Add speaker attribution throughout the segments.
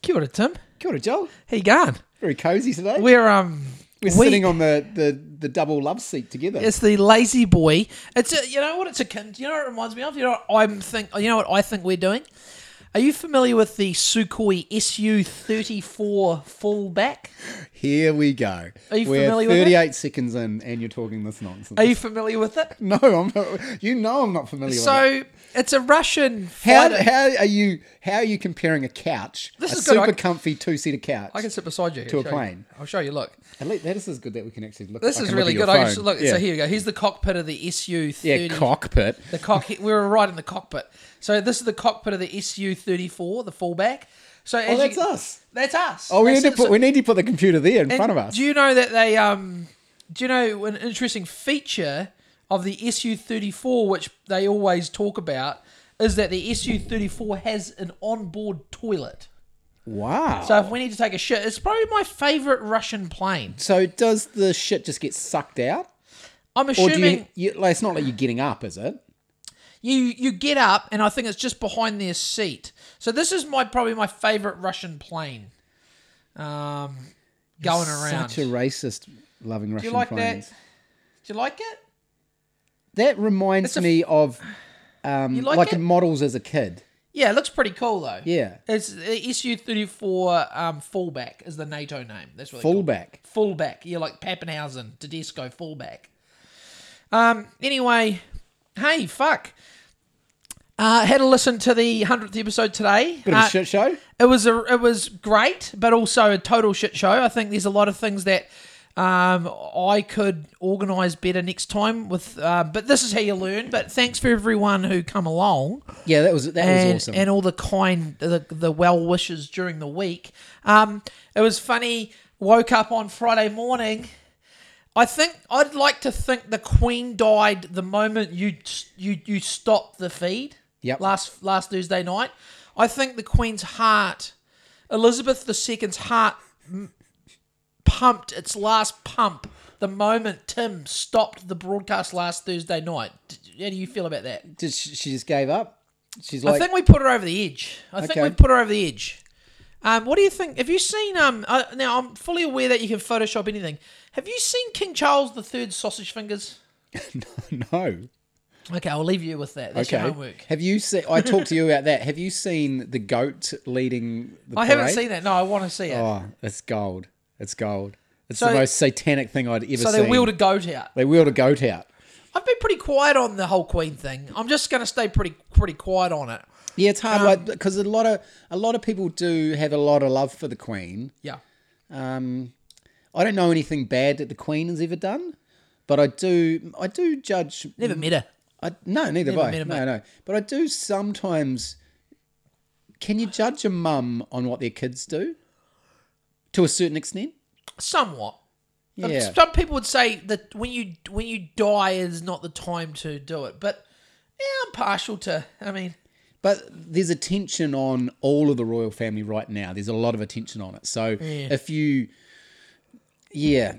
Speaker 1: Kia ora, Tim.
Speaker 2: Kia ora, Joel.
Speaker 1: How you going?
Speaker 2: Very cosy today. We're,
Speaker 1: We're um, we-
Speaker 2: sitting on the, the, the double love seat together.
Speaker 1: It's the lazy boy. It's a, you know what it's akin. You know what it reminds me of. You know what I'm think. You know what I think we're doing. Are you familiar with the Sukhoi Su-34 fullback?
Speaker 2: Here we go.
Speaker 1: Are you
Speaker 2: We're
Speaker 1: familiar with it?
Speaker 2: 38 seconds in, and you're talking this nonsense.
Speaker 1: Are you familiar with it?
Speaker 2: no, I'm not. You know I'm not familiar with it.
Speaker 1: So it's a Russian
Speaker 2: How,
Speaker 1: fighter.
Speaker 2: how are you how are you comparing a couch,
Speaker 1: This
Speaker 2: a
Speaker 1: is good.
Speaker 2: super
Speaker 1: I can-
Speaker 2: comfy two seater couch?
Speaker 1: I can sit beside you.
Speaker 2: To a
Speaker 1: Show you.
Speaker 2: plane.
Speaker 1: I'll show you. Look,
Speaker 2: At least that is as good that we can actually look.
Speaker 1: this
Speaker 2: I
Speaker 1: is
Speaker 2: can look
Speaker 1: really
Speaker 2: at your
Speaker 1: good. I can,
Speaker 2: phone.
Speaker 1: look.
Speaker 2: yeah.
Speaker 1: So here you go. Here's the cockpit of the Su-30.
Speaker 2: yeah, cockpit.
Speaker 1: The cock. We were right in the cockpit. So this is the cockpit of the Su thirty four, the fullback. So as
Speaker 2: Oh,
Speaker 1: you-
Speaker 2: that's us.
Speaker 1: That's us.
Speaker 2: Oh, we
Speaker 1: That's
Speaker 2: need to
Speaker 1: it.
Speaker 2: put
Speaker 1: So-
Speaker 2: we need to put the computer there in
Speaker 1: and
Speaker 2: front of us.
Speaker 1: Do you know that they um? Do you know an interesting feature of the Su thirty four, which they always talk about, is that the Su thirty four has an onboard toilet.
Speaker 2: wow.
Speaker 1: So if we need to take a shit, it's probably my favorite Russian plane.
Speaker 2: so does the shit just get sucked out?
Speaker 1: I'm
Speaker 2: Or do you,
Speaker 1: assuming
Speaker 2: you like, it's not like you're getting up, is it?
Speaker 1: you, you get up, and I think it's just behind their seat. So this is my probably my favorite Russian plane. Um, going around.
Speaker 2: Such a racist loving Russian
Speaker 1: Do you like
Speaker 2: planes.
Speaker 1: that? Do you like it?
Speaker 2: That, reminds
Speaker 1: It's a-
Speaker 2: me of um,
Speaker 1: like
Speaker 2: like,
Speaker 1: it?
Speaker 2: in models as a kid.
Speaker 1: Yeah, it looks pretty cool though.
Speaker 2: Yeah.
Speaker 1: It's the SU thirty four um, fullback is the NATO name. That's what they call it.
Speaker 2: Fullback.
Speaker 1: fullback. You're like Pappenhausen, Tedesco, fullback. Um. Anyway, hey, fuck. Uh, had a listen to the hundredth episode today.
Speaker 2: Bit of
Speaker 1: Uh,
Speaker 2: a shit show.
Speaker 1: It was a, it was great, but also a total shit show. I think there's a lot of things that um, I could organise better next time. With uh, but this is how you learn. But thanks for everyone who come along
Speaker 2: Yeah, that was that
Speaker 1: and,
Speaker 2: was awesome.
Speaker 1: and all the kind the, the well wishes during the week. Um, it was funny. Woke up on Friday morning. I think I'd like to think the Queen died the moment you you you stopped the feed.
Speaker 2: Yep.
Speaker 1: Last last Thursday night, I think the Queen's heart, Elizabeth II's heart, m- pumped its last pump the moment Tim stopped the broadcast last Thursday night. D- How do you feel about that?
Speaker 2: Did she, she just gave up? She's
Speaker 1: I
Speaker 2: like,
Speaker 1: think we put her over the edge. I think
Speaker 2: Okay.
Speaker 1: we put her over the edge. Um, what do you think? Have you seen? Um, uh, now I'm fully aware that you can Photoshop anything. Have you seen King Charles III's sausage fingers?
Speaker 2: no.
Speaker 1: Okay, I'll leave you with that. That's
Speaker 2: Okay.
Speaker 1: your homework.
Speaker 2: Have you seen? I talked to you about that. Have you seen the goat leading the
Speaker 1: I haven't
Speaker 2: parade?
Speaker 1: seen that. No, I want to see it.
Speaker 2: Oh, it's gold. It's gold. It's
Speaker 1: So-
Speaker 2: the most satanic thing I'd ever
Speaker 1: so
Speaker 2: seen.
Speaker 1: they wheeled a goat out.
Speaker 2: They wheeled a goat out.
Speaker 1: I've been pretty quiet on the whole Queen thing. I'm just going to stay pretty pretty quiet on it.
Speaker 2: Yeah, it's hard,
Speaker 1: Um,
Speaker 2: like because a lot of a lot of people do have a lot of love for the Queen.
Speaker 1: Yeah.
Speaker 2: Um, I don't know anything bad that the Queen has ever done, but I do I do judge.
Speaker 1: Never met her.
Speaker 2: I, no, neither have
Speaker 1: Never
Speaker 2: I.
Speaker 1: met a
Speaker 2: No,
Speaker 1: mate.
Speaker 2: no, but I do sometimes. Can you judge a mum on what their kids do? To a certain extent,
Speaker 1: Somewhat. Um,
Speaker 2: yeah.
Speaker 1: Some people would say that when you when you die is not the time to do it, but yeah, I'm partial to. I mean,
Speaker 2: But there's attention on all of the royal family right now. There's a lot of attention on it. So if you, yeah,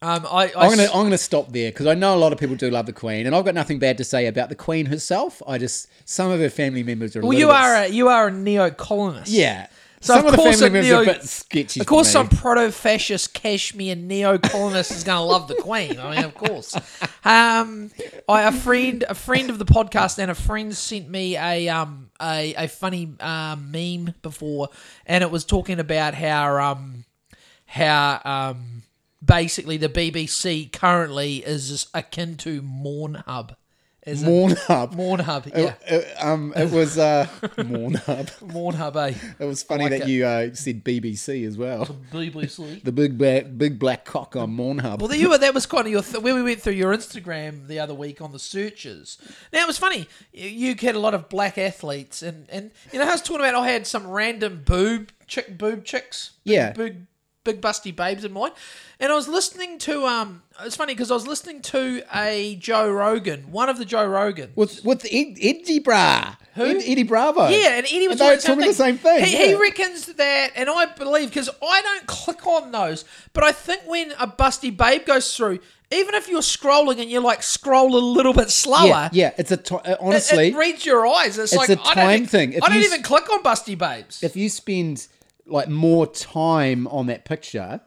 Speaker 1: um, I, I
Speaker 2: I'm gonna I'm gonna stop there because I know a lot of people do love the Queen, and I've got nothing bad to say about the Queen herself. I just some of her family members are. A
Speaker 1: Well,
Speaker 2: little
Speaker 1: you
Speaker 2: bit-
Speaker 1: are a you are a neo-colonist.
Speaker 2: yeah.
Speaker 1: So of
Speaker 2: some of the
Speaker 1: course
Speaker 2: family
Speaker 1: a
Speaker 2: members are a
Speaker 1: neo-
Speaker 2: bit sketchy.
Speaker 1: Of course,
Speaker 2: to
Speaker 1: some
Speaker 2: me.
Speaker 1: proto-fascist Kashmir neo-colonist is going to love the Queen. I mean, of course. Um, I, a friend, a friend of the podcast, and a friend sent me a um a, a funny uh, meme before, and it was talking about how um how um basically the BBC currently is just akin to Mornhub. Is it?
Speaker 2: Mornhub.
Speaker 1: Mornhub, yeah,
Speaker 2: Uh, um, it was uh, Mornhub.
Speaker 1: Mornhub, eh?
Speaker 2: It was funny that
Speaker 1: it.
Speaker 2: you uh, said BBC as well.
Speaker 1: BBC.
Speaker 2: The big black, big black cock on Mornhub.
Speaker 1: Well, you were, that was kind of your th- when we went through your Instagram the other week on the searches. Now it was funny. You, you had a lot of black athletes, and and you know I was talking about I had some random boob chick boob chicks. big-
Speaker 2: Yeah.
Speaker 1: big big busty babes in mine, and I was listening to um. It's funny because I was listening to a Joe Rogan, one of the Joe Rogan.
Speaker 2: With with Ed, Eddie Bra. Who? Eddie Bravo.
Speaker 1: Yeah, and Eddie was
Speaker 2: they were
Speaker 1: talking,
Speaker 2: talking the same thing.
Speaker 1: He, he
Speaker 2: yeah.
Speaker 1: reckons that, and I believe because I don't click on those. But I think when a busty babe goes through, even if you're scrolling and you like scroll a little bit slower,
Speaker 2: yeah, yeah, it's a ti- uh,
Speaker 1: it-
Speaker 2: honestly.
Speaker 1: it, reads your eyes. It's,
Speaker 2: it's
Speaker 1: like
Speaker 2: a
Speaker 1: I don't,
Speaker 2: time
Speaker 1: e-
Speaker 2: thing. If
Speaker 1: I don't
Speaker 2: you s-
Speaker 1: even click on busty babes.
Speaker 2: if you spend like more time on that picture,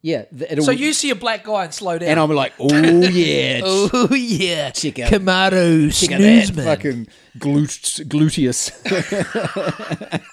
Speaker 2: yeah, th- it'll.
Speaker 1: So you see a black guy and slow down.
Speaker 2: and I'm like, oh yeah, ch-
Speaker 1: oh yeah,
Speaker 2: Check out-
Speaker 1: Kamaru
Speaker 2: check out that
Speaker 1: Snoozman.
Speaker 2: fucking glute, gluteus.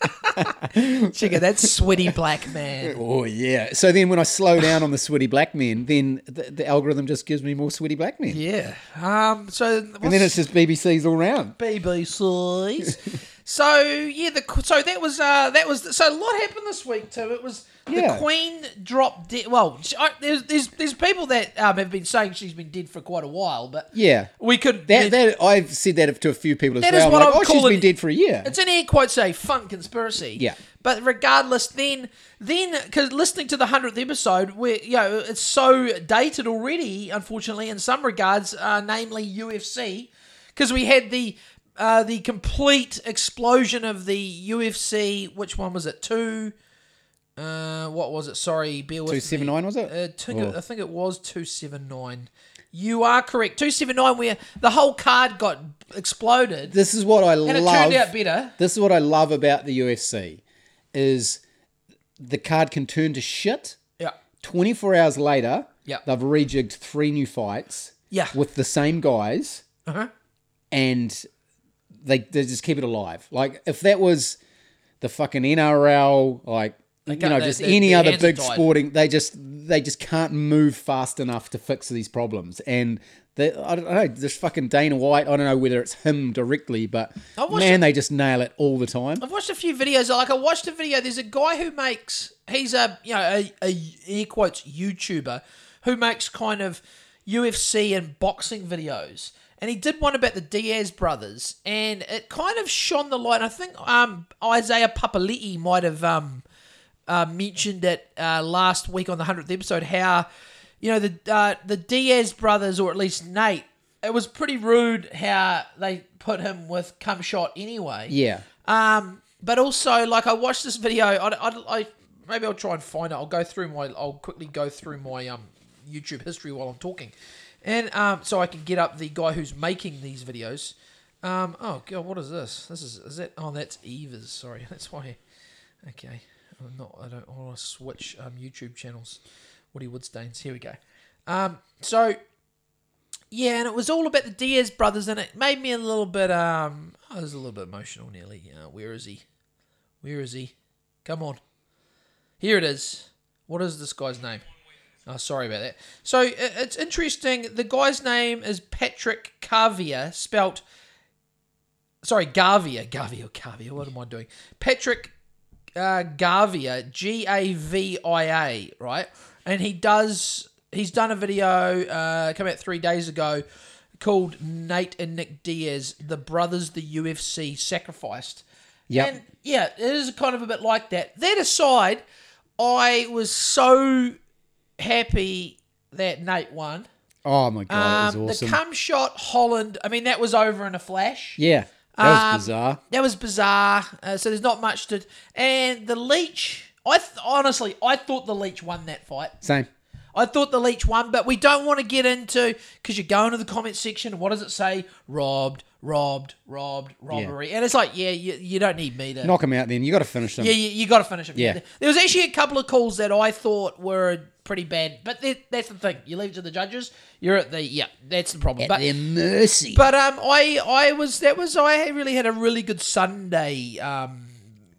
Speaker 1: Check out that sweaty black man.
Speaker 2: oh yeah. So then when I slow down on the sweaty black men, then the, the algorithm just gives me more sweaty black men,
Speaker 1: Yeah. Um. So what's
Speaker 2: and then it's just BBC's all round.
Speaker 1: BBC's. so yeah, the so that was uh that was so a lot happened this week too. It was
Speaker 2: Yeah.
Speaker 1: the Queen dropped dead. Well, she, I, there's there's there's people that um have been saying she's been dead for quite a while, but
Speaker 2: Yeah.
Speaker 1: we could
Speaker 2: That, that I've said that to a few people as
Speaker 1: That is
Speaker 2: well.
Speaker 1: what
Speaker 2: like,
Speaker 1: I'm
Speaker 2: oh, she's
Speaker 1: calling-
Speaker 2: been dead for a year.
Speaker 1: It's an air quotes a fun conspiracy.
Speaker 2: Yeah.
Speaker 1: But regardless, then then because listening to the hundredth episode, where you know it's so dated already, unfortunately, in some regards, uh, namely UFC, because we had the uh, the complete explosion of the UFC. Which one was it? Two. Uh, what was it? Sorry, bear with me.
Speaker 2: 279, was it?
Speaker 1: Uh, two,
Speaker 2: Or-
Speaker 1: I think it was 279. You are correct. 279, where the whole card got exploded.
Speaker 2: this is what I
Speaker 1: and it
Speaker 2: love.
Speaker 1: turned out better.
Speaker 2: This is what I love about the UFC is the card can turn to shit.
Speaker 1: Yeah.
Speaker 2: 24 hours later,
Speaker 1: Yeah.
Speaker 2: they've rejigged three new fights
Speaker 1: Yeah.
Speaker 2: with the same guys
Speaker 1: Uh-huh.
Speaker 2: and they, they just keep it alive. Like if that was the fucking NRL, like you
Speaker 1: can't-
Speaker 2: know,
Speaker 1: they-
Speaker 2: just
Speaker 1: they-
Speaker 2: any
Speaker 1: their
Speaker 2: other
Speaker 1: hands are
Speaker 2: big
Speaker 1: tied.
Speaker 2: sporting, they just they just can't move fast enough to fix these problems. And they, I don't know, this fucking Dana White. I don't know whether it's him directly, but
Speaker 1: I watched
Speaker 2: man, they just nail it all the time.
Speaker 1: I've watched a few videos. Like I watched a video. There's a guy who makes. He's a you know a, a air quotes YouTuber who makes kind of UFC and boxing videos. And he did one about the Diaz brothers, and it kind of shone the light. I think um, Isaiah Papali'i might have um, uh, mentioned it uh, last week on the hundredth episode how you know the uh, the Diaz brothers or at least Nate. It was pretty rude how they put him with cum shot anyway.
Speaker 2: Yeah,
Speaker 1: Um, but also, like, I watched this video. I, I, I maybe I'll try and find it. I'll go through my. I'll quickly go through my um YouTube history while I'm talking, and um, so I can get up the guy who's making these videos. Um, oh god, what is this? This is is that? Oh, that's Evers. Sorry, that's why. Okay, I'm not. I don't want to switch um YouTube channels. Woody Woodstains. Here we go. Um, so yeah, and it was all about the Diaz brothers, and it made me a little bit. Um, I was a little bit emotional. Nearly. Uh, where is he? Where is he? Come on. Here it is. What is this guy's name? Oh, sorry about that. So i- it's interesting. The guy's name is Patrick Cavia, spelt. Sorry, Gavia, Gavia, Gavia. What am I doing? Patrick uh, Gavia, G A V I A, right? And he does. He's done a video uh, come out three days ago called Nate and Nick Diaz, the brothers the UFC sacrificed.
Speaker 2: Yep.
Speaker 1: And yeah, it is kind of a bit like that. That aside, I was so happy that Nate won.
Speaker 2: Oh my god, it
Speaker 1: Um,
Speaker 2: was
Speaker 1: The
Speaker 2: awesome.
Speaker 1: cum shot Holland. I mean, that was over in a flash.
Speaker 2: yeah, that was
Speaker 1: Um,
Speaker 2: bizarre.
Speaker 1: That was bizarre. Uh, so there's not much to. And the leech. I th- honestly, I thought the leech won that fight.
Speaker 2: Same.
Speaker 1: I thought the leech won, but we don't want to get into because you go into the comment section. What does it say? Robbed, robbed, robbed, robbery, and it's like, yeah, you, you don't need me to.
Speaker 2: Knock him out. Then you got to finish him.
Speaker 1: Yeah, you, you got to finish him.
Speaker 2: Yeah.
Speaker 1: There was actually a couple of calls that I thought were pretty bad, but that- that's the thing. You leave it to the judges. You're at the yeah. That's the problem. but
Speaker 2: Their mercy.
Speaker 1: but um, I I was that was I really had a really good Sunday. Um,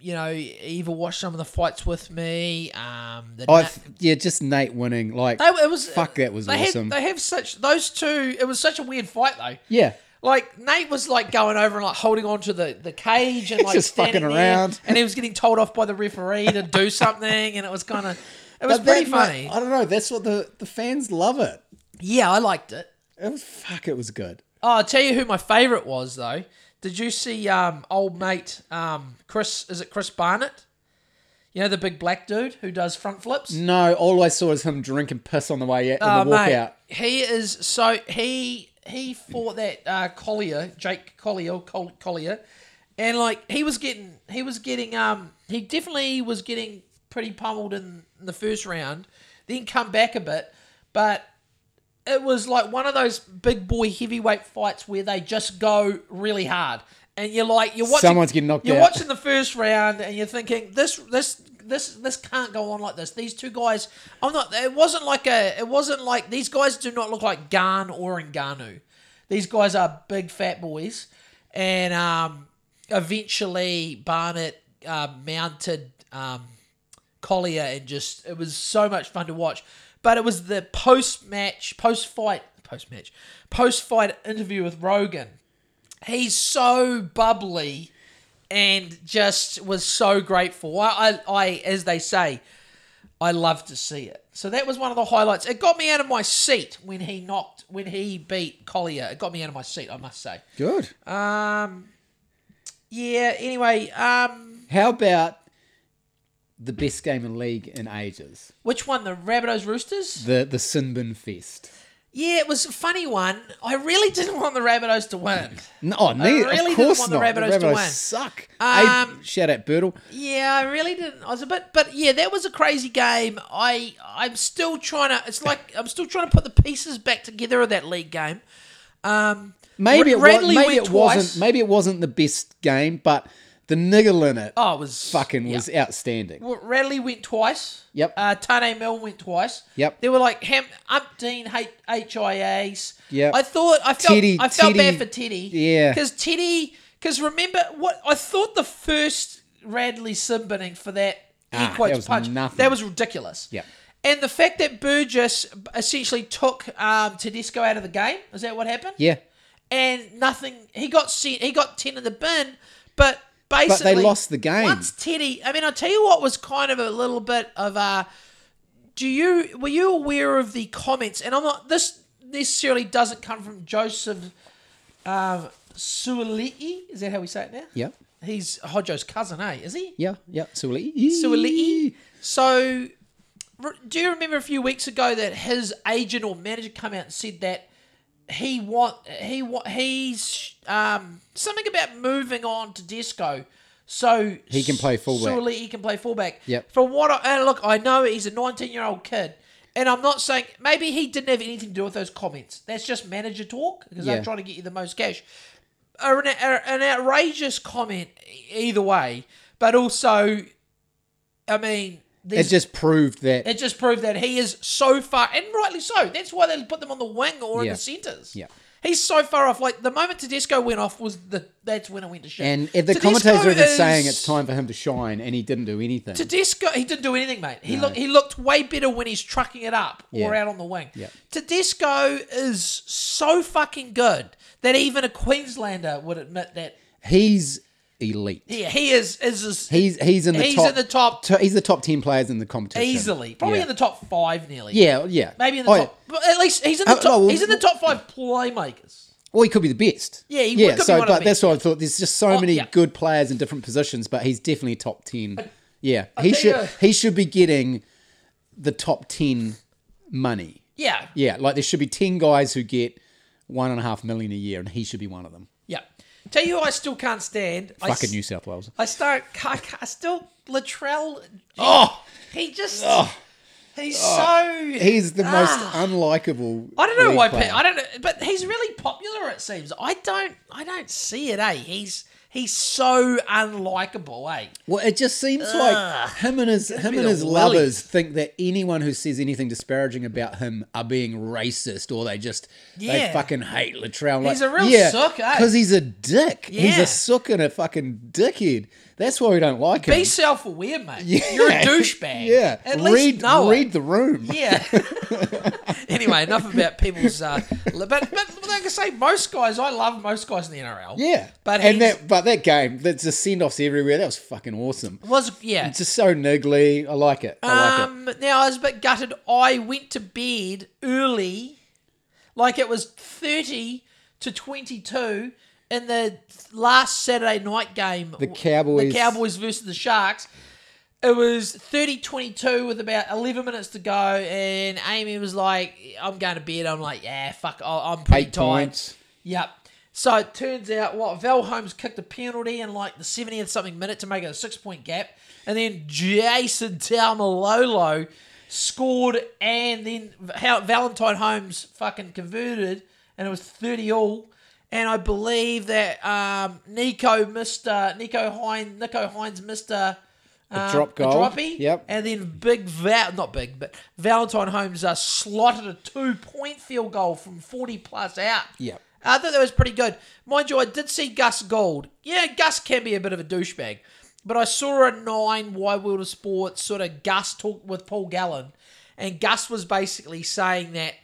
Speaker 1: you know, Eva watched some of the fights with me. Um, the
Speaker 2: I yeah, just Nate winning. Like
Speaker 1: they, it was
Speaker 2: fuck, that was
Speaker 1: they had-
Speaker 2: awesome.
Speaker 1: they have such those two. It was such a weird fight though.
Speaker 2: yeah,
Speaker 1: Like Nate was like going over and like holding on to the, the cage and like
Speaker 2: Just
Speaker 1: standing
Speaker 2: fucking
Speaker 1: there,
Speaker 2: around.
Speaker 1: and he was getting told off by the referee to do something, and it was kind of it was
Speaker 2: But that
Speaker 1: pretty
Speaker 2: ma-
Speaker 1: funny.
Speaker 2: I don't know. That's what the the fans love it.
Speaker 1: yeah, I liked it.
Speaker 2: It was fuck. It was good.
Speaker 1: Oh, I'll tell you who my favourite was though. Did you see um old mate um Chris is it Chris Barnett? You know the big black dude who does front flips? Oh,
Speaker 2: No, all I saw was him drinking piss on the way out on the walkout.
Speaker 1: He is so he he fought that uh, Collier, Jake Collier, Col- Collier, and like he was getting he was getting um he definitely was getting pretty pummeled in, in the first round, then come back a bit, but it was like one of those big boy heavyweight fights where they just go really hard. And you're like you're watching
Speaker 2: Someone's getting knocked
Speaker 1: You're
Speaker 2: out.
Speaker 1: watching the first round and you're thinking this this this this can't go on like this. These two guys, I'm not. It wasn't like a. It wasn't like these guys do not look like Garn or Ngannou. These guys are big fat boys, and um, eventually Barnett uh, mounted um, Collier, and just it was so much fun to watch. But it was the post match, post fight, post match, post fight interview with Rogan. He's so bubbly and just was so grateful. I, I, I as they say, I love to see it. So that was one of the highlights. It got me out of my seat when he knocked, when he beat Collier. It got me out of my seat, I must say.
Speaker 2: Good.
Speaker 1: Um, yeah. Anyway, um,
Speaker 2: How about the best game in league in ages?
Speaker 1: which one? The Rabbitohs Roosters.
Speaker 2: The the Sinbin Fest.
Speaker 1: Yeah, it was a funny one. I really didn't want the Rabbitohs to win.
Speaker 2: No, oh, neither,
Speaker 1: really
Speaker 2: of
Speaker 1: didn't
Speaker 2: course
Speaker 1: want the
Speaker 2: not.
Speaker 1: Rabbitohs to win.
Speaker 2: suck.
Speaker 1: Um,
Speaker 2: Abe, shout out Birdle.
Speaker 1: Yeah, I really didn't. I was a bit, but yeah, that was a crazy game. I I'm still trying to. It's like I'm still trying to put the pieces back together of that league game. Um,
Speaker 2: Maybe it,
Speaker 1: Ra-
Speaker 2: was,
Speaker 1: Radley
Speaker 2: maybe
Speaker 1: went
Speaker 2: it
Speaker 1: twice.
Speaker 2: wasn't. Maybe it wasn't the best game, but the niggle in it
Speaker 1: Oh, it was
Speaker 2: fucking
Speaker 1: yeah.
Speaker 2: was outstanding.
Speaker 1: Well, Radley went twice.
Speaker 2: Yep.
Speaker 1: Uh, Tane Mel went twice.
Speaker 2: Yep.
Speaker 1: There were like Ham, umpteen H- HIAs.
Speaker 2: Yep.
Speaker 1: I thought I felt
Speaker 2: Teddy-
Speaker 1: I felt
Speaker 2: Teddy-
Speaker 1: bad for Teddy.
Speaker 2: Yeah.
Speaker 1: Because Teddy, because remember what I thought the first Radley simbinning for that
Speaker 2: Ah,
Speaker 1: air
Speaker 2: that
Speaker 1: quotes
Speaker 2: was
Speaker 1: punch
Speaker 2: nothing.
Speaker 1: that was ridiculous.
Speaker 2: Yep.
Speaker 1: And the fact that Burgess essentially took um, Tedesco out of the game is that what happened?
Speaker 2: Yeah,
Speaker 1: and nothing. He got sent. He got ten in the bin, but basically
Speaker 2: lost the game.
Speaker 1: Once Teddy, I mean, I'll tell you what was kind of a little bit of a. Do you were you aware of the comments? And I'm not. This necessarily doesn't come from Joseph um, Suoliti. Is that how we say it now?
Speaker 2: yeah,
Speaker 1: He's Hodjo's cousin, eh? Is he?
Speaker 2: yeah, yeah. Suwali.
Speaker 1: Suoliti. So, re- do you remember a few weeks ago that his agent or manager come out and said that he want he want he's um, something about moving on to Disco, so
Speaker 2: He can play fullback.
Speaker 1: Surely he can play fullback.
Speaker 2: Yep.
Speaker 1: From what I and look, I know he's a 19 year old kid. And I'm not saying maybe he didn't have anything to do with those comments. That's just manager talk because
Speaker 2: Yeah.
Speaker 1: I'm trying to get you the most cash are an, are an outrageous comment e- either way, but also, I mean,
Speaker 2: It
Speaker 1: there's-
Speaker 2: just proved that.
Speaker 1: it just proved that he is so far, and rightly so. That's why they put them on the wing or in
Speaker 2: Yeah.
Speaker 1: the centres.
Speaker 2: Yeah.
Speaker 1: He's so far off. Like the moment Tedesco went off was the that's when it went to shit.
Speaker 2: and if the
Speaker 1: Tedesco
Speaker 2: commentators were
Speaker 1: is-
Speaker 2: saying it's time for him to shine, and he didn't do anything.
Speaker 1: Tedesco, he didn't do anything, mate. He looked he looked way better when he's trucking it up or
Speaker 2: Yeah.
Speaker 1: out on the wing.
Speaker 2: Yeah.
Speaker 1: Tedesco is so fucking good that even a Queenslander would admit that.
Speaker 2: He's elite.
Speaker 1: Yeah, he is is, is
Speaker 2: He's he's in the
Speaker 1: He's
Speaker 2: top.
Speaker 1: in the top
Speaker 2: to- he's the top ten players in the competition
Speaker 1: easily, probably
Speaker 2: yeah.
Speaker 1: in the top five nearly.
Speaker 2: Yeah, yeah.
Speaker 1: maybe in the
Speaker 2: oh,
Speaker 1: top. But at least he's in the
Speaker 2: Oh,
Speaker 1: top.
Speaker 2: no, well,
Speaker 1: he's in the top five playmakers.
Speaker 2: Well, he could be the best.
Speaker 1: Yeah, he
Speaker 2: yeah.
Speaker 1: could be
Speaker 2: so,
Speaker 1: one of
Speaker 2: but
Speaker 1: the
Speaker 2: that's what I thought. There's just so
Speaker 1: Oh,
Speaker 2: many
Speaker 1: yeah.
Speaker 2: good players in different positions, but he's definitely top ten. yeah, he
Speaker 1: tell
Speaker 2: should
Speaker 1: you-
Speaker 2: he should be getting the top ten money.
Speaker 1: Yeah, yeah,
Speaker 2: Yeah, like there should be ten guys who get one and a half million a year, and he should be one of them.
Speaker 1: Tell you who I still can't stand. I
Speaker 2: Fucking
Speaker 1: s-
Speaker 2: New South Wales.
Speaker 1: I start. I, ca- I still Latrell.
Speaker 2: Oh,
Speaker 1: He just.
Speaker 2: Oh.
Speaker 1: He's so.
Speaker 2: he's the most
Speaker 1: Ah.
Speaker 2: unlikable.
Speaker 1: I don't know
Speaker 2: league
Speaker 1: why.
Speaker 2: player.
Speaker 1: Pe- I don't know, but he's really popular. It seems. I don't. I don't see it. Eh. He's he's so unlikable. Eh.
Speaker 2: Well, it just seems like him and his him
Speaker 1: me
Speaker 2: and
Speaker 1: the willies.
Speaker 2: his lovers think that anyone who says anything disparaging about him are being racist, or they just they
Speaker 1: Yeah.
Speaker 2: fucking hate Latrell. I'm
Speaker 1: He's
Speaker 2: like,
Speaker 1: a real
Speaker 2: yeah,
Speaker 1: sook, eh?"
Speaker 2: Because he's a dick. He's
Speaker 1: Yeah.
Speaker 2: a sook and a fucking dickhead. That's why we don't like him.
Speaker 1: Be self-aware, mate. You're a
Speaker 2: Yeah.
Speaker 1: douchebag.
Speaker 2: Yeah,
Speaker 1: At
Speaker 2: read
Speaker 1: least know it.
Speaker 2: read the room.
Speaker 1: Yeah. anyway, enough about people's. Uh, li- but but like I say, most guys, I love most guys in the NRL.
Speaker 2: Yeah.
Speaker 1: but
Speaker 2: and
Speaker 1: he's-
Speaker 2: that but that game, that's the send offs everywhere. That was fucking awesome.
Speaker 1: was yeah.
Speaker 2: It's just so niggly. I like it. I like it.
Speaker 1: Um, now I was a bit gutted. I went to bed early, like it was thirty to twenty-two in the last Saturday night game. The
Speaker 2: Cowboys-
Speaker 1: the Cowboys versus the Sharks. It was 30-22 with about 11 minutes to go, and Amy was like, I'm going to bed. I'm like, yeah, fuck, I- I'm pretty
Speaker 2: Eight
Speaker 1: tired.
Speaker 2: points.
Speaker 1: Yep. So it turns out what Val Holmes kicked a penalty in like the 70th something minute to make it a six point gap. And then Jason Taumalolo scored and then how Valentine Holmes fucking converted and it was 30 all. And I believe that um, Nico Mister Nico Hines Nico Hines Mister
Speaker 2: A
Speaker 1: um,
Speaker 2: drop
Speaker 1: a
Speaker 2: goal.
Speaker 1: droppy.
Speaker 2: Yep.
Speaker 1: And then big Val, not big, but Valentine Holmes uh, slotted a two point field goal from 40 plus out.
Speaker 2: Yep.
Speaker 1: I thought that was pretty good. Mind you, I did see Gus Gold. Yeah, Gus can be a bit of a douchebag, but I saw a nine Wide World of Sports sort of Gus talk with Paul Gallen, and Gus was basically saying that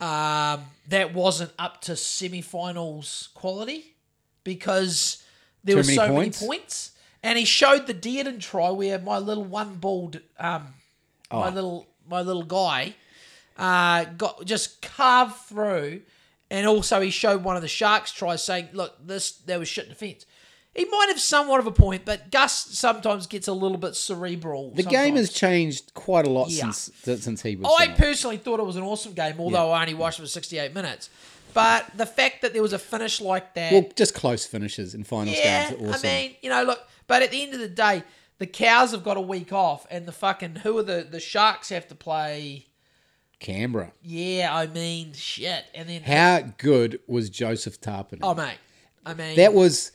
Speaker 1: um, that wasn't up to semi-finals quality because there
Speaker 2: Too
Speaker 1: were
Speaker 2: many
Speaker 1: so
Speaker 2: points?
Speaker 1: many points. And he showed the Dearden try where my little one-balled, um,
Speaker 2: Oh.
Speaker 1: my little my little guy, uh, got just carved through. And also he showed one of the Sharks tries saying, "Look, this there was shit defense." He might have somewhat of a point, but Gus sometimes gets a little bit cerebral.
Speaker 2: The game has
Speaker 1: sometimes.
Speaker 2: changed quite a lot
Speaker 1: Yeah. Oh,
Speaker 2: since since he was.
Speaker 1: I
Speaker 2: there.
Speaker 1: personally thought it was an awesome game, although I only watched it for 68 minutes. But the fact that there was a finish like that,
Speaker 2: well, just close finishes in finals
Speaker 1: yeah,
Speaker 2: games are awesome.
Speaker 1: I mean, you know, look, but at the end of the day, the cows have got a week off, and the fucking who are the the sharks have to play?
Speaker 2: Canberra.
Speaker 1: Yeah, I mean, shit, and then
Speaker 2: How good was Joseph Tarpon?
Speaker 1: oh mate, I mean,
Speaker 2: that was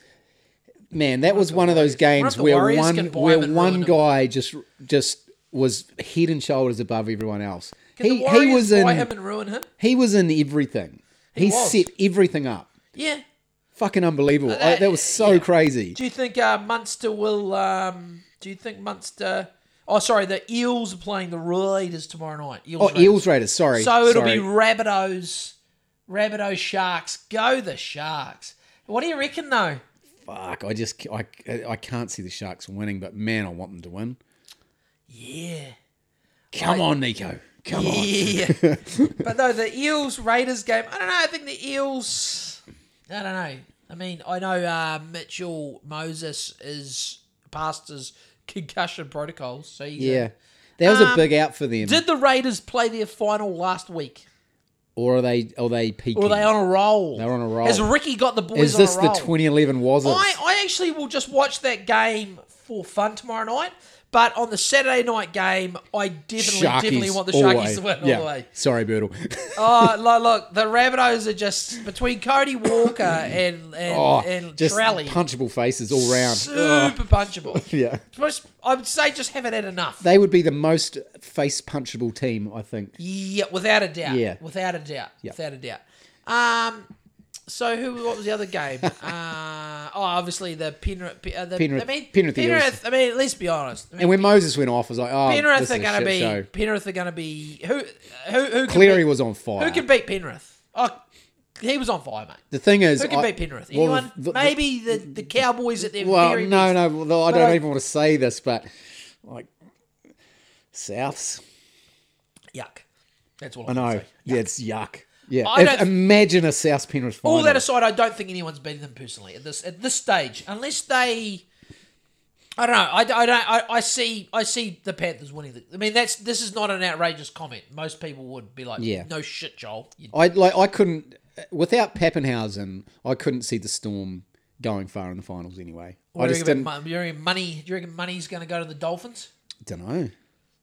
Speaker 2: man that was one of those
Speaker 1: What if
Speaker 2: games
Speaker 1: the
Speaker 2: where
Speaker 1: Warriors
Speaker 2: one
Speaker 1: can buy
Speaker 2: where
Speaker 1: them and
Speaker 2: one
Speaker 1: ruin them?
Speaker 2: guy just just was head and shoulders above everyone else
Speaker 1: can
Speaker 2: he
Speaker 1: the
Speaker 2: he
Speaker 1: Warriors
Speaker 2: was
Speaker 1: buy
Speaker 2: in
Speaker 1: him and ruin him.
Speaker 2: he was in everything he,
Speaker 1: was.
Speaker 2: set everything up
Speaker 1: Yeah.
Speaker 2: fucking unbelievable I-
Speaker 1: that-
Speaker 2: that was so
Speaker 1: yeah.
Speaker 2: crazy
Speaker 1: Do you think uh, Munster will? Um, do you think Munster? Oh, sorry, the Eels are playing the Raiders tomorrow night. Eels
Speaker 2: oh
Speaker 1: Raiders.
Speaker 2: eels raiders sorry
Speaker 1: So it'll
Speaker 2: sorry.
Speaker 1: be Rabbitohs, Rabbitoh Sharks. Go the Sharks. What do you reckon though?
Speaker 2: fuck i just I, I can't see the sharks winning but man i want them to win
Speaker 1: Yeah.
Speaker 2: come on nico come on
Speaker 1: Yeah. but though the Eels Raiders game, I don't know. I think the Eels. I don't know. I mean, I know uh, Mitchell Moses is past his concussion protocols, so he's in.
Speaker 2: yeah that was a big out for them
Speaker 1: Did the Raiders play their final last week?
Speaker 2: or are they are they peaking
Speaker 1: Or are they on a roll?
Speaker 2: They're on a roll.
Speaker 1: Has Ricky got the boys
Speaker 2: is this
Speaker 1: on a
Speaker 2: the
Speaker 1: roll?
Speaker 2: 2011 was it
Speaker 1: I, I actually will just watch that game for fun tomorrow night. But on the Saturday night game, I definitely definitely want the Sharkies to win all the way.
Speaker 2: Sorry, Birdle.
Speaker 1: Oh, look, look, the Rabbitohs are just between Cody Walker and and,
Speaker 2: oh,
Speaker 1: and
Speaker 2: just
Speaker 1: Trelly,
Speaker 2: punchable faces all round. Ugh.
Speaker 1: super punchable.
Speaker 2: Yeah.
Speaker 1: Just- I would say just haven't had enough.
Speaker 2: They would be the most face punchable team, I think.
Speaker 1: yeah, without a doubt.
Speaker 2: Yeah.
Speaker 1: without a doubt. Without a doubt. Um. So who? What was the other game? uh, oh, obviously the Penrith. Pe- Uh, the,
Speaker 2: Penrith-
Speaker 1: I mean,
Speaker 2: Penrith Eels.
Speaker 1: Penrith. I mean, let's be honest. I mean,
Speaker 2: And when Moses went off, I was like, oh,
Speaker 1: Penrith
Speaker 2: this is
Speaker 1: are
Speaker 2: a
Speaker 1: going to
Speaker 2: shit
Speaker 1: be.
Speaker 2: show.
Speaker 1: Penrith are going to be. Who? Who? Who? Can
Speaker 2: Cleary
Speaker 1: beat,
Speaker 2: was on fire.
Speaker 1: Who can beat Penrith? Oh, he was on fire, mate.
Speaker 2: the thing is,
Speaker 1: Who can
Speaker 2: I-
Speaker 1: beat Penrith?
Speaker 2: well,
Speaker 1: Anyone?
Speaker 2: the- the-
Speaker 1: Maybe the, the Cowboys at their
Speaker 2: Well,
Speaker 1: very
Speaker 2: no,
Speaker 1: best.
Speaker 2: no. Well, I
Speaker 1: But
Speaker 2: don't
Speaker 1: I-
Speaker 2: even want to say this, but like Souths,
Speaker 1: Yuck. That's all
Speaker 2: I
Speaker 1: I
Speaker 2: know.
Speaker 1: know. Say.
Speaker 2: Yeah, it's yuck. Yeah,
Speaker 1: I
Speaker 2: If-
Speaker 1: don't-
Speaker 2: imagine a South Penrith final.
Speaker 1: All that aside, I don't think anyone's beating them personally at this at this stage, unless they. I don't know. I, I don't. I, I see. I see the Panthers winning. The, I mean, that's this is not an outrageous comment. Most people would be like,
Speaker 2: Yeah.
Speaker 1: no shit, Joel." You-
Speaker 2: I like I couldn't without Pappenhausen, I couldn't see the Storm going far in the finals anyway.
Speaker 1: What
Speaker 2: I
Speaker 1: do
Speaker 2: just
Speaker 1: you reckon
Speaker 2: didn't
Speaker 1: about mon- do you reckon money? Do you reckon money's going to go to the Dolphins?
Speaker 2: don't know.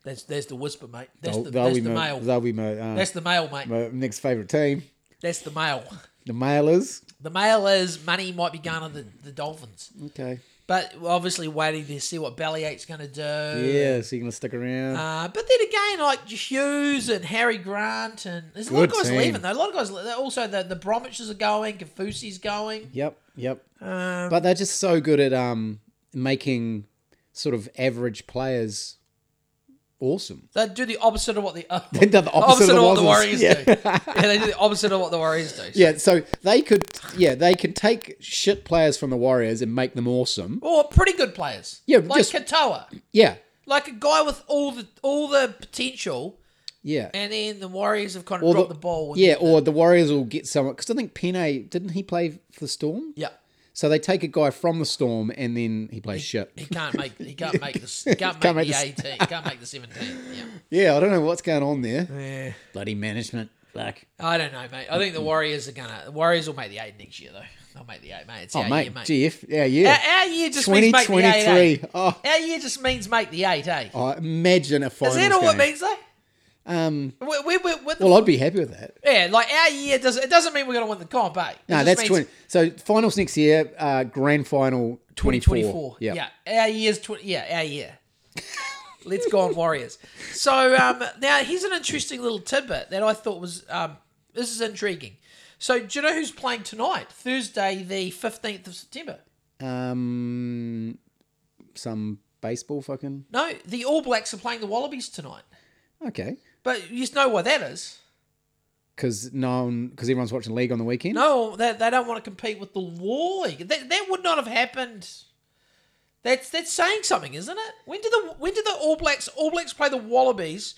Speaker 1: That's there's the whisper, mate. That's the,
Speaker 2: they'll,
Speaker 1: that's
Speaker 2: be
Speaker 1: the
Speaker 2: my,
Speaker 1: mail.
Speaker 2: they'll be my, uh,
Speaker 1: that's the mail, mate.
Speaker 2: my next favorite team.
Speaker 1: That's the mail.
Speaker 2: The Mailers.
Speaker 1: The mail is money might be going to the, the Dolphins,
Speaker 2: Okay.
Speaker 1: but we're obviously waiting to see what Bellyate's going to do.
Speaker 2: Yeah, so you're gonna stick around.
Speaker 1: Uh, but then again, like Hughes and Harry Grant, and there's a lot of
Speaker 2: Good
Speaker 1: guys
Speaker 2: team.
Speaker 1: leaving. Though. A lot of guys. le- Also, the the Bromwiches are going. Kafusi's going.
Speaker 2: yep, yep. but they're just so good at um making sort of average players awesome.
Speaker 1: They do the opposite of what the, uh,
Speaker 2: They do the opposite
Speaker 1: of,
Speaker 2: of the
Speaker 1: what the Warriors
Speaker 2: Wallaces,
Speaker 1: do.
Speaker 2: yeah.
Speaker 1: yeah, they do the opposite of what the Warriors do.
Speaker 2: Yeah, so they could yeah, they could take shit players from the Warriors and make them awesome.
Speaker 1: Or pretty good players.
Speaker 2: Yeah,
Speaker 1: like
Speaker 2: just-
Speaker 1: Katoa,
Speaker 2: Yeah.
Speaker 1: like a guy with all the all the potential,
Speaker 2: Yeah.
Speaker 1: and then the Warriors have kind of
Speaker 2: Or
Speaker 1: dropped the, ball. and-
Speaker 2: Yeah, or the Warriors will get someone because I think Pene didn't he play for the Storm?
Speaker 1: yeah.
Speaker 2: So they take a guy from the Storm and then he plays shit.
Speaker 1: He can't make. He can't make this. He can't make the
Speaker 2: make the-
Speaker 1: eighteen. He can't make the seventeen. Yeah.
Speaker 2: Yeah, I don't know what's going on there.
Speaker 1: Yeah.
Speaker 2: Bloody management. Fuck.
Speaker 1: I don't know, mate. I think the Warriors are gonna. The Warriors will make the eight next year, though. They'll make the eight, mate. It's
Speaker 2: Oh,
Speaker 1: our
Speaker 2: mate, Uh,
Speaker 1: year, mate.
Speaker 2: Jeff. Yeah,
Speaker 1: Our,
Speaker 2: yeah.
Speaker 1: our year just means make the eight. eh?
Speaker 2: 2023. Oh,
Speaker 1: Our year just means make the eight, eh?
Speaker 2: oh, imagine a
Speaker 1: Is
Speaker 2: finals
Speaker 1: that all it
Speaker 2: game.
Speaker 1: means, though?
Speaker 2: Um,
Speaker 1: We're, we're, we're, we're the,
Speaker 2: well, I'd be happy with that.
Speaker 1: yeah, like our year does. It doesn't mean we're gonna win the comp, eh? It
Speaker 2: No,
Speaker 1: just
Speaker 2: that's
Speaker 1: means
Speaker 2: 20. So finals next year, uh, grand final 24.
Speaker 1: 24. Yeah, our year's twenty. Yeah, our year. Let's go on Warriors. So um, now here's an interesting little tidbit that I thought was um, this is intriguing. So do you know who's playing tonight? Thursday, the fifteenth of September.
Speaker 2: Um, some baseball fucking.
Speaker 1: No, the All Blacks are playing the Wallabies tonight.
Speaker 2: Okay.
Speaker 1: But you just know why that is.
Speaker 2: Because no one, because everyone's watching league on the weekend.
Speaker 1: No, they, they don't want to compete with the War League. That, that would not have happened. That's that's saying something, isn't it? When did the when did the All Blacks All Blacks play the Wallabies?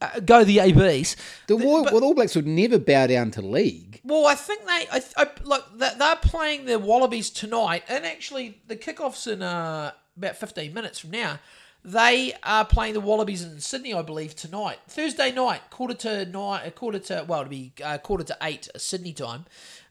Speaker 1: Uh, go the ABs.
Speaker 2: the Wa-
Speaker 1: but-
Speaker 2: well, the All Blacks would never bow down to league.
Speaker 1: Well, I think they, I, I look, they- they're playing the Wallabies tonight, and actually the kickoff's in uh, about 15 minutes from now. They are playing the Wallabies in Sydney, I believe, tonight, Thursday night, quarter to nine, uh, quarter to well, it'll be uh, quarter to eight uh, Sydney time.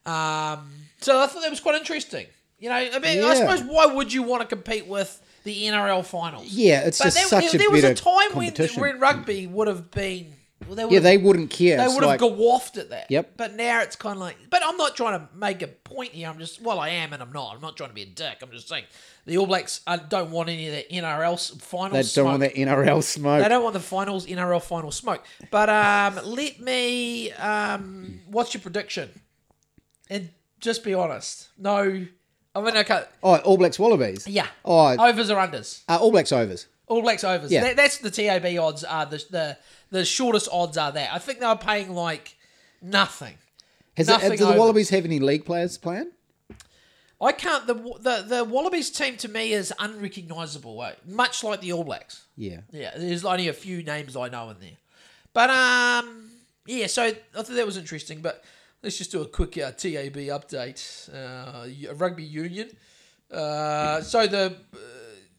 Speaker 1: Um, so I thought that was quite interesting. You know, I mean,
Speaker 2: Yeah.
Speaker 1: I suppose why would you want to compete with the NRL finals?
Speaker 2: Yeah, it's
Speaker 1: but
Speaker 2: just
Speaker 1: there,
Speaker 2: such
Speaker 1: there,
Speaker 2: a
Speaker 1: there was a
Speaker 2: better
Speaker 1: time when,
Speaker 2: competition.
Speaker 1: when rugby would have been. Well, there would
Speaker 2: yeah,
Speaker 1: have
Speaker 2: they wouldn't care.
Speaker 1: they
Speaker 2: It's
Speaker 1: would have
Speaker 2: like-
Speaker 1: gawaffed at that.
Speaker 2: Yep.
Speaker 1: But now it's kind of like. But I'm not trying to make a point here. I'm just. Well, I am, and I'm not. I'm not trying to be a dick. I'm just saying the All Blacks uh, don't want any of that NRL s- finals.
Speaker 2: they
Speaker 1: smoke.
Speaker 2: don't want that NRL smoke.
Speaker 1: They don't want the finals NRL final smoke. But um, let me. Um, what's your prediction? And just be honest. No, I mean, okay.
Speaker 2: Oh, All Blacks Wallabies.
Speaker 1: Yeah.
Speaker 2: Oh,
Speaker 1: Overs or unders?
Speaker 2: uh, All Blacks overs.
Speaker 1: All Blacks overs.
Speaker 2: Yeah.
Speaker 1: That, that's the TAB odds are the, the the shortest odds are that. I think they were paying like nothing.
Speaker 2: Has it,
Speaker 1: Nothing
Speaker 2: do the
Speaker 1: over.
Speaker 2: Wallabies have any league players playing?
Speaker 1: I can't. The the the Wallabies team to me is unrecognisable, eh? much like the All Blacks.
Speaker 2: Yeah.
Speaker 1: Yeah, there's only a few names I know in there, but um, yeah. So I thought that was interesting. But let's just do a quick uh, TAB update. Uh, y- rugby union. Uh, so the uh,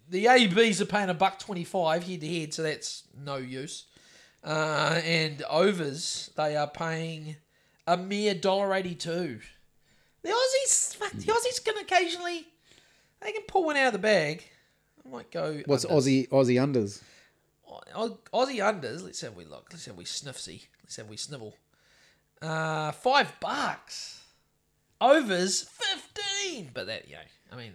Speaker 1: the ABs are paying a buck twenty five head to head, so that's no use. Uh, and overs they are paying a mere dollar eighty two. The Aussies, fuck, the Aussies can occasionally they can pull one out of the bag. I might go.
Speaker 2: What's
Speaker 1: under.
Speaker 2: Aussie Aussie unders?
Speaker 1: Au- Aussie unders. Let's have we look. Let's have we sniffsy. Let's have we snivel. Uh, five bucks. Overs fifteen. But that you know, I mean,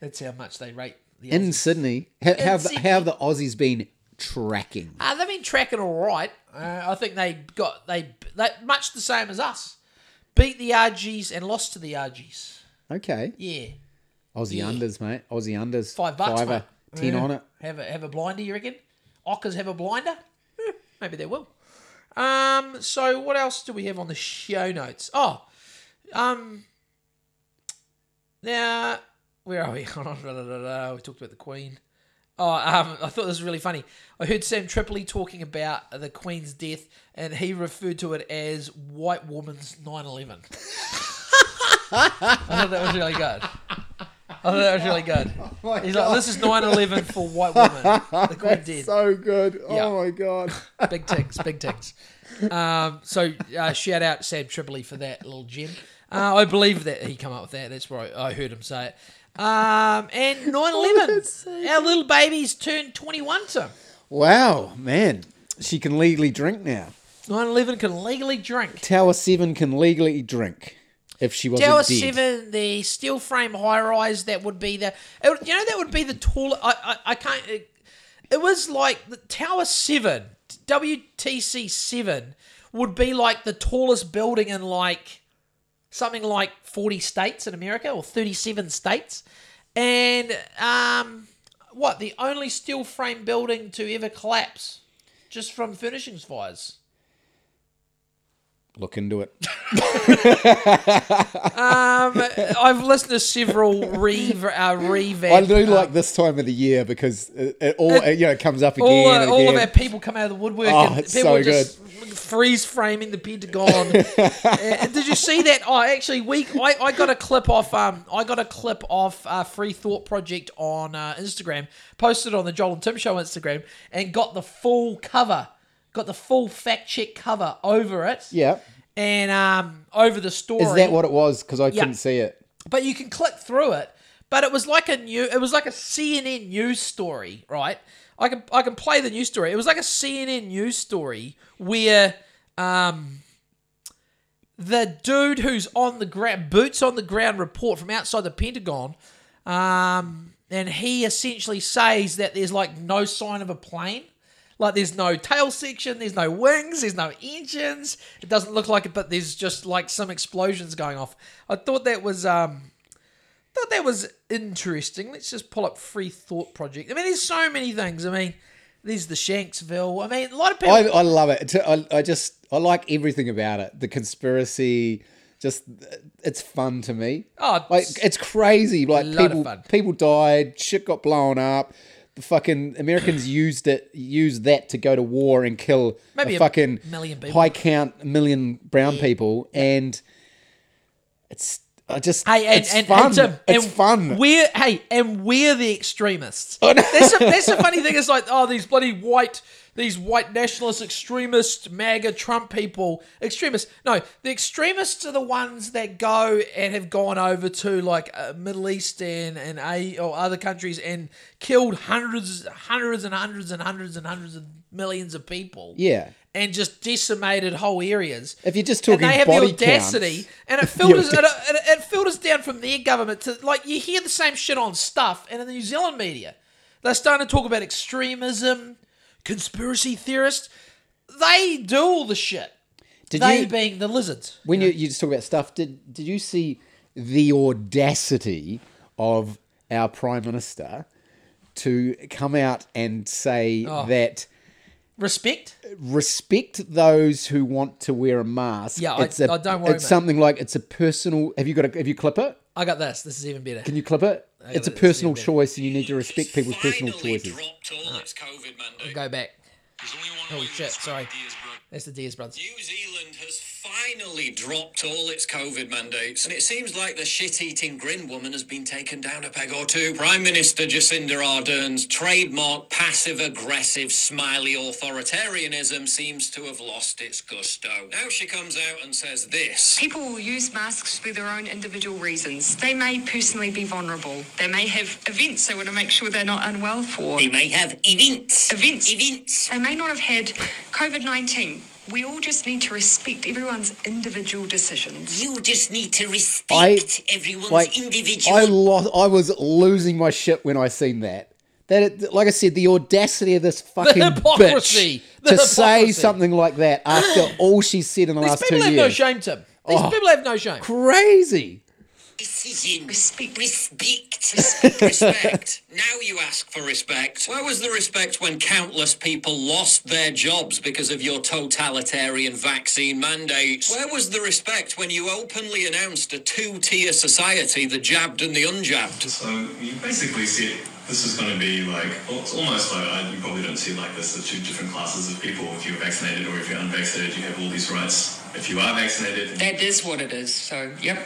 Speaker 1: that's how much they rate the.
Speaker 2: In
Speaker 1: Aussies.
Speaker 2: Sydney, how, how, have-
Speaker 1: Sydney.
Speaker 2: how have the Aussies been tracking?
Speaker 1: Uh, they've been tracking all right. Uh, I think they got they that much the same as us. Beat the RGs and lost to the RGs.
Speaker 2: Okay.
Speaker 1: Yeah,
Speaker 2: Aussie unders, mate. Aussie unders.
Speaker 1: five bucks.
Speaker 2: Fiver.
Speaker 1: mate.
Speaker 2: Ten
Speaker 1: Yeah.
Speaker 2: on it.
Speaker 1: Have a have a blinder, you reckon? Ockers have a blinder? Eh, Maybe they will. Um. So what else do we have on the show notes? Oh, um. Now where are we? Hold on, da, da, da, da. we talked about the Queen. Oh, um, I thought this was really funny. I heard Sam Tripoli talking about the Queen's death, and he referred to it as white woman's 9/11. I thought that was really good. I thought that was really good.
Speaker 2: my
Speaker 1: He's like, this is 9/11 for white women. The Queen dead.
Speaker 2: So good.
Speaker 1: Yeah.
Speaker 2: Oh my god.
Speaker 1: big ticks, big ticks. Um, so uh, shout out Sam Tripoli for that little gem. Uh, I believe that he come up with that. That's where I, I heard him say it. Um, and 9 11.
Speaker 2: that's
Speaker 1: Our little baby's turned 21 to
Speaker 2: Wow, man. She can legally drink now.
Speaker 1: 9 11 can legally drink.
Speaker 2: Tower Seven can legally drink if she wasn't
Speaker 1: Tower
Speaker 2: dead.
Speaker 1: Seven, the steel frame high rise. That would be the, it would- you know, that would be the tallest. I, I, I can't. It, it was like the Tower Seven, WTC Seven, would be like the tallest building in like something like forty states in America or thirty-seven states, and um, what the only steel frame building to ever collapse, just from furnishings fires.
Speaker 2: Look into it.
Speaker 1: Um, I've listened to several re uh, revamp.
Speaker 2: I do like this time of the year because it, it all it, you know comes up again.
Speaker 1: all,
Speaker 2: and
Speaker 1: uh, all of our
Speaker 2: again.
Speaker 1: people come out of the woodwork
Speaker 2: Oh,
Speaker 1: and
Speaker 2: it's
Speaker 1: people
Speaker 2: so
Speaker 1: are just freeze framing the Pentagon. Uh, and did you see that? Oh, actually, we I, I got a clip off um I got a clip off uh, Free Thought Project on uh, Instagram, posted on the Joel and Tim Show Instagram, and got the full cover, got the full fact check cover over it.
Speaker 2: Yeah.
Speaker 1: And um over the story.
Speaker 2: Is that what it was? Because I couldn't see it.
Speaker 1: but you can click through it. But it was like a new, it was like a CNN news story, right? I can I can play the news story. It was like a CNN news story where um, the dude who's on the ground, boots on the ground report from outside the Pentagon, um, and he essentially says that there's like no sign of a plane. Like there's no tail section, there's no wings, there's no engines. It doesn't look like it, but there's just like some explosions going off. I thought that was um thought that was interesting. Let's just pull up Free Thought Project. I mean, there's so many things. I mean, there's the Shanksville. I mean, a lot of people.
Speaker 2: I, I love it. I, I just I like everything about it. The conspiracy, just it's fun to me.
Speaker 1: Oh,
Speaker 2: like it's crazy. Like
Speaker 1: lot of
Speaker 2: people
Speaker 1: fun.
Speaker 2: people died, shit got blown up. The fucking Americans used it used that to go to war and kill
Speaker 1: Maybe
Speaker 2: a
Speaker 1: a
Speaker 2: fucking
Speaker 1: million people.
Speaker 2: high count million brown people and it's I just
Speaker 1: Hey, and,
Speaker 2: it's
Speaker 1: and,
Speaker 2: fun.
Speaker 1: and Tim,
Speaker 2: it's
Speaker 1: and
Speaker 2: fun.
Speaker 1: We're hey, and we're the extremists.
Speaker 2: I know.
Speaker 1: That's the, that's the funny thing. It's like oh, these bloody white, these white nationalist extremist MAGA Trump people, extremists. No, the extremists are the ones that go and have gone over to like uh, Middle East and and a or other countries and killed hundreds, hundreds and hundreds and hundreds and hundreds of millions of people.
Speaker 2: yeah.
Speaker 1: And just decimated whole areas
Speaker 2: If you're just talking
Speaker 1: and they have
Speaker 2: body
Speaker 1: the audacity,
Speaker 2: counts,
Speaker 1: and it filters and it, and it- it filters down from their government to like you hear the same shit on stuff, and in the New Zealand media, they're starting to talk about extremism, conspiracy theorists. They do all the shit.
Speaker 2: Did
Speaker 1: they
Speaker 2: you-
Speaker 1: being the lizards.
Speaker 2: When you, you just talk about stuff, did did you see the audacity of our prime minister to come out and say
Speaker 1: Oh.
Speaker 2: that
Speaker 1: Respect.
Speaker 2: respect those who want to wear a mask?
Speaker 1: Yeah, I-
Speaker 2: a
Speaker 1: I don't worry,
Speaker 2: It's
Speaker 1: mate.
Speaker 2: something like it's a personal. Have you got a? Have you clip it?
Speaker 1: I got this. This is even better.
Speaker 2: Can you clip it? It's a
Speaker 1: it's
Speaker 2: personal
Speaker 1: even-
Speaker 2: choice, and you need to respect people's personal
Speaker 3: Finally
Speaker 2: choices.
Speaker 3: dropped all its COVID mandate.
Speaker 1: Go back.
Speaker 3: There's only one
Speaker 1: Ah. Oh,
Speaker 3: way to
Speaker 1: shit,
Speaker 3: describe
Speaker 1: sorry.
Speaker 3: it, is, bro.
Speaker 1: That's the Diaz brothers.
Speaker 3: New Zealand has finally dropped all its COVID mandates, and it seems like the shit eating grin woman has been taken down a peg or two. Prime Minister Jacinda Ardern's trademark passive aggressive smiley authoritarianism seems to have lost its gusto. Now she comes out and says this.
Speaker 4: People will use masks for their own individual reasons. They may personally be vulnerable. They may have events they want to make sure they're not unwell for.
Speaker 3: They may have events.
Speaker 4: Events.
Speaker 3: Events.
Speaker 4: They may not have had COVID 19. We all just need to respect everyone's individual decisions.
Speaker 3: You just need to respect
Speaker 2: I
Speaker 3: everyone's
Speaker 2: like.
Speaker 3: individual
Speaker 2: I lost. I was losing my shit when I seen that. That it, like I said, the audacity of this fucking
Speaker 1: hypocrisy.
Speaker 2: bitch
Speaker 1: The
Speaker 2: to say
Speaker 1: hypocrisy.
Speaker 2: something like that after all she's said in the
Speaker 1: These
Speaker 2: last two
Speaker 1: people have no
Speaker 2: years. Oh.
Speaker 1: shame, Tim. These people have no shame.
Speaker 2: Crazy.
Speaker 3: decision.
Speaker 4: Respect.
Speaker 3: Respect. respect. Now you ask for respect. Where was the respect when countless people lost their jobs because of your totalitarian vaccine mandates? Where was the respect when you openly announced a two tier society, the jabbed and the unjabbed?
Speaker 5: So you basically said this is going to be like well, it's almost like I, you probably don't see like this the two different classes of people. If you're vaccinated or if you're unvaccinated, you have all these rights. If you are vaccinated,
Speaker 4: That is what it is. So, yep.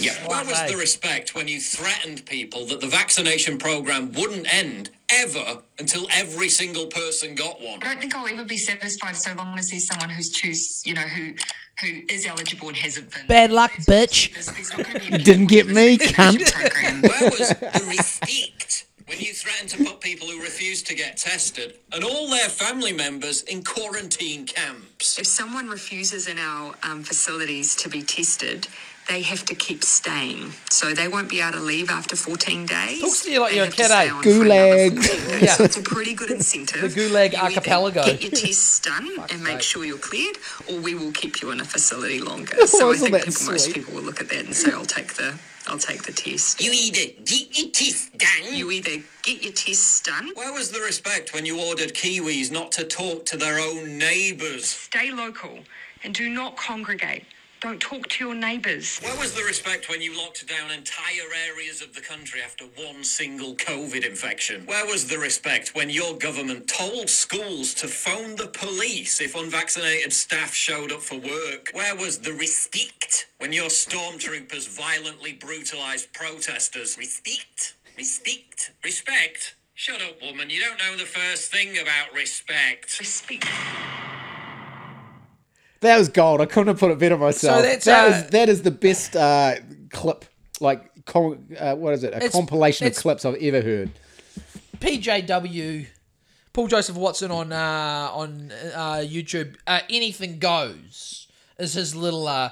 Speaker 3: Yeah. Where was
Speaker 1: Right.
Speaker 3: the respect when you threatened people that the vaccination program wouldn't end ever until every single person got one?
Speaker 4: I don't think I'll ever be satisfied so long as there's someone who's choose, you know, who who is eligible and hasn't been.
Speaker 1: Bad luck, bitch.
Speaker 4: There's- there's not gonna be a-
Speaker 2: Didn't get me, cunt.
Speaker 4: program.
Speaker 3: Where was the respect when you threatened to put people who refused to get tested and all their family members in quarantine camps?
Speaker 4: If someone refuses in our um, facilities to be tested, they have to keep staying. So they won't be able to leave after 14 days.
Speaker 1: Talks to you like
Speaker 4: They
Speaker 1: you're a
Speaker 4: have to
Speaker 1: kid,
Speaker 4: stay
Speaker 1: eh?
Speaker 4: on for another
Speaker 2: Gulag.
Speaker 4: 14 days.
Speaker 1: Yeah.
Speaker 4: So it's a pretty good incentive.
Speaker 1: The Gulag
Speaker 4: You either
Speaker 1: archipelago.
Speaker 4: Get your tests done and make sure you're cleared, or we will keep you in a facility longer. So I
Speaker 2: Wasn't
Speaker 4: think
Speaker 2: that
Speaker 4: people, most
Speaker 2: sweet?
Speaker 4: people will look at that and say, I'll take the, I'll take the test.
Speaker 3: You either get your teeth done.
Speaker 4: You either get your tests done,
Speaker 3: Where was the respect when you ordered Kiwis not to talk to their own neighbours?
Speaker 4: stay local, and do not congregate. Don't talk to your neighbours.
Speaker 3: Where was the respect when you locked down entire areas of the country after one single COVID infection? Where was the respect when your government told schools to phone the police if unvaccinated staff showed up for work? Where was the respect when your stormtroopers violently brutalised protesters? Respect? Respect? Respect? Shut up, woman. You don't know the first thing about respect.
Speaker 4: Respect.
Speaker 2: That was gold. I couldn't have put it better myself.
Speaker 1: that's,
Speaker 2: That
Speaker 1: uh,
Speaker 2: is- that is the best uh, clip, like com- uh, what is it? A
Speaker 1: It's-
Speaker 2: compilation of
Speaker 1: it's-
Speaker 2: clips I've ever heard.
Speaker 1: PJW, Paul Joseph Watson on uh, on uh, YouTube. Uh, anything goes is his little uh,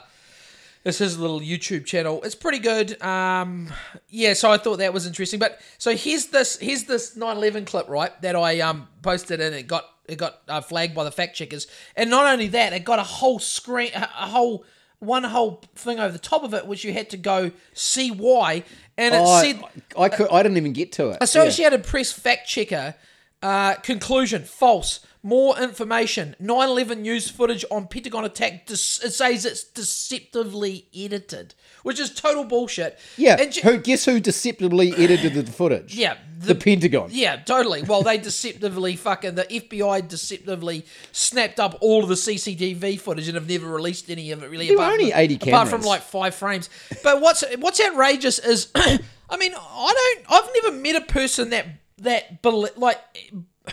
Speaker 1: It's his little YouTube channel. It's pretty good. Um, yeah, so I thought that was interesting. But so here's this here's this 9/11 clip right that I um posted and it got it got uh, flagged by the fact checkers. And not only that, it got a whole screen a a whole one whole thing over the top of it which you had to go see why and it
Speaker 2: I,
Speaker 1: said Uh,
Speaker 2: I, could, I didn't even get to it.
Speaker 1: Associated Press fact checker uh, conclusion false. More information. 9/11 news footage on Pentagon attack dis- it says it's deceptively edited, which is total bullshit.
Speaker 2: Yeah,
Speaker 1: And ju-
Speaker 2: who guess who deceptively edited the footage?
Speaker 1: yeah.
Speaker 2: the, Pentagon.
Speaker 1: Yeah, totally. Well, they deceptively fucking the FBI deceptively snapped up all of the CCTV footage and have never released any of it really.
Speaker 2: There were
Speaker 1: apart
Speaker 2: only
Speaker 1: from,
Speaker 2: 80
Speaker 1: apart from
Speaker 2: cameras.
Speaker 1: like five frames. But what's what's outrageous is, I mean, I don't. I've never met a person that that bel- like.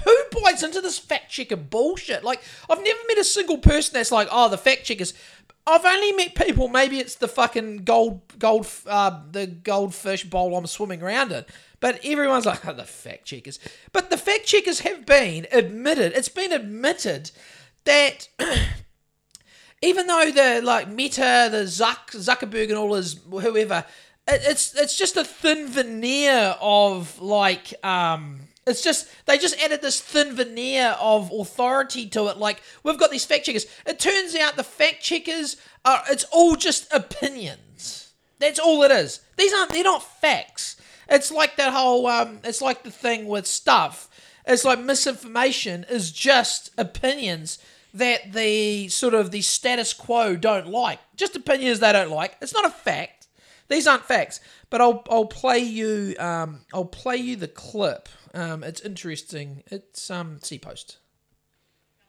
Speaker 1: Who buys into this fact checker bullshit? Like, I've never met a single person that's like, "Oh, the fact checkers." I've only met people. Maybe it's the fucking gold, gold, uh, the goldfish bowl I'm swimming around in. But everyone's like, oh, the fact checkers. But the fact checkers have been admitted. It's been admitted that even though the like Meta, the Zuck, Zuckerberg, and all his whoever, it, it's it's just a thin veneer of like um. It's just they just added this thin veneer of authority to it. Like we've got these fact checkers. It turns out the fact checkers are. It's all just opinions. That's all it is. These aren't. They're not facts. It's like that whole. Um. It's like the thing with stuff. It's like misinformation is just opinions that the sort of the status quo don't like. Just opinions they don't like. It's not a fact. These aren't facts. But I'll I'll play you um I'll play you the clip. Um, it's interesting. It's um C post.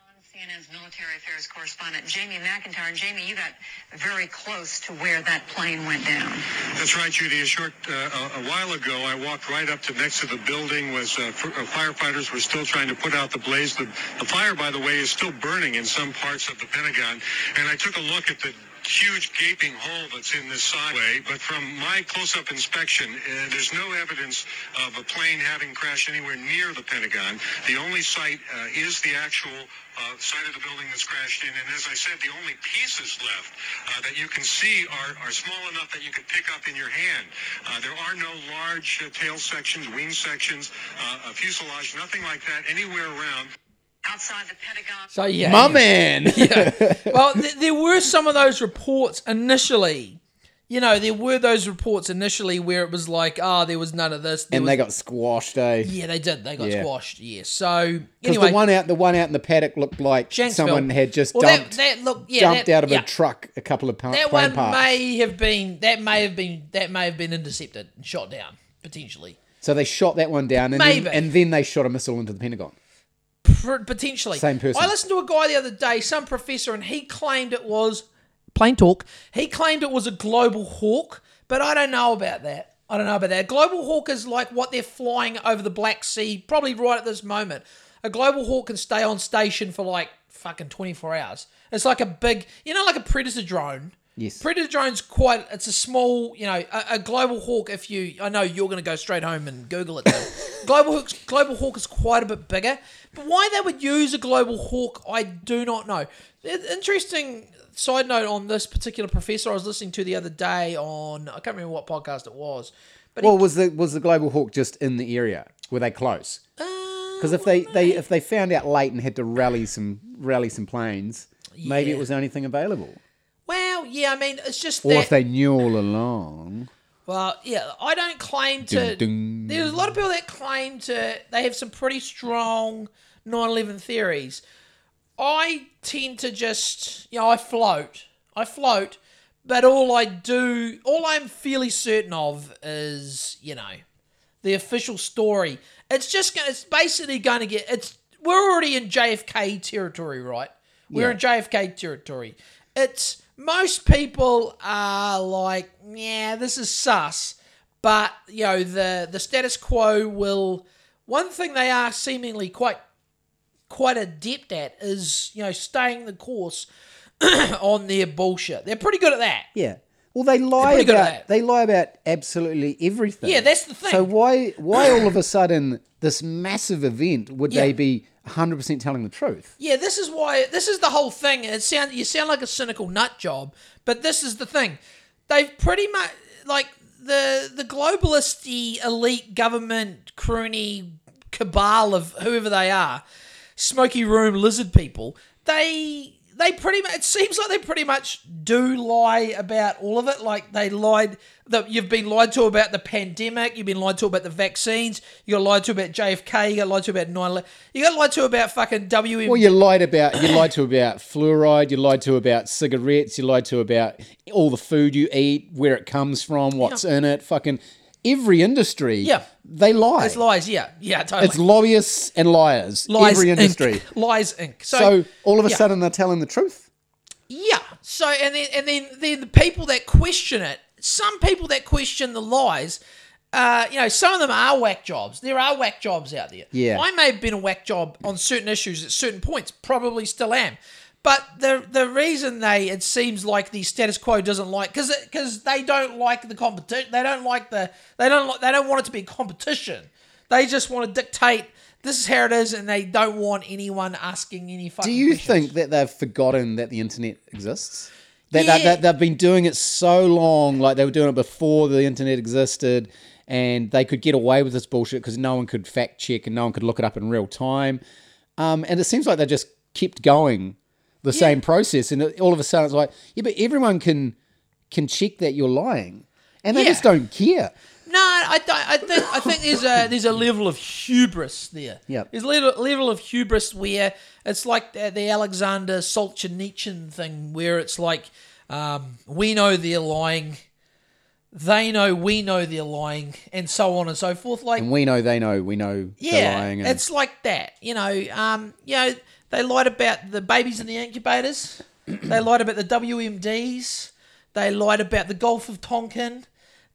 Speaker 4: On CNN's military affairs correspondent, Jamie McIntyre. Jamie, you got very close to where that plane went down.
Speaker 6: That's right, Judy. A short uh, a, a while ago, I walked right up to next to the building. Was uh, f- uh, firefighters were still trying to put out the blaze. The, the fire, by the way, is still burning in some parts of the Pentagon. And I took a look at the huge gaping hole that's in this sideway. But from my close-up inspection, uh, there's no evidence of a plane having crashed anywhere near the Pentagon. The only site uh, is the actual uh, side of the building that's crashed in. And as I said, the only pieces left uh, that you can see are, are small enough that you could pick up in your hand. Uh, there are no large uh, tail sections, wing sections, uh, a fuselage, nothing like that anywhere around.
Speaker 4: Outside the Pentagon.
Speaker 1: So yeah,
Speaker 2: My man.
Speaker 1: well, th- there were some of those reports initially. You know, there were those reports initially where it was like, ah, there was none of this. There
Speaker 2: and
Speaker 1: was
Speaker 2: they got squashed, eh?
Speaker 1: Yeah, they did. They got
Speaker 2: Yeah.
Speaker 1: squashed. Yeah. So
Speaker 2: Because
Speaker 1: anyway,
Speaker 2: the one out, the one out in the paddock looked like
Speaker 1: Shanksville.
Speaker 2: someone had just
Speaker 1: Well, that-
Speaker 2: dumped,
Speaker 1: that look- yeah,
Speaker 2: dumped
Speaker 1: that-
Speaker 2: out of
Speaker 1: yeah.
Speaker 2: a truck a couple of pa-
Speaker 1: that
Speaker 2: plane
Speaker 1: one
Speaker 2: parts.
Speaker 1: may have been that may have been that may have been intercepted and shot down potentially,
Speaker 2: so they shot that one down, and then,
Speaker 1: Maybe.
Speaker 2: and then they shot a missile into the Pentagon.
Speaker 1: Pr- potentially.
Speaker 2: Same person.
Speaker 1: I listened to a guy the other day, some professor, and he claimed it was plain talk. He claimed it was a global hawk, but I don't know about that. I don't know about that. Global hawk is like what they're flying over the Black Sea, probably right at this moment. A global hawk can stay on station for like fucking 24 hours. It's like a big, you know, like a predator drone.
Speaker 2: Yes.
Speaker 1: Predator drone's quite, it's a small, you know, a, a global hawk. If you, I know you're going to go straight home and Google it. though. global, hawk's, global hawk is quite a bit bigger. But why they would use a global hawk, I do not know. It- Interesting side note on this particular professor I was listening to the other day on, I can't remember what podcast it was, but he
Speaker 2: Well, was the was the Global Hawk just in the area? Were they close?
Speaker 1: uh,
Speaker 2: Because if they, they if they found out late and had to rally some rally some planes, maybe it
Speaker 1: Yeah.
Speaker 2: was the only thing available.
Speaker 1: Well, yeah, I mean, it's just
Speaker 2: Or
Speaker 1: that.
Speaker 2: if they knew all along,
Speaker 1: well, yeah, I don't claim to.
Speaker 2: Dun, dun.
Speaker 1: There's a lot of people that claim to. They have some pretty strong 9 11 theories. I tend to just, you know, I float. I float, but all I do, all I'm fairly certain of is, you know, the official story. It's just going. It's basically going to get. It's we're already in JFK territory, right? We're in JFK territory. It's most people are like, yeah, this is sus, but you know the the status quo will. One thing they are seemingly quite quite adept at is you know staying the course on their bullshit. They're pretty good at that.
Speaker 2: yeah. Well, they lie
Speaker 1: pretty good at
Speaker 2: about
Speaker 1: that.
Speaker 2: they lie about absolutely everything.
Speaker 1: Yeah, that's the thing.
Speaker 2: So why why all of a sudden this massive event would they
Speaker 1: Yeah.
Speaker 2: be 100% telling the truth?
Speaker 1: Yeah, this is why this is the whole thing. It sound you sound like a cynical nut job, but this is the thing. They've pretty much like the the globalist elite government croony cabal of whoever they are, smoky room lizard people. They they pretty much it seems like they pretty much do lie about all of it. Like they lied that you've been lied to about the pandemic, you've been lied to about the vaccines, you got lied to about JFK, you got lied to about 9 you got lied to about fucking WM.
Speaker 2: Well, you lied about you lied to about fluoride, you lied to about cigarettes, you lied to about all the food you eat, where it comes from, what's in it, fucking every industry.
Speaker 1: Yeah.
Speaker 2: They lie.
Speaker 1: it's lies, yeah. Yeah, totally.
Speaker 2: It's lobbyists and liars.
Speaker 1: lies
Speaker 2: every
Speaker 1: Inc.
Speaker 2: industry.
Speaker 1: Lies Inc.
Speaker 2: So all of a
Speaker 1: yeah.
Speaker 2: sudden they're telling the truth.
Speaker 1: Yeah. So and then and then then the people that question it, some people that question the lies, uh, you know, some of them are whack jobs. There are whack jobs out there.
Speaker 2: Yeah.
Speaker 1: I may have been a whack job on certain issues at certain points, probably still am. But the the reason they it seems like the status quo doesn't like because because they don't like the competition. They don't like the they don't like, they don't want it to be competition. They just want to dictate. This is how it is, and they don't want anyone asking any fucking.
Speaker 2: Do you
Speaker 1: questions.
Speaker 2: think that they've forgotten that the internet exists? That, that,
Speaker 1: Yeah.
Speaker 2: that they've been doing it so long, like they were doing it before the internet existed, and they could get away with this bullshit because no one could fact check and no one could look it up in real time. Um, and it seems like they just kept going the same process, and it- all of a sudden it's like, yeah, but everyone can can check that you're lying, and they
Speaker 1: Yeah.
Speaker 2: just don't care.
Speaker 1: No, I, don't- I think I think there's a there's a level of hubris there.
Speaker 2: Yep.
Speaker 1: There's a level, level of hubris where it's like the, the Alexander Solzhenitsyn thing, where it's like um, we know they're lying, they know we know they're lying, and so on and so forth. Like
Speaker 2: And we know they know we know they're
Speaker 1: yeah,
Speaker 2: lying. And
Speaker 1: it's like that. You know, um, you know they lied about the babies in the incubators. they lied about the WMDs. They lied about the Gulf of Tonkin.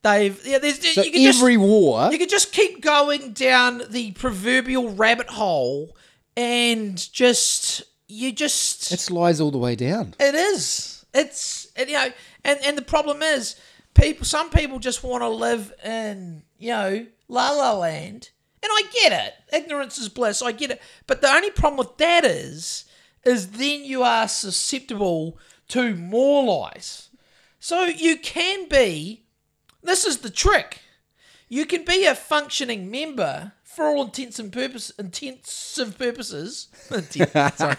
Speaker 1: They've yeah. There's
Speaker 2: so
Speaker 1: you can
Speaker 2: every
Speaker 1: just,
Speaker 2: war,
Speaker 1: you could just keep going down the proverbial rabbit hole and just you just
Speaker 2: it's lies all the way down.
Speaker 1: it is. It's and, you know, and and the problem is, people. Some people just want to live in you know la la land, and I get it. Ignorance is bliss. I get it. But the only problem with that is, is then you are susceptible to more lies. So you can be. This is the trick. You can be a functioning member for all intents and purpose, intensive purposes. Intent- sorry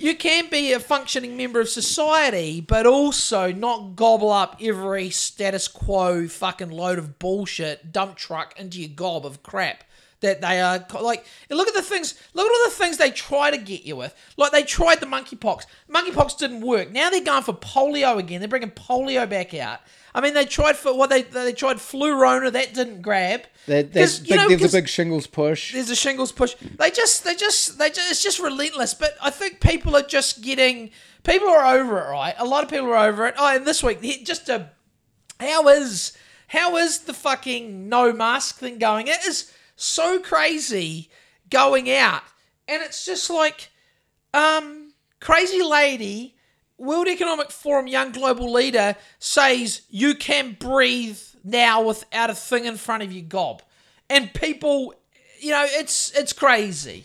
Speaker 1: you can be a functioning member of society, but also not gobble up every status quo fucking load of bullshit dump truck into your gob of crap that they are co- like. and Look at the things. Look at all the things they try to get you with. Like they tried the monkeypox. Monkeypox didn't work. Now they're going for polio again. They're bringing polio back out. I mean, they tried for what they they tried flu rona that didn't grab.
Speaker 2: They, they,
Speaker 1: 'Cause, you
Speaker 2: big-
Speaker 1: know,
Speaker 2: there's a
Speaker 1: 'cause-
Speaker 2: big shingles push.
Speaker 1: there's a shingles push. They just, they just, they just, it's just relentless. But I think people are just getting, people are over it, right? A lot of people are over it. Oh, and this week, he- just a, how is, how is the fucking no mask thing going? It is so crazy going out. And it's just like, um, crazy lady, World Economic Forum young global leader says you can breathe now without a thing in front of you, gob. And people, you know, it's it's crazy.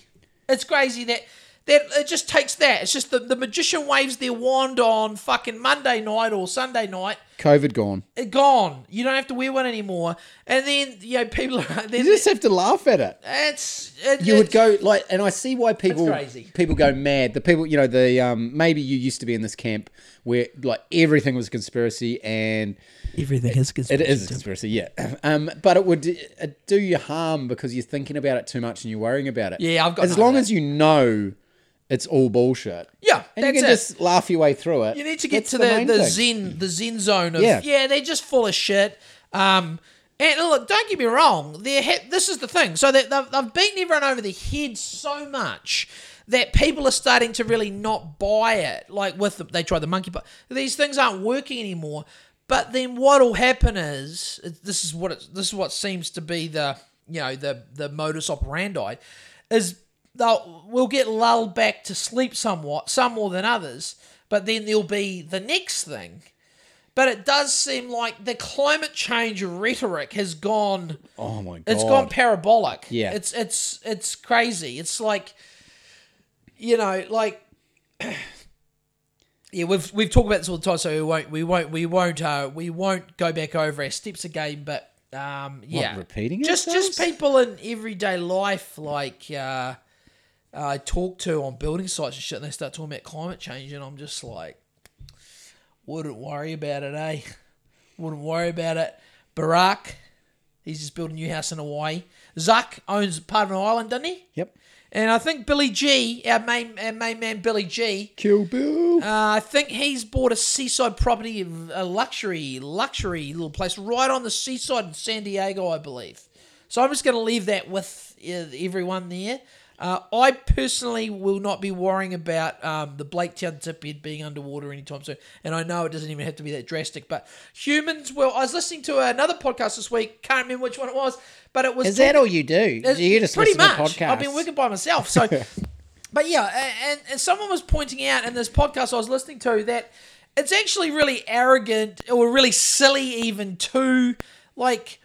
Speaker 1: It's crazy that that it just takes that. It's just the, the magician waves their wand on fucking Monday night or Sunday night.
Speaker 2: COVID gone.
Speaker 1: It gone. You don't have to wear one anymore. And then you know people are. Then
Speaker 2: You just have to laugh at it.
Speaker 1: it's it,
Speaker 2: You would
Speaker 1: it's-
Speaker 2: go like, and I see why people
Speaker 1: crazy.
Speaker 2: people go mad. The people, you know, the um, maybe you used to be in this camp where like everything was a conspiracy, and
Speaker 1: Everything is
Speaker 2: it is a conspiracy, yeah. Um, but it would uh do you harm because you're thinking about it too much and you're worrying about it.
Speaker 1: Yeah, I've got none
Speaker 2: As
Speaker 1: of
Speaker 2: long
Speaker 1: that.
Speaker 2: as you know it's all bullshit,
Speaker 1: Yeah,
Speaker 2: and
Speaker 1: that's
Speaker 2: you can
Speaker 1: it.
Speaker 2: just laugh your way through it.
Speaker 1: You need to get
Speaker 2: That's
Speaker 1: to the,
Speaker 2: main
Speaker 1: the,
Speaker 2: thing.
Speaker 1: zen the zen zone of
Speaker 2: Yeah.
Speaker 1: yeah. they're just full of shit. Um, and look, don't get me wrong. They're he- this is the thing. So they, they've, they've beaten everyone over the head so much that people are starting to really not buy it. Like with them, they tried the monkey, but these things aren't working anymore. But then what'll happen is this is what it's, this is what seems to be the you know the the modus operandi is they'll we'll get lulled back to sleep somewhat, some more than others. But then there'll be the next thing. But it does seem like the climate change rhetoric has gone.
Speaker 2: Oh my god.
Speaker 1: It's gone parabolic.
Speaker 2: Yeah.
Speaker 1: It's it's it's crazy. It's like you know, like yeah, we've we've talked about this all the time, so we won't we won't we won't uh we won't go back over our steps again, but um yeah.
Speaker 2: repeating
Speaker 1: just just
Speaker 2: ourselves?
Speaker 1: people in everyday life like uh I talk to on building sites and shit and they start talking about climate change and I'm just like wouldn't worry about it, eh? Wouldn't worry about it. Barack, he's just building a new house in Hawaii. Zuck owns part of an island, doesn't he?
Speaker 2: Yep.
Speaker 1: And I think Billy G, our main our main man Billy G,
Speaker 2: Kill Bill.
Speaker 1: uh, I think he's bought a seaside property, a luxury luxury little place right on the seaside in San Diego, I believe. So I'm just going to leave that with uh, everyone there. Uh, I personally will not be worrying about um, the Blaketown tip head being underwater anytime soon, and I know it doesn't even have to be that drastic. But humans, well, I was listening to another podcast this week, can't remember which one it was, but it was
Speaker 2: Is that all you do?
Speaker 1: it's
Speaker 2: you just
Speaker 1: pretty
Speaker 2: listen
Speaker 1: much.
Speaker 2: to podcasts.
Speaker 1: I've been working by myself, so. but yeah, a- and, and someone was pointing out in this podcast I was listening to that it's actually really arrogant or really silly, even to like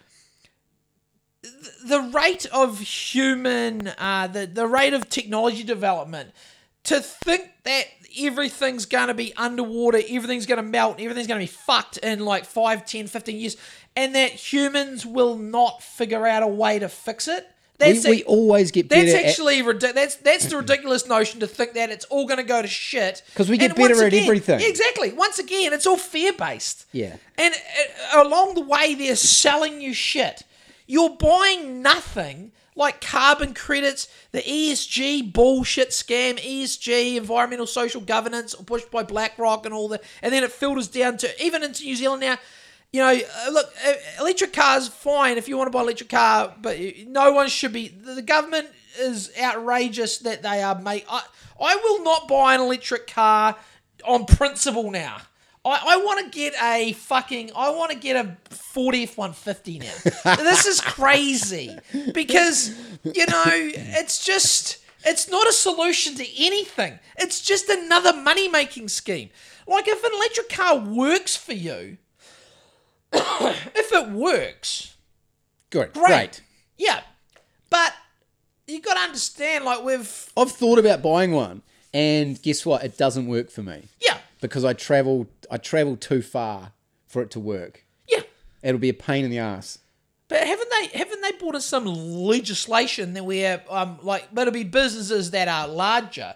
Speaker 1: th- the rate of human, uh, the the rate of technology development. To think that everything's going to be underwater, everything's going to melt, everything's going to be fucked in like 5, 10, 15 years, and that humans will not figure out a way to fix it.
Speaker 2: We,
Speaker 1: That's
Speaker 2: we
Speaker 1: a-
Speaker 2: always get better.
Speaker 1: that's
Speaker 2: at-
Speaker 1: actually ridiculous. That's that's the ridiculous notion to think that it's all going to go to shit
Speaker 2: 'Cause we get
Speaker 1: And once
Speaker 2: better at
Speaker 1: again-
Speaker 2: everything.
Speaker 1: yeah, Exactly. Once again, it's all fear based.
Speaker 2: Yeah.
Speaker 1: And uh, along the way, they're selling you shit. You're buying nothing like carbon credits, the ESG bullshit scam, ESG, environmental social governance, pushed by BlackRock and all that. And then it filters down to even into New Zealand now. You know, uh, look, uh, electric cars, fine if you want to buy an electric car, but uh, no one should be. The the government is outrageous that they are, mate. I, I will not buy an electric car on principle now. I, I want to get a fucking I want to get a Ford F one fifty now. this is crazy because you know it's just it's not a solution to anything. It's just another money making scheme. Like if an electric car works for you, if it works,
Speaker 2: Good. Great.
Speaker 1: great. Yeah, but you got to understand, like we've
Speaker 2: I've thought about buying one, and guess what? It doesn't work for me
Speaker 1: yeah
Speaker 2: because I travel. I travel too far for it to work.
Speaker 1: yeah.
Speaker 2: It'll be a pain in the ass.
Speaker 1: But haven't they haven't they brought in some legislation that where um like but it'll be businesses that are larger,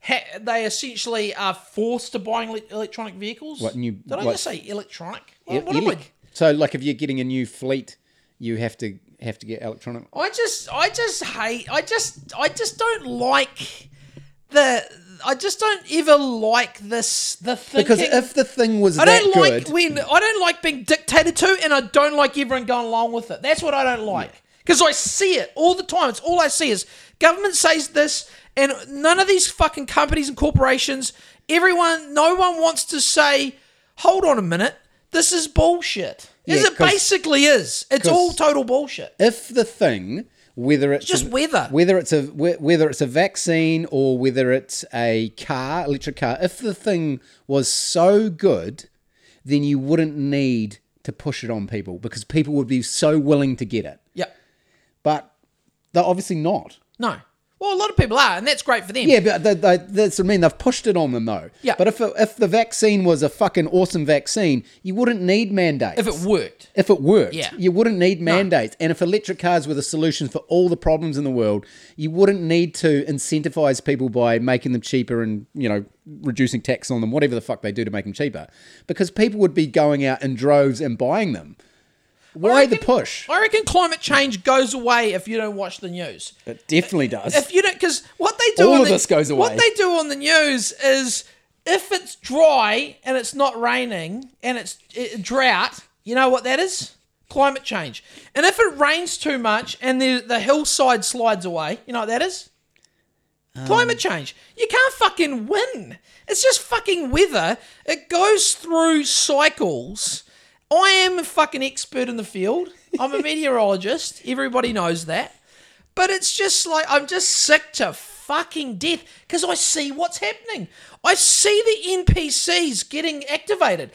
Speaker 1: ha- they essentially are forced to buying le- electronic vehicles.
Speaker 2: What new-
Speaker 1: Did I
Speaker 2: what-
Speaker 1: just say electronic?
Speaker 2: E-
Speaker 1: Oh, What, what am I?
Speaker 2: elec- so, like, if you're getting a new fleet, you have to have to get electronic.
Speaker 1: I just I just hate I just I just don't like the I just don't ever like this the thinking
Speaker 2: Because if the thing was
Speaker 1: I
Speaker 2: that
Speaker 1: don't
Speaker 2: good,
Speaker 1: like when I don't like being dictated to, and I don't like everyone going along with it. That's what I don't like because I see it all the time. It's all I see is government says this, and none of these fucking companies and corporations, everyone, no one wants to say, "Hold on a minute, this is bullshit." Is
Speaker 2: Yeah,
Speaker 1: it
Speaker 2: 'cause-
Speaker 1: basically is? It's
Speaker 2: 'cause-
Speaker 1: all total bullshit.
Speaker 2: if the thing whether it's
Speaker 1: Just weather.
Speaker 2: whether it's a wh- whether it's a vaccine or whether it's a car electric car if the thing was so good then you wouldn't need to push it on people because people would be so willing to get it
Speaker 1: Yeah.
Speaker 2: but they're obviously not
Speaker 1: No. Well, a lot of people are, and that's great for them.
Speaker 2: yeah but they, they, that's what i mean they've pushed it on them though
Speaker 1: Yeah.
Speaker 2: but if, it, if the vaccine was a fucking awesome vaccine you wouldn't need mandates
Speaker 1: If it worked.
Speaker 2: if it worked,
Speaker 1: Yeah.
Speaker 2: you wouldn't need mandates. And if electric cars were the solution for all the problems in the world, you wouldn't need to incentivize people by making them cheaper and, you know, reducing tax on them, whatever the fuck they do to make them cheaper. Because people would be going out in droves and buying them. Why the push?
Speaker 1: I reckon climate change goes away if you don't watch the news.
Speaker 2: It definitely does.
Speaker 1: if you don't, because what they do
Speaker 2: All
Speaker 1: on
Speaker 2: of
Speaker 1: the,
Speaker 2: this goes away.
Speaker 1: What they do on the news is if it's dry and it's not raining and it's uh drought, you know what that is? Climate change. And if it rains too much and the the hillside slides away, you know what that is?
Speaker 2: Um,
Speaker 1: Climate change. You can't fucking win. It's just fucking weather. It goes through cycles. I am a fucking expert in the field. I'm a meteorologist. Everybody knows that. But it's just like I'm just sick to fucking death because I see what's happening. I see the NPCs getting activated.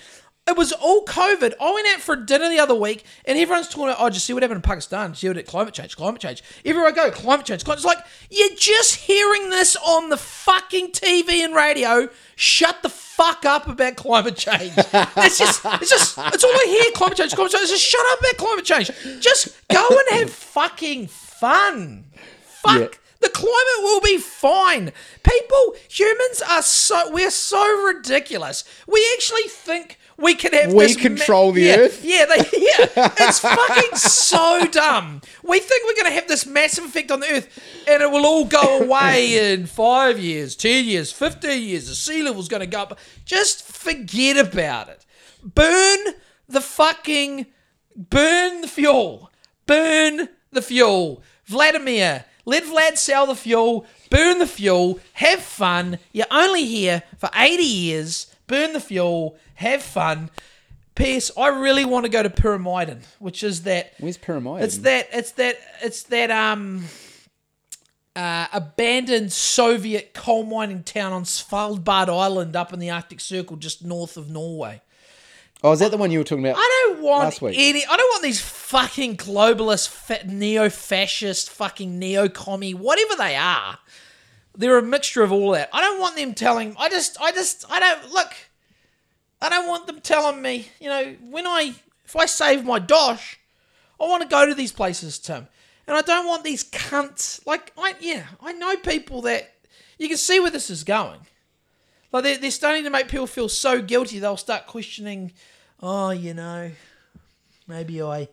Speaker 1: It was all COVID. I went out for dinner the other week, and everyone's talking about, oh, just see what happened in Pakistan. See what climate change, climate change. Everywhere I go, climate change. Climate. It's like, you're just hearing this on the fucking TV and radio. Shut the fuck up about climate change. It's just, it's just, it's all I hear, climate change, climate change. It's just shut up about climate change. Just go and have fucking fun. Fuck.
Speaker 2: Yeah.
Speaker 1: The climate will be fine. People, humans are so we're so ridiculous. We actually think we can have
Speaker 2: We
Speaker 1: this ma-
Speaker 2: control the
Speaker 1: yeah,
Speaker 2: earth?
Speaker 1: Yeah, they, yeah, it's fucking so dumb. We think we're gonna have this massive effect on the earth, and it will all go away in five years, ten years, fifteen years. The sea level's gonna go up. Just forget about it. Burn the fucking burn the fuel. Burn the fuel. Vladimir, let Vlad sell the fuel. Burn the fuel. Have fun. You're only here for 80 years. Burn the fuel. Have fun. P.S. I really want to go to Pyramiden, which is that.
Speaker 2: Where's Pyramiden?
Speaker 1: It's that. It's that. It's that. Um. Uh, abandoned Soviet coal mining town on Svalbard Island up in the Arctic Circle, just north of Norway.
Speaker 2: Oh, is that the one you were talking about?
Speaker 1: I don't want
Speaker 2: Last week.
Speaker 1: any. I don't want these fucking globalist, fa- neo-fascist, fucking neo-commie, whatever they are. They're a mixture of all that. I don't want them telling. I just. I just. I don't look. I don't want them telling me. You know, when I if I save my dosh, I want to go to these places, Tim, and I don't want these cunts. Like I yeah, I know people that you can see where this is going. Like they're, they're starting to make people feel so guilty they'll start questioning oh, you know, maybe I,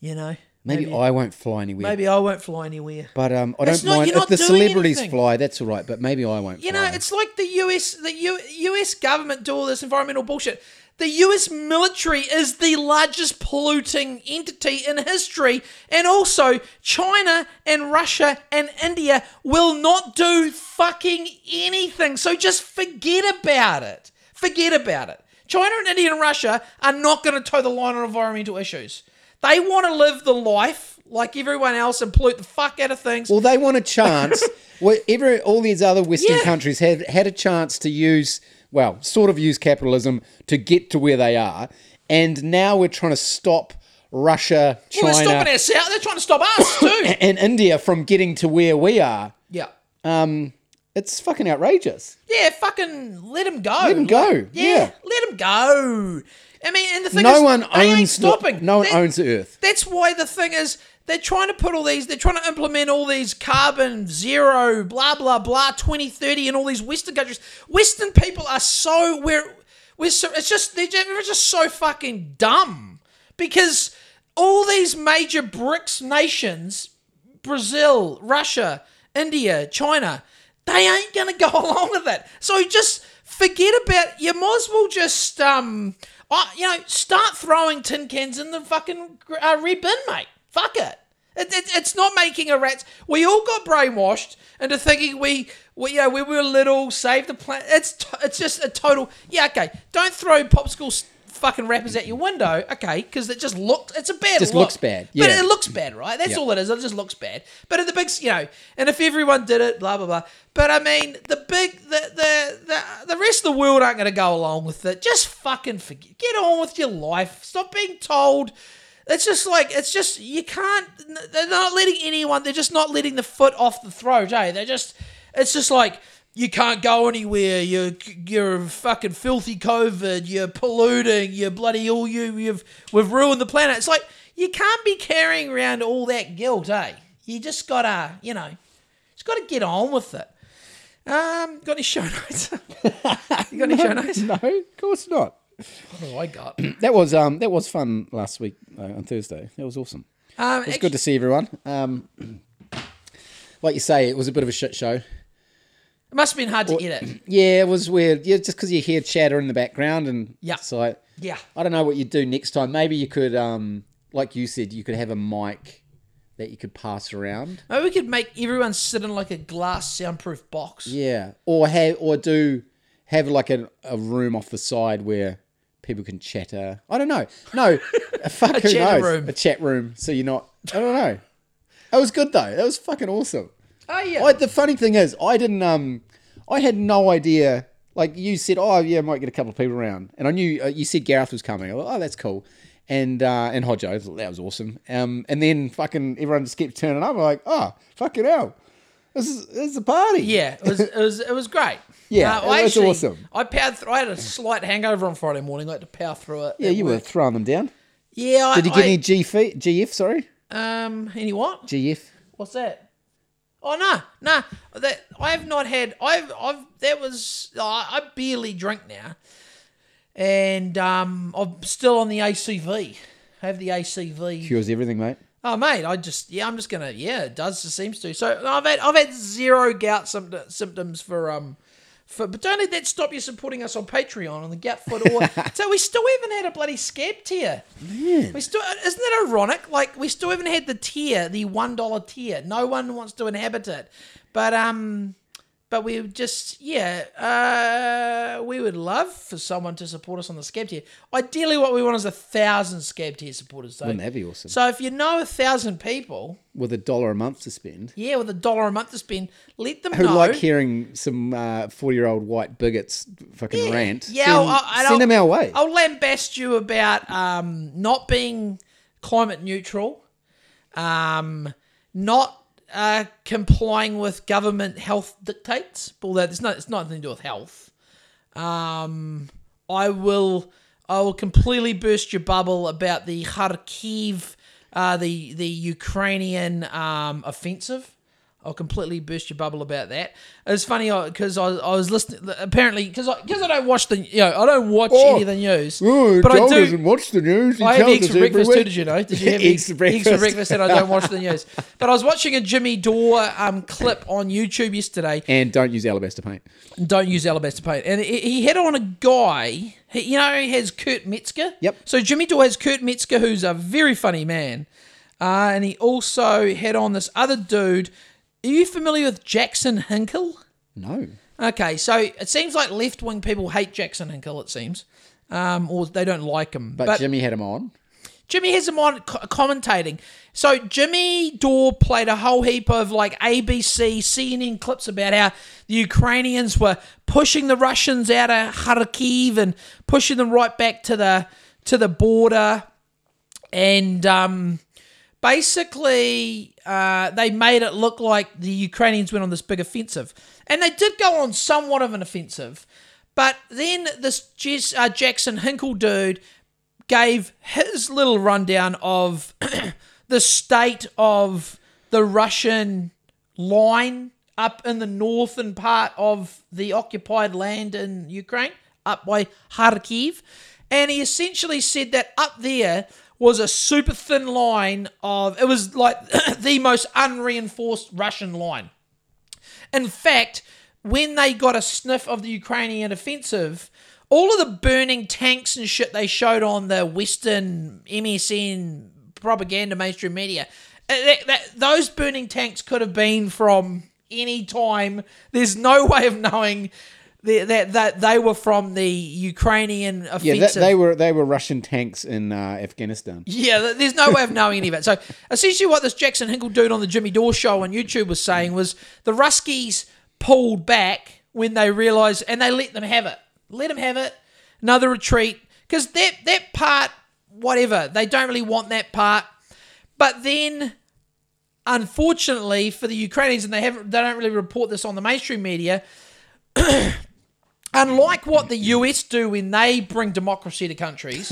Speaker 1: you know,
Speaker 2: Maybe, I won't fly anywhere.
Speaker 1: maybe I won't fly anywhere.
Speaker 2: But um, I
Speaker 1: It's
Speaker 2: don't
Speaker 1: not-
Speaker 2: mind
Speaker 1: you're
Speaker 2: if
Speaker 1: not
Speaker 2: the
Speaker 1: doing
Speaker 2: celebrities
Speaker 1: anything.
Speaker 2: fly. That's all right. But maybe I won't.
Speaker 1: You know,
Speaker 2: fly.
Speaker 1: it's like the US, the U, US government do all this environmental bullshit. The US military is the largest polluting entity in history, and also China and Russia and India will not do fucking anything. So just forget about it. Forget about it. China and India and Russia are not going to toe the line on environmental issues. They want to live the life like everyone else and pollute the fuck out of things.
Speaker 2: Well, they want a chance. well, every all these other Western
Speaker 1: Yeah.
Speaker 2: countries had had a chance to use, well, sort of use capitalism to get to where they are, and now we're trying to stop Russia, China,
Speaker 1: Well, they're stopping ourselves. They're trying to stop us too.
Speaker 2: and India from getting to where we are.
Speaker 1: yeah.
Speaker 2: It's fucking outrageous.
Speaker 1: Yeah, fucking let them go.
Speaker 2: Let 'em go, yeah.
Speaker 1: let them go. I mean, and the thing
Speaker 2: no
Speaker 1: is,
Speaker 2: one
Speaker 1: they ain't
Speaker 2: owns the-
Speaker 1: stopping.
Speaker 2: no one
Speaker 1: They-
Speaker 2: owns the earth.
Speaker 1: That's why the thing is, they're trying to put all these, they're trying to implement all these carbon zero, blah, blah, blah, 2030 in all these Western countries. Western people are so, we're, we're so, it's just, they're just, they're just so fucking dumb because all these major BRICS nations, Brazil, Russia, India, China, they ain't gonna go along with it. So just forget about. You might as well just um, uh, you know, start throwing tin cans in the fucking uh, red bin, mate. Fuck it. It, it. It's not making a rat's. We all got brainwashed into thinking we, we you know, we were little, save the planet. It's t- it's just a total. Yeah, okay. Don't throw popsicle s- fucking wrappers at your window, okay? Because it just looks. It's a bad.
Speaker 2: Just
Speaker 1: look.
Speaker 2: looks bad,
Speaker 1: But
Speaker 2: yeah.
Speaker 1: it looks bad, right? That's
Speaker 2: Yeah.
Speaker 1: all it is. It just looks bad. But at the big, you know, and if everyone did it, blah blah blah. But I mean, the big, the the the, the rest of the world aren't going to go along with it. Just fucking forget. Get on with your life. Stop being told. It's just like it's just you can't. They're not letting anyone. They're just not letting the foot off the throat. Hey, they're just. It's just like you can't go anywhere. You're you're fucking filthy COVID. You're polluting. You're bloody all you. You've we've ruined the planet. It's like you can't be carrying around all that guilt, eh? You just gotta, you know, just gotta get on with it. Um, got any show notes? you got any show notes?
Speaker 2: No, of course not.
Speaker 1: What have I got?
Speaker 2: That was um that was fun last week uh, on Thursday. That was awesome.
Speaker 1: Um,
Speaker 2: It's good to see everyone. Um, like you say, it was a bit of a shit show.
Speaker 1: it must have been hard to edit.
Speaker 2: Yeah, it was weird. Yeah, just because you hear chatter in the background and
Speaker 1: Yeah.
Speaker 2: it's like
Speaker 1: Yeah.
Speaker 2: I don't know what you'd do next time. Maybe you could, um, like you said, you could have a mic that you could pass around.
Speaker 1: Maybe we could make everyone sit in like a glass soundproof box.
Speaker 2: Yeah, or have or do have like a, a room off the side where people can chatter. I don't know. No, uh, fuck who
Speaker 1: chatter
Speaker 2: knows?
Speaker 1: room.
Speaker 2: A chat room. So you're not. I don't know. That was good though. That was fucking awesome.
Speaker 1: Oh yeah.
Speaker 2: I, the funny thing is, I didn't. Um, I had no idea Like you said, oh yeah, I might get a couple of people around, and I knew uh, you said Gareth was coming. I thought, oh, that's cool, and uh, and Hodjo, I thought that was awesome. Um, and then fucking everyone just kept turning up. I'm like, oh fucking hell, this is this is a party.
Speaker 1: Yeah, it was it was it was great. Uh,
Speaker 2: Yeah,
Speaker 1: I
Speaker 2: it was awesome.
Speaker 1: I powered through. I had a slight hangover on Friday morning. I had to power through it.
Speaker 2: yeah,
Speaker 1: It
Speaker 2: you were
Speaker 1: worked.
Speaker 2: throwing them down.
Speaker 1: Yeah,
Speaker 2: Did
Speaker 1: I,
Speaker 2: you get
Speaker 1: I,
Speaker 2: any G feet? GF? Sorry,
Speaker 1: Um, any what?
Speaker 2: GF.
Speaker 1: What's that? Oh no, no. That I have not had. I've, I've. That was. I I barely drink now, and um, I'm still on the ACV. I have the ACV.
Speaker 2: Cures everything, mate.
Speaker 1: Oh mate, I just yeah, I'm just gonna yeah, it does it seems to. So I've had I've had zero gout sympt- symptoms for um for but don't let that stop you supporting us on Patreon on the Gout Foot or so we still haven't had a bloody scab tier. We still uh, isn't that ironic? Like we still haven't had the tier, the one dollar tier. No one wants to inhabit it, but um. But we would just, yeah, uh, we would love for someone to support us on the scab tier. Ideally, what we want is a thousand scab tier supporters. Though.
Speaker 2: Wouldn't that be awesome?
Speaker 1: So if you know a thousand people,
Speaker 2: With a dollar a month to spend.
Speaker 1: yeah, with a dollar a month to spend, let them
Speaker 2: who
Speaker 1: know.
Speaker 2: like hearing some uh, forty-year-old white bigots fucking rant.
Speaker 1: yeah,
Speaker 2: send,
Speaker 1: I'll, I'll,
Speaker 2: send them our way.
Speaker 1: I'll lambaste you about um, not being climate neutral, um, not uh, complying with government health dictates. Although it's not, it's not nothing to do with health. Um, I will, I will completely burst your bubble about the Kharkiv, uh, the the Ukrainian um, offensive. I'll completely burst your bubble about that. It's funny because I, I was listening. Apparently, because I, 'cause I don't watch the you know I don't watch
Speaker 2: Oh.
Speaker 1: any of the news,
Speaker 2: Oh,
Speaker 1: but I
Speaker 2: Joel
Speaker 1: do.
Speaker 2: doesn't watch the news. He
Speaker 1: I had
Speaker 2: tells
Speaker 1: eggs
Speaker 2: us
Speaker 1: for breakfast
Speaker 2: everywhere.
Speaker 1: too. Did you know? Did you have
Speaker 2: Eggs for breakfast.
Speaker 1: and I don't watch the news. But I was watching a Jimmy Dore um, clip on YouTube yesterday.
Speaker 2: And don't use alabaster paint.
Speaker 1: And don't use alabaster paint. And he he had on a guy. he- You know, he has Kurt Metzger.
Speaker 2: Yep.
Speaker 1: So Jimmy Dore has Kurt Metzger, who's a very funny man, uh, and he also had on this other dude. Are you familiar with Jackson Hinkle?
Speaker 2: No.
Speaker 1: Okay, so it seems like left wing people hate Jackson Hinkle. It seems, um, or they don't like him.
Speaker 2: But, Jimmy had him on.
Speaker 1: Jimmy has him on co- commentating. So Jimmy Dore played a whole heap of like ABC, CNN clips about how the Ukrainians were pushing the Russians out of Kharkiv and pushing them right back to the to the border, and um, basically uh, they made it look like the Ukrainians went on this big offensive, and they did go on somewhat of an offensive. But then this Jess, uh, Jackson Hinkle dude gave his little rundown of the state of the Russian line up in the northern part of the occupied land in Ukraine, up by Kharkiv. And he essentially said that up there was a super thin line of, it was like the most unreinforced Russian line. In fact, when they got a sniff of the Ukrainian offensive, all of the burning tanks and shit they showed on the Western MSN propaganda mainstream media, uh, that, that, those burning tanks could have been from any time. There's no way of knowing that, that, that they were from the Ukrainian
Speaker 2: Yeah,
Speaker 1: offensive.
Speaker 2: that, they were they were Russian tanks in uh, Afghanistan.
Speaker 1: Yeah, th- there's no way of knowing any of it. So essentially, what this Jackson Hinkle dude on the Jimmy Dore show on YouTube was saying was the Ruskies pulled back when they realised, and they let them have it. Let them have it. Another retreat because that that part, whatever, they don't really want that part. But then unfortunately for the Ukrainians, and they haven't, they don't really report this on the mainstream media. unlike what the US do when they bring democracy to countries,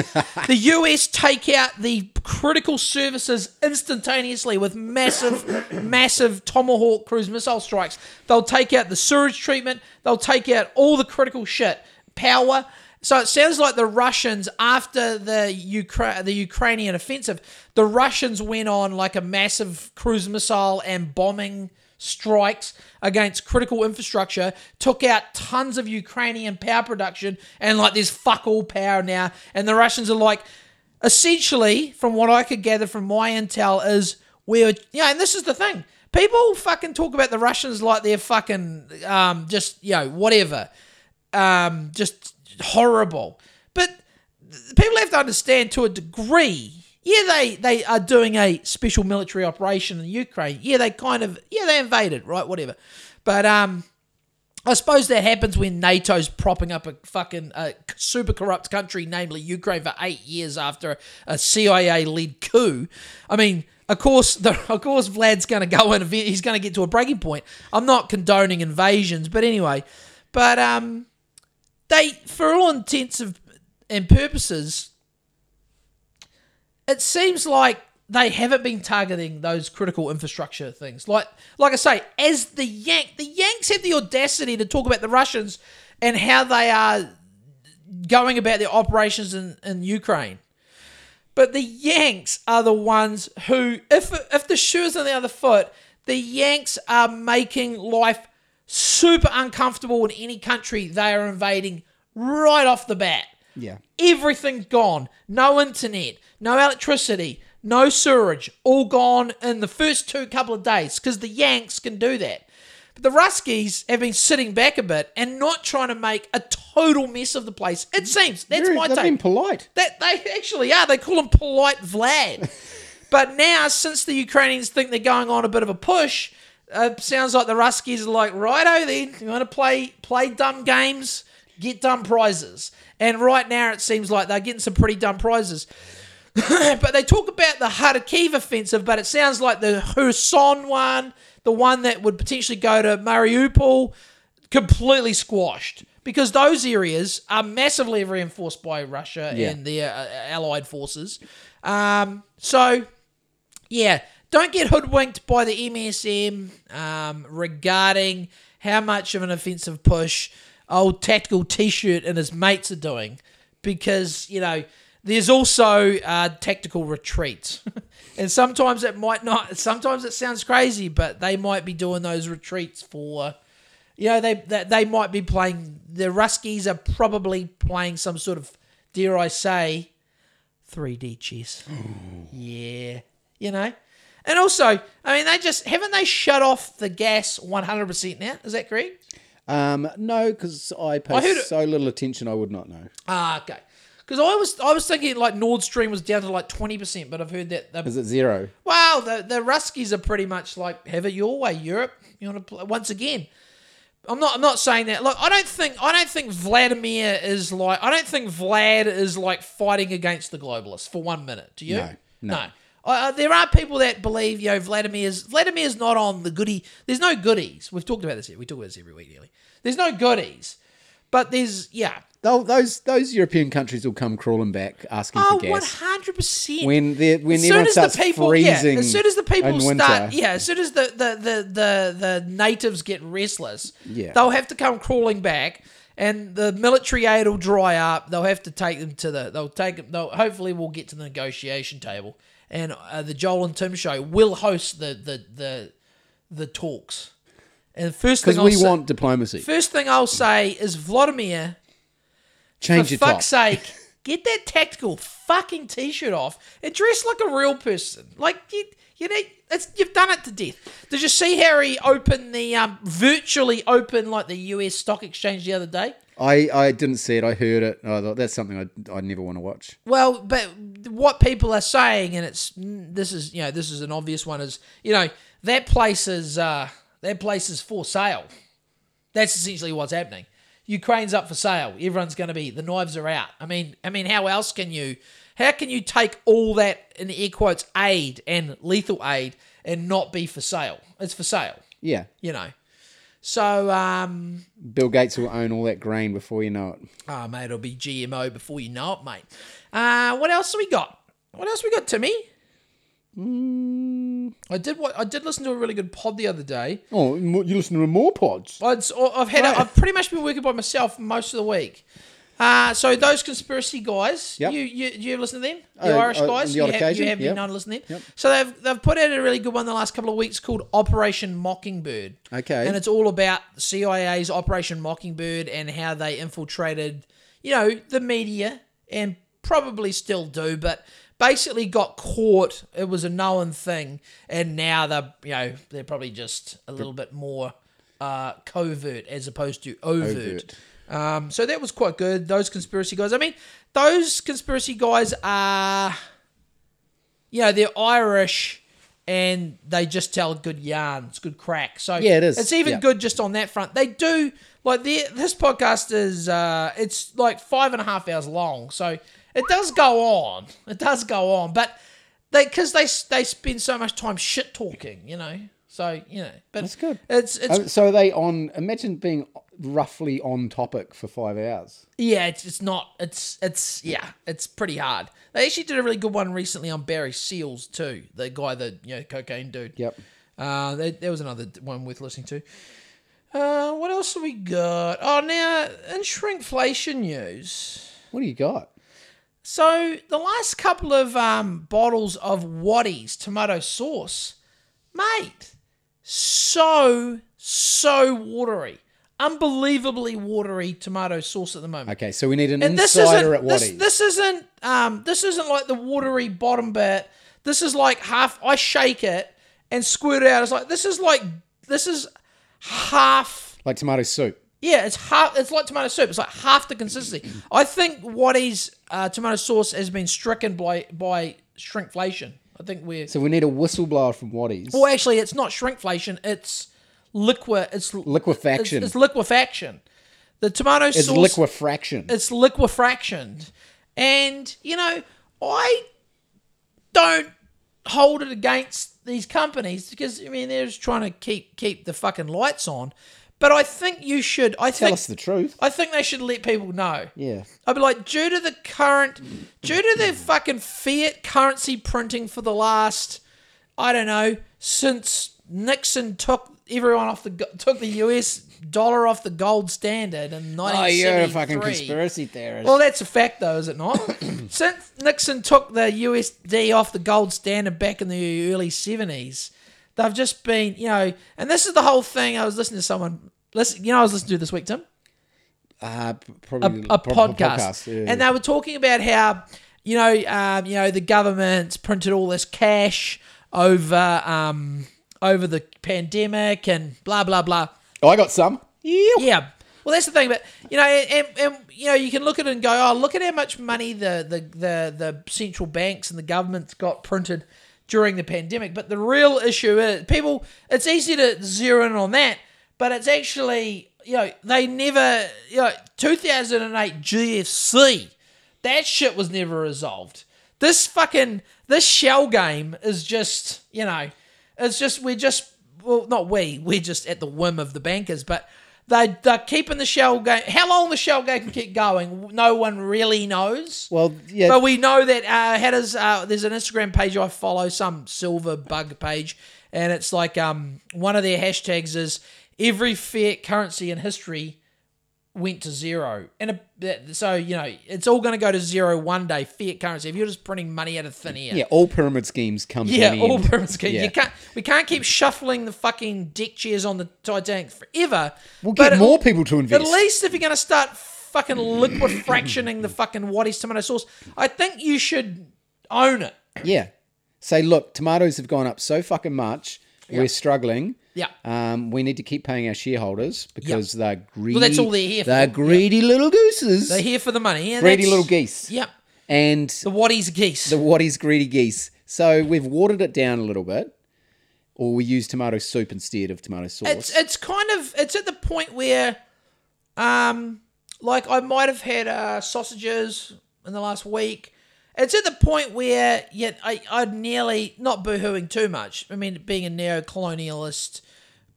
Speaker 1: the US take out the critical services instantaneously with massive, massive Tomahawk cruise missile strikes. They'll take out the sewage treatment. They'll take out all the critical shit, power. So it sounds like the Russians, after the Ukra- the Ukrainian offensive, the Russians went on like a massive cruise missile and bombing strikes against critical infrastructure, took out tons of Ukrainian power production, and like there's fuck all power now. And the Russians are like, essentially, from what I could gather from my intel, is we're yeah, and this is the thing. People fucking talk about the Russians like they're fucking um, just you know whatever um, just horrible. But th- people have to understand to a degree. Yeah, they, they are doing a special military operation in Ukraine. Yeah, they kind of yeah they invaded, right? Whatever. But um, I suppose that happens when NATO's propping up a fucking uh, super corrupt country, namely Ukraine, for eight years after a CIA-led coup. I mean, of course, the, of course, Vlad's going to go in. event- He's going to get to a breaking point. I'm not condoning invasions, but anyway, but um, they, for all intents of- and purposes, it seems like they haven't been targeting those critical infrastructure things. Like, like I say, as the Yank, the Yanks have the audacity to talk about the Russians and how they are going about their operations in, in Ukraine. But the Yanks are the ones who, if if the shoe's on the other foot, the Yanks are making life super uncomfortable in any country they are invading right off the bat.
Speaker 2: Yeah.
Speaker 1: Everything's gone. No internet, no electricity, no sewerage. All gone in the first two couple of days because the Yanks can do that. But the Ruskies have been sitting back a bit and not trying to make a total mess of the place. It seems. That's
Speaker 2: Very-
Speaker 1: my
Speaker 2: they've
Speaker 1: take.
Speaker 2: been polite.
Speaker 1: That they actually are. They call him polite Vlad. but now, since the Ukrainians think they're going on a bit of a push, uh, sounds like the Ruskies are like, righto then, you want to play play dumb games, get dumb prizes. And right now, it seems like they're getting some pretty dumb prizes. but they talk about the Kharkiv offensive, but it sounds like the Kherson one, the one that would potentially go to Mariupol, completely squashed because those areas are massively reinforced by Russia
Speaker 2: Yeah.
Speaker 1: and their uh, allied forces. Um, so, yeah, don't get hoodwinked by the MSM um, regarding how much of an offensive push old tactical T-shirt and his mates are doing, because you know there's also uh, tactical retreats, and sometimes it might not. Sometimes it sounds crazy, but they might be doing those retreats for you know they they, they might be playing the Ruskies are probably playing some sort of dare I say 3D chess. Yeah, you know. And also, I mean, they just haven't they shut off the gas 100% now? Is that correct?
Speaker 2: Um, no, because I pay
Speaker 1: I heard it-
Speaker 2: so little attention, I would not know.
Speaker 1: Ah, okay. Because I was I was thinking like Nord Stream was down to like 20%, but I've heard that the
Speaker 2: Is it zero?
Speaker 1: Wow, the the Ruskies are pretty much like have it your way, Europe. You want to play once again. I'm not. I'm not saying that. Look, I don't think. I don't think Vladimir is like. I don't think Vlad is like fighting against the globalists for one minute. Do you?
Speaker 2: No, no.
Speaker 1: Uh, there are people that believe, you know, Vladimir's Vladimir's not on the goody. There's no goodies. We've talked about this. We talk about this every week nearly. There's no goodies, but there's yeah.
Speaker 2: They'll, those those European countries will come crawling back asking
Speaker 1: Oh,
Speaker 2: for
Speaker 1: one
Speaker 2: gas.
Speaker 1: hundred percent.
Speaker 2: When they're- when everyone starts freezing
Speaker 1: yeah, as soon as the people
Speaker 2: in winter.
Speaker 1: start, yeah, as soon as the the the the, the natives get restless,
Speaker 2: Yeah.
Speaker 1: they'll have to come crawling back, and the military aid will dry up. They'll have to take them to the. They'll take them. They'll hopefully we'll get to the negotiation table, and uh, the Joel and Tim show will host the the the the talks. And the first thing
Speaker 2: Because
Speaker 1: I'll
Speaker 2: we
Speaker 1: say,
Speaker 2: want diplomacy.
Speaker 1: first thing I'll say is Vladimir
Speaker 2: Change
Speaker 1: for
Speaker 2: your top.
Speaker 1: fuck's sake, get that tactical fucking t-shirt off and dress like a real person. Like you, you need. It's, you've done it to death. Did you see how he opened the um, virtually open like the U.S. stock exchange the other day?
Speaker 2: I, I didn't see it. I heard it. I thought that's something I I never want to watch.
Speaker 1: Well, but what people are saying, and it's this is you know this is an obvious one is you know that place is uh, that place is for sale. That's essentially what's happening. Ukraine's up for sale. Everyone's going to be the knives are out. I mean, I mean, how else can you? How can you take all that in air quotes aid and lethal aid and not be for sale? It's for sale,
Speaker 2: Yeah,
Speaker 1: you know. So, um,
Speaker 2: Bill Gates will own all that grain before you know it.
Speaker 1: oh mate, it'll be GMO before you know it, mate. Uh, what else have we got? What else we got, Timmy?
Speaker 2: Mm.
Speaker 1: I did. What I did listen to a really good pod the other day.
Speaker 2: Oh, mo- you listen to more pods.
Speaker 1: I'd, I've had.
Speaker 2: Right.
Speaker 1: I've pretty much been working by myself most of the week. Uh, so those conspiracy guys,
Speaker 2: Yep.
Speaker 1: you, you you listen to them, the
Speaker 2: Oh,
Speaker 1: Irish
Speaker 2: uh,
Speaker 1: guys,
Speaker 2: on the
Speaker 1: you
Speaker 2: odd
Speaker 1: have,
Speaker 2: occasion,
Speaker 1: you have
Speaker 2: yep.
Speaker 1: been known to listen to them. So they've they've put out a really good one the last couple of weeks called Operation Mockingbird.
Speaker 2: Okay.
Speaker 1: and it's all about CIA's Operation Mockingbird and how they infiltrated, you know, the media and probably still do, but basically got caught. It was a known thing, and now they're you know they're probably just a little bit more uh, covert as opposed to overt.
Speaker 2: Overt.
Speaker 1: Um, so that was quite good. Those conspiracy guys. I mean, those conspiracy guys are, you know, they're Irish and they just tell a good yarn. It's good crack. So
Speaker 2: Yeah, it is.
Speaker 1: It's even
Speaker 2: Yeah.
Speaker 1: good just on that front. They do like the, this podcast is uh, it's like five and a half hours long, so it does go on. It does go on, but they because they s- they spend so much time shit talking, you know. So you know, but
Speaker 2: That's good.
Speaker 1: It's it's
Speaker 2: Oh, so are they on? Imagine being roughly on topic for five hours.
Speaker 1: Yeah, it's, it's not. It's it's yeah, it's pretty hard. They actually did a really good one recently on Barry Seals too, the guy that you know, cocaine dude.
Speaker 2: Yep.
Speaker 1: Uh, there, there was another one worth listening to. Uh, what else have we got? Oh, now in shrinkflation news.
Speaker 2: What do you got?
Speaker 1: So the last couple of um, bottles of Waddy's tomato sauce, mate, so so watery, unbelievably watery tomato sauce at the moment
Speaker 2: Okay, so we need an
Speaker 1: and this
Speaker 2: insider
Speaker 1: isn't
Speaker 2: at
Speaker 1: this,
Speaker 2: Waddy's.
Speaker 1: this isn't um this isn't like the watery bottom bit. This is like half. I shake it and squirt it out. It's like this is like this is half.
Speaker 2: like tomato soup.
Speaker 1: Yeah, it's half. It's like tomato soup. It's like half the consistency. I think Waddy's uh, tomato sauce has been stricken by by shrinkflation. I think we're
Speaker 2: So we need a whistleblower from Waddy's.
Speaker 1: well. Actually, it's not shrinkflation. It's liquid. It's
Speaker 2: Liquefaction.
Speaker 1: It's, it's liquefaction. The tomato
Speaker 2: It's
Speaker 1: sauce
Speaker 2: liquefaction.
Speaker 1: it's liquefactioned. And, you know, I don't hold it against these companies because I mean they're just trying to keep keep the fucking lights on. But I think you should I
Speaker 2: Tell
Speaker 1: think
Speaker 2: us the truth.
Speaker 1: I think they should let people know.
Speaker 2: Yeah.
Speaker 1: I'd be like, due to the current, due to the fucking fiat currency printing for the last, I don't know, since Nixon took everyone off the go- took the U.S. dollar off the gold standard in 1973.
Speaker 2: Oh, you're a fucking conspiracy theorist.
Speaker 1: Well, that's a fact, though, is it not? Since Nixon took the USD off the gold standard back in the early 70s, they've just been, you know, and this is the whole thing. I was listening to someone, listen, you know, I was listening to this week, Tim,
Speaker 2: uh, p-
Speaker 1: a,
Speaker 2: probably
Speaker 1: a
Speaker 2: prob-
Speaker 1: podcast.
Speaker 2: yeah.
Speaker 1: And they were talking about how, you know, um, you know, the government's printed all this cash over, um, over the pandemic and blah, blah, blah.
Speaker 2: oh, I got some.
Speaker 1: Yeah. Well, that's the thing, but you know, and, and you know, you can look at it and go, "Oh, look at how much money the the the, the central banks and the governments got printed during the pandemic." But the real issue is people. It's easy to zero in on that, but it's actually you know they never you know 2008 GFC that shit was never resolved. This fucking this shell game is just you know, it's just we're just well not we we're just at the whim of the bankers, but they they're keeping the shell game. How long the shell game can keep going, no one really knows.
Speaker 2: Well, yeah.
Speaker 1: But we know that uh, how does uh, there's an Instagram page I follow, some silver bug page, and it's like um one of their hashtags is every fiat currency in history went to zero, and a, that- so you know it's all going to go to zero one day. Fiat currency. If you're just printing money out of thin air,
Speaker 2: yeah, all pyramid schemes come
Speaker 1: yeah,
Speaker 2: to an
Speaker 1: all
Speaker 2: end.
Speaker 1: pyramids. Can,
Speaker 2: Yeah.
Speaker 1: You can't. We can't keep shuffling the fucking deck chairs on the Titanic forever.
Speaker 2: We'll
Speaker 1: But
Speaker 2: get
Speaker 1: it-
Speaker 2: more people to invest.
Speaker 1: at least if you're going to start fucking liquid fractioning the fucking what is tomato sauce, I think you should own it.
Speaker 2: Yeah. Say, look, tomatoes have gone up so fucking much. We're struggling.
Speaker 1: Yeah.
Speaker 2: Um, we need to keep paying our shareholders because they're greedy.
Speaker 1: Well, that's all they're here for.
Speaker 2: They're greedy little gooses.
Speaker 1: They're here for the money. And
Speaker 2: greedy
Speaker 1: that's-
Speaker 2: little geese.
Speaker 1: Yep.
Speaker 2: And
Speaker 1: The Waddy's geese.
Speaker 2: the what is greedy geese? So we've watered it down a little bit, or we use tomato soup instead of tomato sauce.
Speaker 1: it's it's kind of it's at the point where, um, like I might have had uh, sausages in the last week. It's at the point where yet I I'd nearly not boohooing too much. I mean, being a neo-colonialist,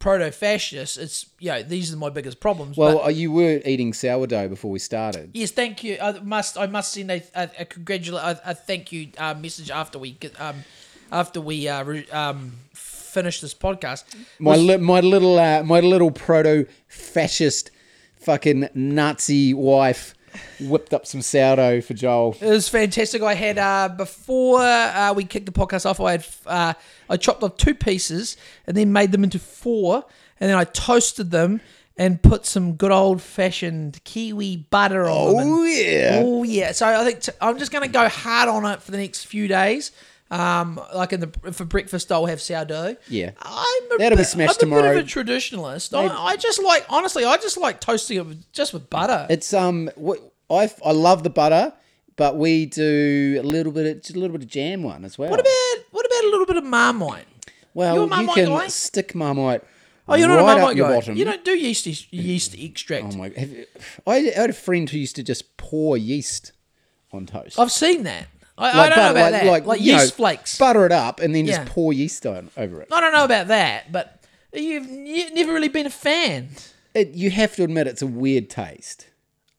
Speaker 1: proto-fascist, it's you know these are my biggest problems. but-
Speaker 2: well, uh, you were eating sourdough before we started.
Speaker 1: Yes, thank you. I must I must send a a, a congratula- a, a thank you uh, message after we get, um after we uh, re, um finish this podcast.
Speaker 2: My li- my little uh, my little proto fascist fucking Nazi wife whipped up some sourdough for Joel.
Speaker 1: It was fantastic. I had uh, before uh, we kicked the podcast off. I had uh, I chopped off two pieces and then made them into four, and then I toasted them and put some good old fashioned kiwi butter on them. and-
Speaker 2: Oh yeah.
Speaker 1: Oh yeah. So I think t- I'm just going to go hard on it for the next few days. Um, like in the for breakfast, I'll have sourdough.
Speaker 2: Yeah.
Speaker 1: I'm a,
Speaker 2: That'll be
Speaker 1: bit-
Speaker 2: smashed
Speaker 1: I'm a
Speaker 2: tomorrow.
Speaker 1: bit of a traditionalist. I, I just like honestly, I just like toasting it with, just with butter.
Speaker 2: It's um what I f- I love the butter, but we do a little bit of, just a little bit of jam one as well.
Speaker 1: what about what about a little bit of marmite? You're a
Speaker 2: Well, you
Speaker 1: Marmite
Speaker 2: can
Speaker 1: guy?
Speaker 2: stick Marmite
Speaker 1: Oh, you're
Speaker 2: right
Speaker 1: not a
Speaker 2: up
Speaker 1: Marmite
Speaker 2: your
Speaker 1: guy.
Speaker 2: bottom.
Speaker 1: You don't do yeast yeast extract.
Speaker 2: Oh my! Have you- I I had a friend who used to just pour yeast on toast.
Speaker 1: I've seen that. I, I don't know
Speaker 2: but-
Speaker 1: about that. Like,
Speaker 2: you
Speaker 1: yeast
Speaker 2: know,
Speaker 1: flakes.
Speaker 2: Butter it up and then
Speaker 1: Yeah.
Speaker 2: just pour yeast on over it.
Speaker 1: I don't know about that, but you've n- never really been a fan.
Speaker 2: it. You have to admit it's a weird taste.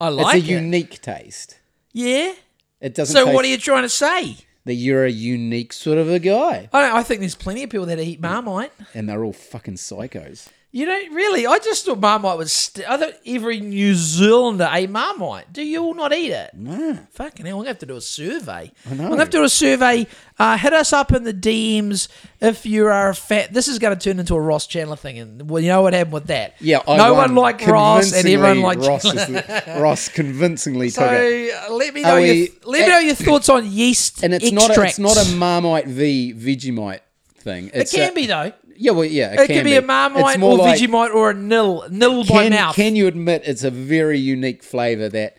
Speaker 1: I
Speaker 2: It's
Speaker 1: like
Speaker 2: a
Speaker 1: it.
Speaker 2: unique taste.
Speaker 1: yeah.
Speaker 2: It doesn't.
Speaker 1: So what
Speaker 2: taste
Speaker 1: are you trying to say?
Speaker 2: That you're a unique sort of a guy,
Speaker 1: I don't, I think there's plenty of people that eat Marmite.
Speaker 2: and they're all fucking psychos.
Speaker 1: You don't really. I just thought Marmite was. St- I thought every New Zealander ate Marmite. Do you all not eat it?
Speaker 2: Nah.
Speaker 1: Fucking hell, I'm going to have to do a survey. I
Speaker 2: know.
Speaker 1: am going to have to do a survey. Uh, hit us up in the DMs if you are a fat. This is going to turn into a Ross Chandler thing, and well, you know what happened with that.
Speaker 2: Yeah, I
Speaker 1: no one
Speaker 2: won
Speaker 1: liked Ross, and everyone
Speaker 2: convincingly.
Speaker 1: liked
Speaker 2: Ross.
Speaker 1: Chandler.
Speaker 2: Is the, Ross convincingly
Speaker 1: So
Speaker 2: took it.
Speaker 1: uh, let me know
Speaker 2: Are
Speaker 1: your
Speaker 2: we-
Speaker 1: let me know your thoughts on yeast
Speaker 2: And it's
Speaker 1: extracts.
Speaker 2: not a, it's not a Marmite v Vegemite thing.
Speaker 1: It
Speaker 2: It's
Speaker 1: can
Speaker 2: a-
Speaker 1: be though.
Speaker 2: Yeah, well, yeah, it,
Speaker 1: It
Speaker 2: can
Speaker 1: could be, a Marmite
Speaker 2: It's more
Speaker 1: or
Speaker 2: like-
Speaker 1: Vegemite or a nil nil by
Speaker 2: Can,
Speaker 1: mouth.
Speaker 2: can you admit it's a very unique flavour that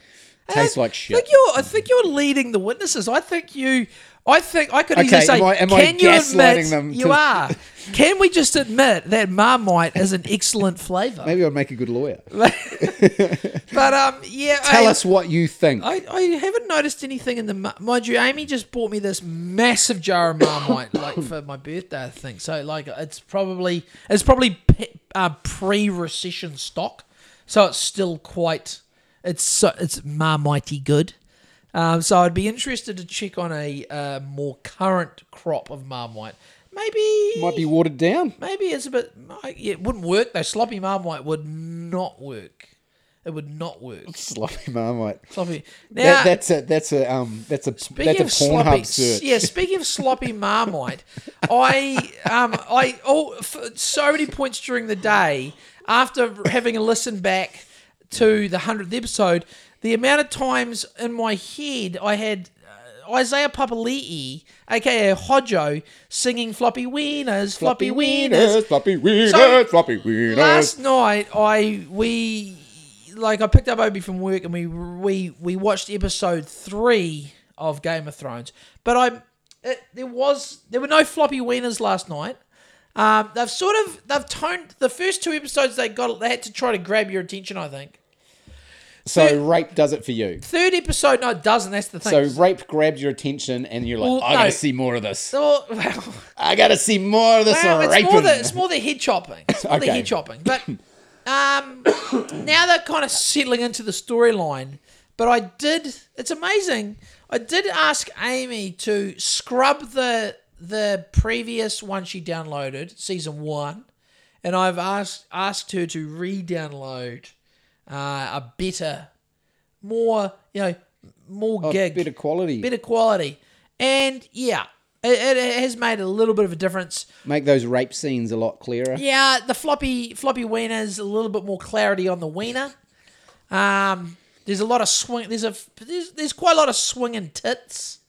Speaker 2: tastes like shit?
Speaker 1: I think you're. I think you're leading the witnesses. I think you. I think I could easily
Speaker 2: Okay,
Speaker 1: say,
Speaker 2: am I- am I
Speaker 1: "Can you admit
Speaker 2: gaslighting them
Speaker 1: you
Speaker 2: to-
Speaker 1: are? Can we just admit that Marmite is an excellent flavour?"
Speaker 2: Maybe I'd make a good lawyer.
Speaker 1: But um, yeah.
Speaker 2: Tell
Speaker 1: I,
Speaker 2: us what you think.
Speaker 1: I, I haven't noticed anything in the ma- mind you. Amy just bought me this massive jar of Marmite like for my birthday I think. So like it's probably it's probably pe- uh, pre-recession stock, so it's still quite it's so, it's Marmitey good. Um, so I'd be interested to check on a uh, more current crop of Marmite. Maybe
Speaker 2: Might be watered down.
Speaker 1: maybe it's a bit. It wouldn't work though. Sloppy Marmite would not work. It would not work.
Speaker 2: Sloppy Marmite.
Speaker 1: Sloppy. Now,
Speaker 2: That, that's a that's a um that's a
Speaker 1: Speaking
Speaker 2: that's a
Speaker 1: of sloppy,
Speaker 2: Pornhub search.
Speaker 1: yeah. Speaking of sloppy Marmite, I um I oh f- so many points during the day after having a listen back to the hundredth episode, the amount of times in my head I had. uh, Isaiah Papali'i, aka Hodjo, singing Floppy Wieners, Floppy, Wieners,
Speaker 2: floppy wieners,
Speaker 1: So,
Speaker 2: floppy wieners.
Speaker 1: Last night, I we like I picked up Obi from work and we we we watched episode three of Game of Thrones. But I it, there was there were no floppy wieners last night. Um, they've sort of they've toned the first two episodes. They got they had to try to grab your attention. I think
Speaker 2: so rape does it for you.
Speaker 1: third episode no it doesn't. That's the
Speaker 2: So
Speaker 1: thing.
Speaker 2: rape grabbed your attention, and you're like,
Speaker 1: Well,
Speaker 2: I gotta
Speaker 1: no.
Speaker 2: see more of this.
Speaker 1: So, well,
Speaker 2: I gotta see more of this.
Speaker 1: Well,
Speaker 2: or
Speaker 1: Um, it's
Speaker 2: raping.
Speaker 1: more the it's more the head chopping. It's more the
Speaker 2: Okay.
Speaker 1: head chopping. But um, now they're kind of settling into the storyline. But I did. It's amazing. I did ask Amy to scrub the the previous one she downloaded, season one, and I've asked asked her to re-download uh, a better, more you know, more gig,
Speaker 2: better Oh, quality.
Speaker 1: better quality, and yeah. It, it has made a little bit of a difference.
Speaker 2: Make those rape scenes a lot clearer.
Speaker 1: Yeah, the floppy floppy wieners, a little bit more clarity on the wiener. Um, there's a lot of swing. There's a there's, there's quite a lot of swinging tits,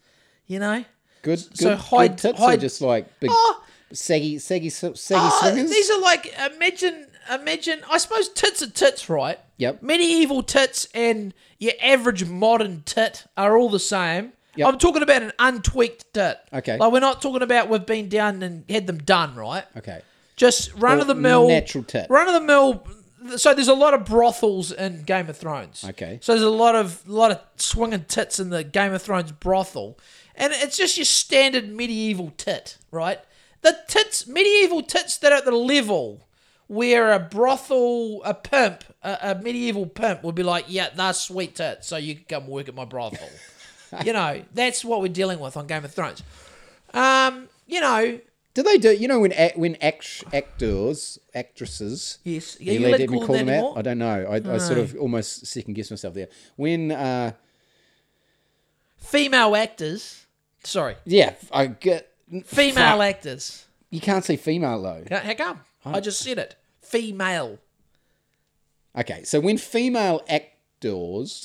Speaker 1: you know.
Speaker 2: Good, good,
Speaker 1: So hide-
Speaker 2: good tits
Speaker 1: hide-
Speaker 2: are just like big
Speaker 1: Oh.
Speaker 2: saggy, saggy, saggy
Speaker 1: Oh,
Speaker 2: swingers.
Speaker 1: these are like imagine imagine. I suppose tits are tits, right?
Speaker 2: Yep.
Speaker 1: Medieval tits and your average modern tit are all the same.
Speaker 2: Yep.
Speaker 1: I'm talking about an untweaked tit.
Speaker 2: Okay.
Speaker 1: Like we're not talking about we've been down and had them done, right?
Speaker 2: okay,
Speaker 1: Just run of the mill
Speaker 2: natural tit.
Speaker 1: Run of the mill. So there's a lot of brothels in Game of Thrones.
Speaker 2: Okay.
Speaker 1: So there's a lot of lot of swinging tits in the Game of Thrones brothel, and it's just your standard medieval tit, right? The tits, medieval tits that are at the level where a brothel, a pimp, a, a medieval pimp would be like, yeah, that's sweet tits, so you can come work at my brothel. you know, that's what we're dealing with on Game of Thrones. Um, you know,
Speaker 2: do they do? You know when ac- when act, actors, actresses.
Speaker 1: Yes. Yeah,
Speaker 2: Are
Speaker 1: you
Speaker 2: allowed
Speaker 1: allowed
Speaker 2: to
Speaker 1: to
Speaker 2: let me
Speaker 1: call
Speaker 2: call
Speaker 1: them that
Speaker 2: them out?
Speaker 1: anymore?
Speaker 2: I don't know. I, I sort of almost second guess myself there. When, uh,
Speaker 1: female actors. Sorry,
Speaker 2: yeah, I get
Speaker 1: female
Speaker 2: Fuck.
Speaker 1: actors.
Speaker 2: You can't say female though.
Speaker 1: How how come? I just said it. Female.
Speaker 2: Okay, so when female actors,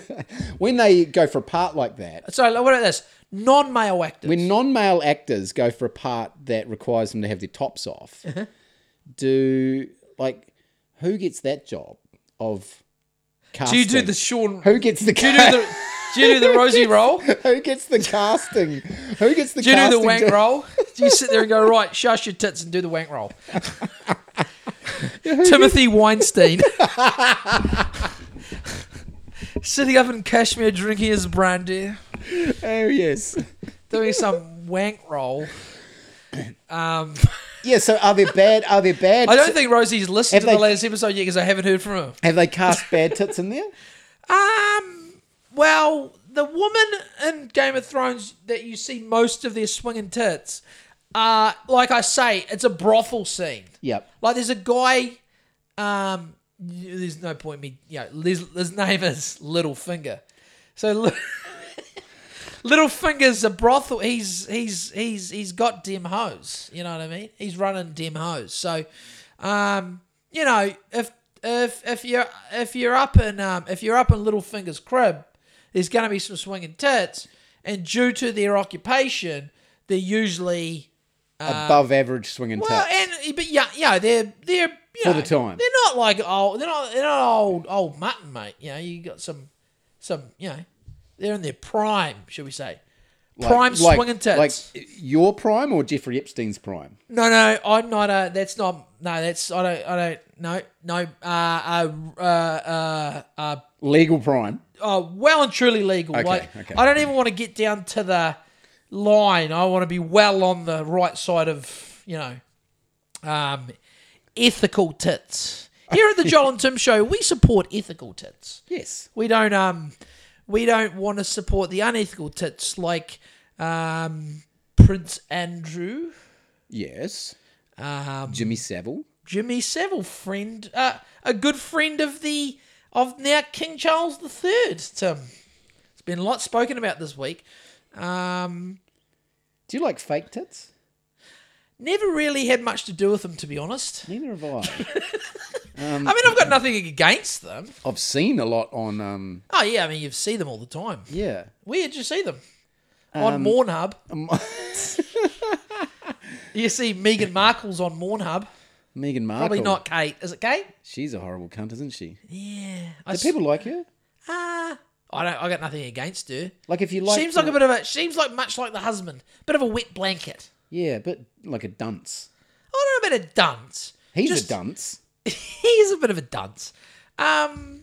Speaker 2: when they go for a part like that,
Speaker 1: So like, what about this? Non-male actors.
Speaker 2: when non-male actors go for a part that requires them to have their tops off,
Speaker 1: Uh-huh.
Speaker 2: do like who gets that job of
Speaker 1: do
Speaker 2: casting?
Speaker 1: you do the Sean?
Speaker 2: who gets the
Speaker 1: do you do the? Do you do the Rosie roll?
Speaker 2: who gets the casting? Who gets the
Speaker 1: Do you do
Speaker 2: casting
Speaker 1: the wank
Speaker 2: job?
Speaker 1: roll? Do you sit there and go, right, shush your tits and do the wank roll? Timothy Weinstein. Sitting up in Kashmir drinking his brandy,
Speaker 2: Oh yes.
Speaker 1: doing some wank roll.
Speaker 2: Yeah. So are there bad? Are there bad?
Speaker 1: I don't think Rosie's listened
Speaker 2: Have
Speaker 1: to the
Speaker 2: they-
Speaker 1: latest episode yet because I haven't heard from her.
Speaker 2: Have they cast bad tits in there?
Speaker 1: Um, well, the woman in Game of Thrones that you see most of their swinging tits, uh, like I say, it's a brothel scene.
Speaker 2: Yep.
Speaker 1: Like there's a guy, um, y- there's no point me, you know, his, his name is Littlefinger. So Li- Littlefinger's a brothel. He's he's he's he's got dim hoes. You know what I mean? He's running dim hoes. So, um, you know, if if if you're if you're up in um if you're up in Littlefinger's crib, there's gonna be some swinging tits, and due to their occupation, they're usually
Speaker 2: Above average swinging
Speaker 1: Uh, well,
Speaker 2: tits.
Speaker 1: and but yeah, yeah, they're they're you
Speaker 2: For
Speaker 1: know,
Speaker 2: the time.
Speaker 1: They're not like old. They're not they're not old old mutton, mate. You know, you got some some you know, they're in their prime, should we say? prime swinging tits.
Speaker 2: Like your prime or Jeffrey Epstein's prime?
Speaker 1: no, no, I'm not a. That's not no. That's I don't I don't no no. Uh, uh, uh, uh, uh
Speaker 2: Legal prime.
Speaker 1: oh, well and truly legal.
Speaker 2: Okay,
Speaker 1: like,
Speaker 2: okay.
Speaker 1: I don't even want to get down to the line. I want to be well on the right side of, you know, um, ethical tits. Here at the Joel and Tim show, we support ethical tits.
Speaker 2: Yes.
Speaker 1: We don't um we don't want to support the unethical tits like um Prince Andrew,
Speaker 2: Yes. Um, Jimmy Savile.
Speaker 1: Jimmy Savile, friend, uh, a good friend of the of now King Charles III. Tim, it's been a lot spoken about this week. Um,
Speaker 2: Do you like fake tits?
Speaker 1: never really had much to do with them, to be honest.
Speaker 2: Neither have I.
Speaker 1: I mean, I've got nothing against them.
Speaker 2: I've seen a lot on. Um,
Speaker 1: Oh yeah, I mean, you see them all the time.
Speaker 2: yeah.
Speaker 1: Where'd you see them?
Speaker 2: Um,
Speaker 1: On Mornhub. you see Megan Markle's on Mornhub.
Speaker 2: Megan Markle.
Speaker 1: Probably not Kate. Is it Kate?
Speaker 2: She's a horrible cunt, isn't she?
Speaker 1: Yeah. I,
Speaker 2: Do
Speaker 1: s-
Speaker 2: people like her?
Speaker 1: ah, I don't. I got nothing against her.
Speaker 2: Like if you like.
Speaker 1: seems like a bit of a seems like much like the husband, bit of a wet blanket.
Speaker 2: Yeah, but like a dunce.
Speaker 1: I don't know about a dunce.
Speaker 2: He's
Speaker 1: Just-
Speaker 2: a dunce.
Speaker 1: He's a bit of a dunce. Um,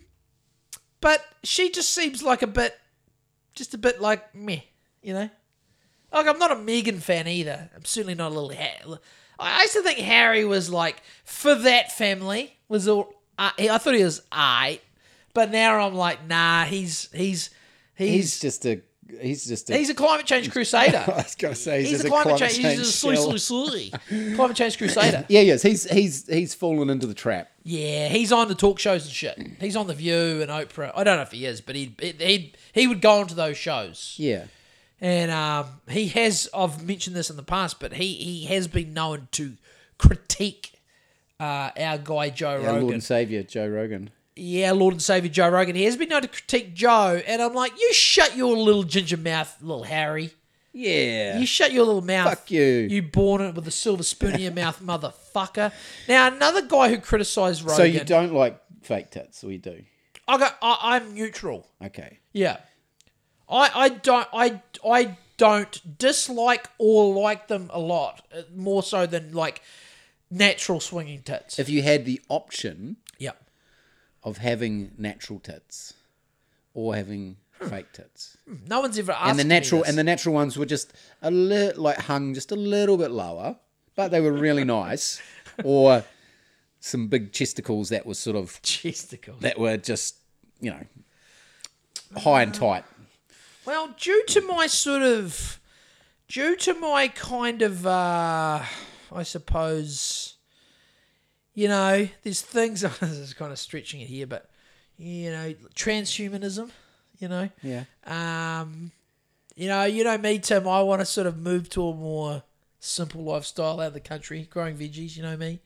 Speaker 1: but she just seems like a bit, just a bit like meh, you know. Like I'm not a Megan fan either. I'm certainly not a little. Ha- I I used to think Harry was like for that family was all. Uh, he- I thought he was I, but now I'm like nah. He's he's he's
Speaker 2: He's
Speaker 1: he's,
Speaker 2: just a. He's just a.
Speaker 1: a climate change crusader.
Speaker 2: I was gonna say
Speaker 1: He's,
Speaker 2: just
Speaker 1: a climate, change. He's a soy, soy,
Speaker 2: shell.
Speaker 1: soy. climate change crusader.
Speaker 2: Yeah, yes, he's he's he's fallen into the trap.
Speaker 1: Yeah, he's on the talk shows and shit. He's on the View and Oprah. I don't know if he is, but he he he would go onto those shows.
Speaker 2: Yeah,
Speaker 1: And um, he has. I've mentioned this in the past, but he he has been known to critique uh, our guy Joe
Speaker 2: our Lord
Speaker 1: Rogan.
Speaker 2: and Savior Joe Rogan.
Speaker 1: yeah, Lord and Savior Joe Rogan. He has been known to critique Joe, and I'm like, you shut your little ginger mouth, little Harry.
Speaker 2: Yeah,
Speaker 1: You shut your little mouth.
Speaker 2: Fuck you.
Speaker 1: You born it with a silver spoon in your mouth, motherfucker. Now another guy who criticised Rogan.
Speaker 2: so you don't like fake tits, or you do?
Speaker 1: I got. I, I'm neutral.
Speaker 2: Okay,
Speaker 1: Yeah. I I don't I I don't dislike or like them a lot uh, more so than like natural swinging tits.
Speaker 2: if you had the option
Speaker 1: yeah.
Speaker 2: of having natural tits or having fake tits,
Speaker 1: No one's ever asked.
Speaker 2: and the natural
Speaker 1: me this.
Speaker 2: and the natural ones were just a little like hung just a little bit lower, but they were really nice, or some big chesticles that were sort of
Speaker 1: chesticle.
Speaker 2: that were just you know high and tight.
Speaker 1: Well, due to my sort of, due to my kind of, uh, I suppose, you know, there's things. this is kind of stretching it here, but you know, transhumanism. You know,
Speaker 2: Yeah.
Speaker 1: um, you know, you know me, Tim. I want to sort of move to a more simple lifestyle out of the country, growing veggies. You know me.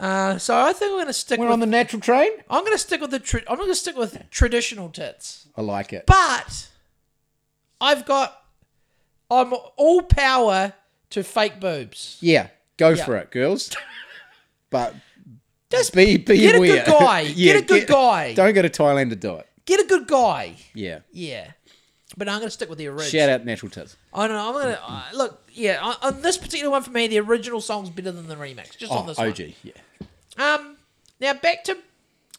Speaker 1: Uh, so I think I'm going to stick.
Speaker 2: We're
Speaker 1: with,
Speaker 2: on the natural train.
Speaker 1: I'm going to stick with the. Tra- I'm going to stick with traditional tits.
Speaker 2: I like it.
Speaker 1: But I've got I'm all power to fake boobs.
Speaker 2: Yeah, go for it, girls. But just be be
Speaker 1: get a good
Speaker 2: aware.
Speaker 1: guy. Get a good guy.
Speaker 2: Don't go to Thailand to do it.
Speaker 1: Get a good guy.
Speaker 2: Yeah,
Speaker 1: Yeah. But I'm going to stick with the original.
Speaker 2: Shout out Natural Tits.
Speaker 1: I don't know. I'm gonna uh, look. Yeah, on, on this particular one for me, the original song's better than the remix. Just on
Speaker 2: Oh,
Speaker 1: this
Speaker 2: OG,
Speaker 1: one.
Speaker 2: yeah.
Speaker 1: Um, now back to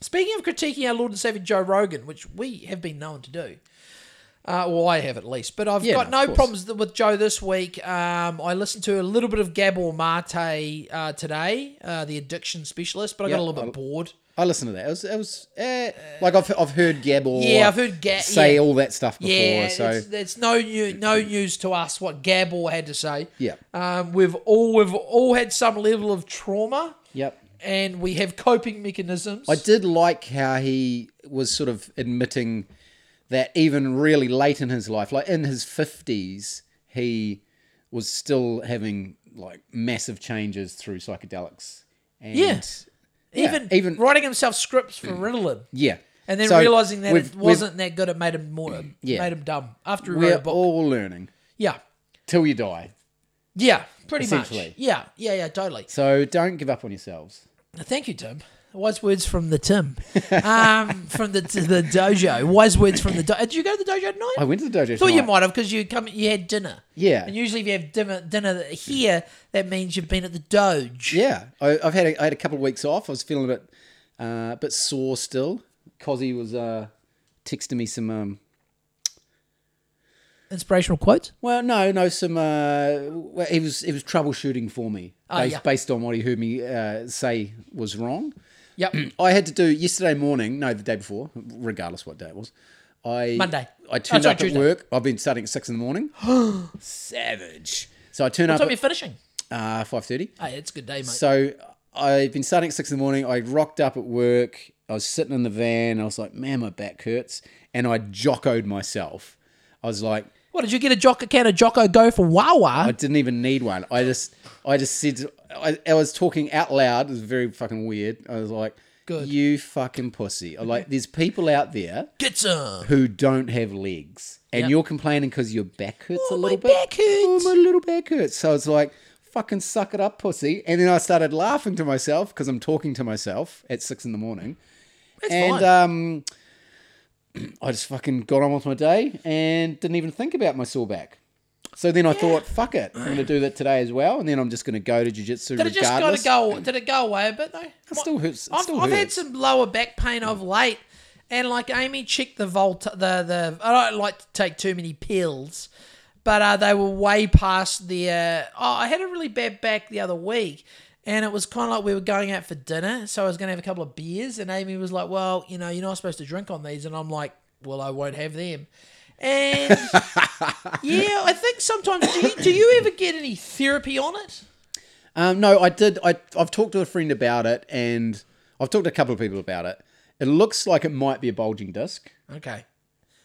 Speaker 1: speaking of critiquing our Lord and Savior Joe Rogan, which we have been known to do. Uh, well, I have at least, but I've
Speaker 2: Yeah,
Speaker 1: got
Speaker 2: no,
Speaker 1: no,
Speaker 2: of course.
Speaker 1: problems th- with Joe this week. Um, I listened to a little bit of Gabor Mate uh, today, uh, the addiction specialist, but I got
Speaker 2: Yeah,
Speaker 1: a little bit
Speaker 2: I-
Speaker 1: bored.
Speaker 2: I listened to that. It was, it was uh, like I've, I've heard Gab or
Speaker 1: Yeah, I've heard Ga-
Speaker 2: say
Speaker 1: yeah.
Speaker 2: all that stuff before.
Speaker 1: Yeah,
Speaker 2: so
Speaker 1: it's, it's no new, no news to us what Gabor had to say.
Speaker 2: Yeah.
Speaker 1: um, we've all we've all had some level of trauma.
Speaker 2: yep.
Speaker 1: and we have coping mechanisms.
Speaker 2: I did like how he was sort of admitting that even really late in his life, like in his fifties, he was still having like massive changes through psychedelics. And
Speaker 1: Yeah.
Speaker 2: yeah,
Speaker 1: even
Speaker 2: even- Mm.
Speaker 1: writing himself scripts for Ritalin,
Speaker 2: yeah.
Speaker 1: and then
Speaker 2: So
Speaker 1: realizing that
Speaker 2: we've-
Speaker 1: it wasn't that good, it made him more,
Speaker 2: Yeah.
Speaker 1: made him dumb after he
Speaker 2: We've,
Speaker 1: wrote
Speaker 2: we're
Speaker 1: a book.
Speaker 2: all learning
Speaker 1: yeah,
Speaker 2: till you die.
Speaker 1: yeah, pretty much.
Speaker 2: Essentially.
Speaker 1: Yeah, yeah, yeah, totally.
Speaker 2: So don't give up on yourselves.
Speaker 1: Thank you, Tim. Wise words from the Tim, um, from the the dojo. Wise words from the. Do- Did you go to the dojo tonight?
Speaker 2: I went to the dojo.
Speaker 1: thought you
Speaker 2: tonight.
Speaker 1: might have because you come you had dinner.
Speaker 2: Yeah.
Speaker 1: and usually if you have dinner dinner here, that means you've been at the doge.
Speaker 2: Yeah, I, I've had a, I had a couple of weeks off. I was feeling a bit, uh, a bit sore still. Cozzy was uh, texting me some. Um,
Speaker 1: Inspirational quotes.
Speaker 2: well, no, no, some. Uh, well, he was he was troubleshooting for me
Speaker 1: Oh,
Speaker 2: based,
Speaker 1: yeah.
Speaker 2: based on what he heard me uh, say was wrong.
Speaker 1: Yep.
Speaker 2: I had to do yesterday morning, no, the day before, regardless what day it was. I
Speaker 1: Monday.
Speaker 2: I turned
Speaker 1: Oh, sorry,
Speaker 2: up
Speaker 1: Tuesday.
Speaker 2: at work. I've been starting at six in the morning. Savage. So I turn
Speaker 1: What time
Speaker 2: up
Speaker 1: are you
Speaker 2: at
Speaker 1: finishing?
Speaker 2: uh, five thirty.
Speaker 1: Hey, it's a good day, mate.
Speaker 2: So I've been starting at six in the morning. I rocked up at work. I was sitting in the van. I was like, man, my back hurts. And I jockoed myself. I was like,
Speaker 1: What did you get a Jocko can of Jocko Go for
Speaker 2: I
Speaker 1: Wawa?
Speaker 2: didn't even need one. I just, I just said, I, I was talking out loud. It was very fucking weird. I was like,
Speaker 1: Good.
Speaker 2: you fucking pussy. I'm like, there's people out there
Speaker 1: Get some.
Speaker 2: who don't have legs, and
Speaker 1: Yep.
Speaker 2: you're complaining because your back hurts
Speaker 1: Oh,
Speaker 2: a
Speaker 1: my
Speaker 2: little bit.
Speaker 1: back hurts.
Speaker 2: Oh, my little back hurts. So it's like, fucking suck it up, pussy. And then I started laughing to myself because I'm talking to myself at six in the morning,
Speaker 1: That's
Speaker 2: and
Speaker 1: fine.
Speaker 2: um, I just fucking got on with my day and didn't even think about my sore back. So then I thought, fuck it, I'm going to do that today as well, and then I'm just going to go to jujitsu
Speaker 1: did it just kind
Speaker 2: regardless.
Speaker 1: of go? Did it go away a bit though? It
Speaker 2: still hurts- it
Speaker 1: I've,
Speaker 2: still
Speaker 1: I've had
Speaker 2: hurts.
Speaker 1: some lower back pain of late, and like Amy checked the volt. The the I don't like to take too many pills, but uh, they were way past the. Uh, oh, I had a really bad back the other week. And it was kind of like we were going out for dinner, so I was going to have a couple of beers. And Amy was like, "Well, you know, you're not supposed to drink on these." And I'm like, "Well, I won't have them." And Yeah, I think sometimes. Do you, do you ever get any therapy on it?
Speaker 2: Um, no, I did. I, I've talked to a friend about it, and I've talked to a couple of people about it. It looks like it might be a bulging disc.
Speaker 1: Okay.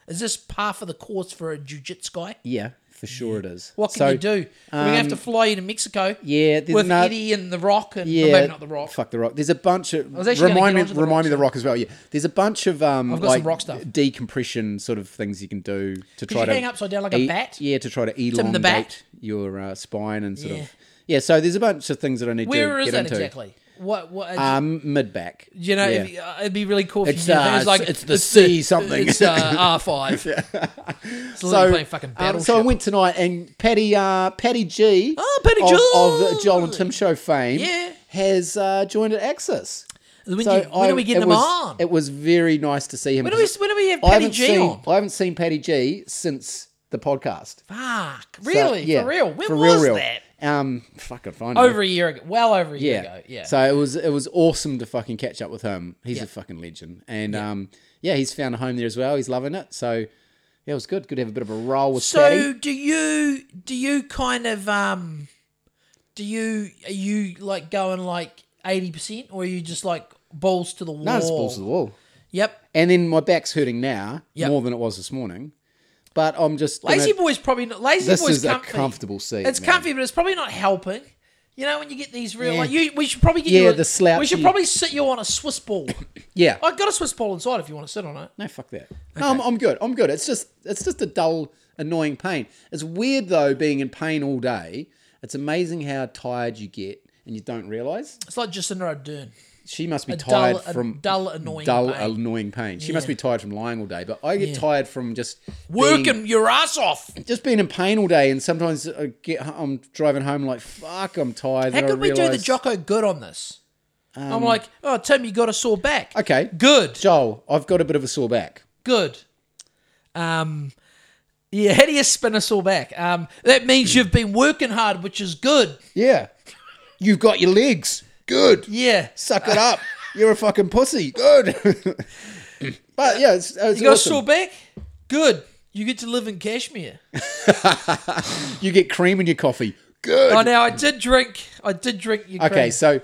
Speaker 1: Is this par for the course for a jiu-jitsu guy?
Speaker 2: Yeah, for sure it is.
Speaker 1: What can
Speaker 2: So, um,
Speaker 1: you do? We're gonna have to fly you to Mexico.
Speaker 2: Yeah, there's
Speaker 1: with
Speaker 2: no-
Speaker 1: Eddie and the Rock, and
Speaker 2: Yeah,
Speaker 1: or maybe not the Rock.
Speaker 2: Fuck the rock. There's a bunch of
Speaker 1: was actually gonna
Speaker 2: remind
Speaker 1: get
Speaker 2: me,
Speaker 1: onto the
Speaker 2: remind
Speaker 1: rock
Speaker 2: me the rock as well. Yeah, there's a bunch of um
Speaker 1: I've got
Speaker 2: like
Speaker 1: some rock stuff.
Speaker 2: decompression sort of things you can do to try
Speaker 1: you
Speaker 2: to
Speaker 1: hang upside down like a
Speaker 2: e-
Speaker 1: bat?
Speaker 2: Yeah, to try to
Speaker 1: Tim
Speaker 2: elongate
Speaker 1: the Bat?
Speaker 2: your uh, spine and sort
Speaker 1: Yeah.
Speaker 2: of yeah. So there's a bunch of things that I need
Speaker 1: Where
Speaker 2: to
Speaker 1: is
Speaker 2: get
Speaker 1: that
Speaker 2: into.
Speaker 1: exactly? What? What?
Speaker 2: Um, mid back.
Speaker 1: you know,
Speaker 2: yeah.
Speaker 1: if, uh, it'd be really cool. If
Speaker 2: It's,
Speaker 1: you knew.
Speaker 2: uh,
Speaker 1: It was like
Speaker 2: it's- it's the C something.
Speaker 1: It's uh, R five. It's literally playing fucking
Speaker 2: um,
Speaker 1: battleship.
Speaker 2: so I went tonight, and Patty, uh, Patty G,
Speaker 1: Oh, Patty
Speaker 2: of,
Speaker 1: G.
Speaker 2: of the Joel and Tim Show fame,
Speaker 1: Yeah.
Speaker 2: has uh, joined at Axis.
Speaker 1: when,
Speaker 2: So
Speaker 1: you, when
Speaker 2: I-
Speaker 1: are we getting
Speaker 2: it
Speaker 1: them
Speaker 2: was,
Speaker 1: on?
Speaker 2: It was very nice to see him.
Speaker 1: When do we- when do we have
Speaker 2: I
Speaker 1: Patty
Speaker 2: haven't
Speaker 1: G
Speaker 2: seen,
Speaker 1: on?
Speaker 2: I haven't seen Patty G since the podcast.
Speaker 1: Fuck,
Speaker 2: So,
Speaker 1: really?
Speaker 2: yeah,
Speaker 1: for real? When
Speaker 2: for
Speaker 1: was
Speaker 2: real.
Speaker 1: that?
Speaker 2: Um, fuck, I find
Speaker 1: Over a year ago. Well over a year
Speaker 2: yeah.
Speaker 1: ago. Yeah.
Speaker 2: So it was it was awesome to fucking catch up with him. He's
Speaker 1: Yeah.
Speaker 2: a fucking legend, and um, yeah, he's found a home there as well. He's loving it. So yeah, it was good. Good to have a bit of a roll with
Speaker 1: So
Speaker 2: Patty.
Speaker 1: do you do you kind of um do you are you like going like eighty percent or are you just like balls to the wall?
Speaker 2: No, it's balls to the wall.
Speaker 1: Yep.
Speaker 2: And then my back's hurting now
Speaker 1: Yep.
Speaker 2: more than it was this morning, but I'm just gonna-
Speaker 1: Lazy boy's probably not lazy
Speaker 2: This
Speaker 1: boy's
Speaker 2: is a
Speaker 1: comfy.
Speaker 2: comfortable seat,
Speaker 1: It's
Speaker 2: man.
Speaker 1: comfy, but it's probably not helping. You know when you get these real
Speaker 2: Yeah.
Speaker 1: like you we should probably get
Speaker 2: Yeah,
Speaker 1: you a,
Speaker 2: the slouchy-
Speaker 1: We should probably sit you on a Swiss ball.
Speaker 2: yeah.
Speaker 1: I got a Swiss ball inside if you want to sit on it.
Speaker 2: No, fuck that. No, I'm, I'm good. I'm good. It's just it's just a dull, annoying pain. It's weird though being in pain all day. It's amazing how tired you get and you don't realize.
Speaker 1: It's like Jacinda Ardern.
Speaker 2: she must be
Speaker 1: A
Speaker 2: tired
Speaker 1: dull- a
Speaker 2: from
Speaker 1: dull, annoying
Speaker 2: dull,
Speaker 1: pain.
Speaker 2: annoying pain. She must
Speaker 1: Yeah.
Speaker 2: be tired from lying all day, but I get
Speaker 1: Yeah.
Speaker 2: tired from just
Speaker 1: Working
Speaker 2: being-
Speaker 1: your ass off.
Speaker 2: just being in pain all day. And sometimes I get I'm driving home like fuck, I'm tired.
Speaker 1: How
Speaker 2: Then I Um,
Speaker 1: could we do the
Speaker 2: realise-
Speaker 1: Jocko good on this? I'm like, oh, Tim, you got a sore back.
Speaker 2: Okay,
Speaker 1: Good.
Speaker 2: Joel, I've got a bit of a sore back.
Speaker 1: good. Um, yeah, how do you spin a sore back? Um, that means you've been working hard, which is good.
Speaker 2: Yeah, you've got your legs. Good.
Speaker 1: Yeah.
Speaker 2: Suck it up. You're a fucking pussy. Good. but yeah, it's, it's
Speaker 1: You got
Speaker 2: awesome.
Speaker 1: a sore back? Good. You get to live in Kashmir.
Speaker 2: You get cream in your coffee. Good.
Speaker 1: oh, now I did drink. I did drink your
Speaker 2: Okay,
Speaker 1: cream.
Speaker 2: so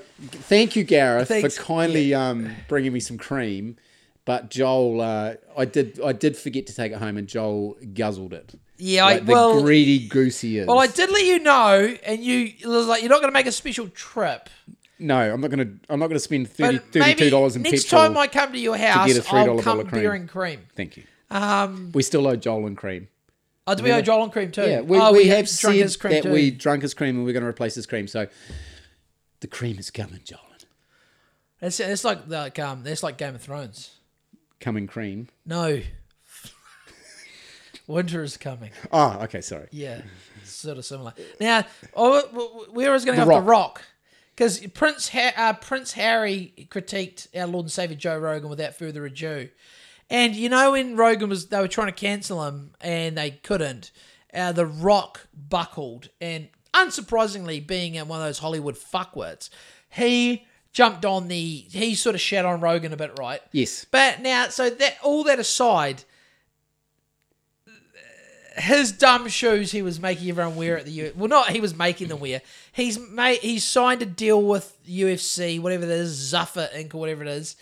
Speaker 2: thank you, Gareth,
Speaker 1: Thanks.
Speaker 2: for kindly um, bringing me some cream. But Joel, uh, I did I did forget to take it home, and Joel guzzled it.
Speaker 1: Yeah, I-
Speaker 2: like the
Speaker 1: well-
Speaker 2: greedy goose he is.
Speaker 1: Well, I did let you know, and you it was like you're not going to make a special trip.
Speaker 2: No, I'm not gonna I'm not gonna spend 30,
Speaker 1: But maybe
Speaker 2: 32 dollars in
Speaker 1: next
Speaker 2: petrol.
Speaker 1: time I come to your house,
Speaker 2: get a
Speaker 1: I'll
Speaker 2: $3 bottle
Speaker 1: come
Speaker 2: of cream.
Speaker 1: beer and cream.
Speaker 2: Thank you. Um, we still owe Joel and cream.
Speaker 1: Oh, do we owe Joel and cream too?
Speaker 2: Yeah, we,
Speaker 1: oh,
Speaker 2: we, have
Speaker 1: drunk
Speaker 2: said
Speaker 1: his cream
Speaker 2: that
Speaker 1: too.
Speaker 2: we drunk his cream and we're going to replace his cream. So the cream is coming, Joel.
Speaker 1: It's, it's like like um, it's like Game of Thrones.
Speaker 2: Coming cream.
Speaker 1: No. Winter is coming.
Speaker 2: Oh, okay, sorry.
Speaker 1: Yeah, sort of similar. Now, oh, w- w- we was going to have
Speaker 2: Rock.
Speaker 1: the Rock because Prince ha- uh, Prince Harry critiqued our Lord and Savior Joe Rogan without further ado, and you know when Rogan was they were trying to cancel him and they couldn't, uh, the Rock buckled and unsurprisingly, being uh, one of those Hollywood fuckwits, he jumped on the he sort of shat on Rogan a bit, right?
Speaker 2: Yes.
Speaker 1: But now, so that all that aside, his dumb shoes he was making everyone wear at the U. Well, not he was making them wear. He's made. He's signed a deal with UFC, whatever that is, Zuffer Inc. or whatever it is,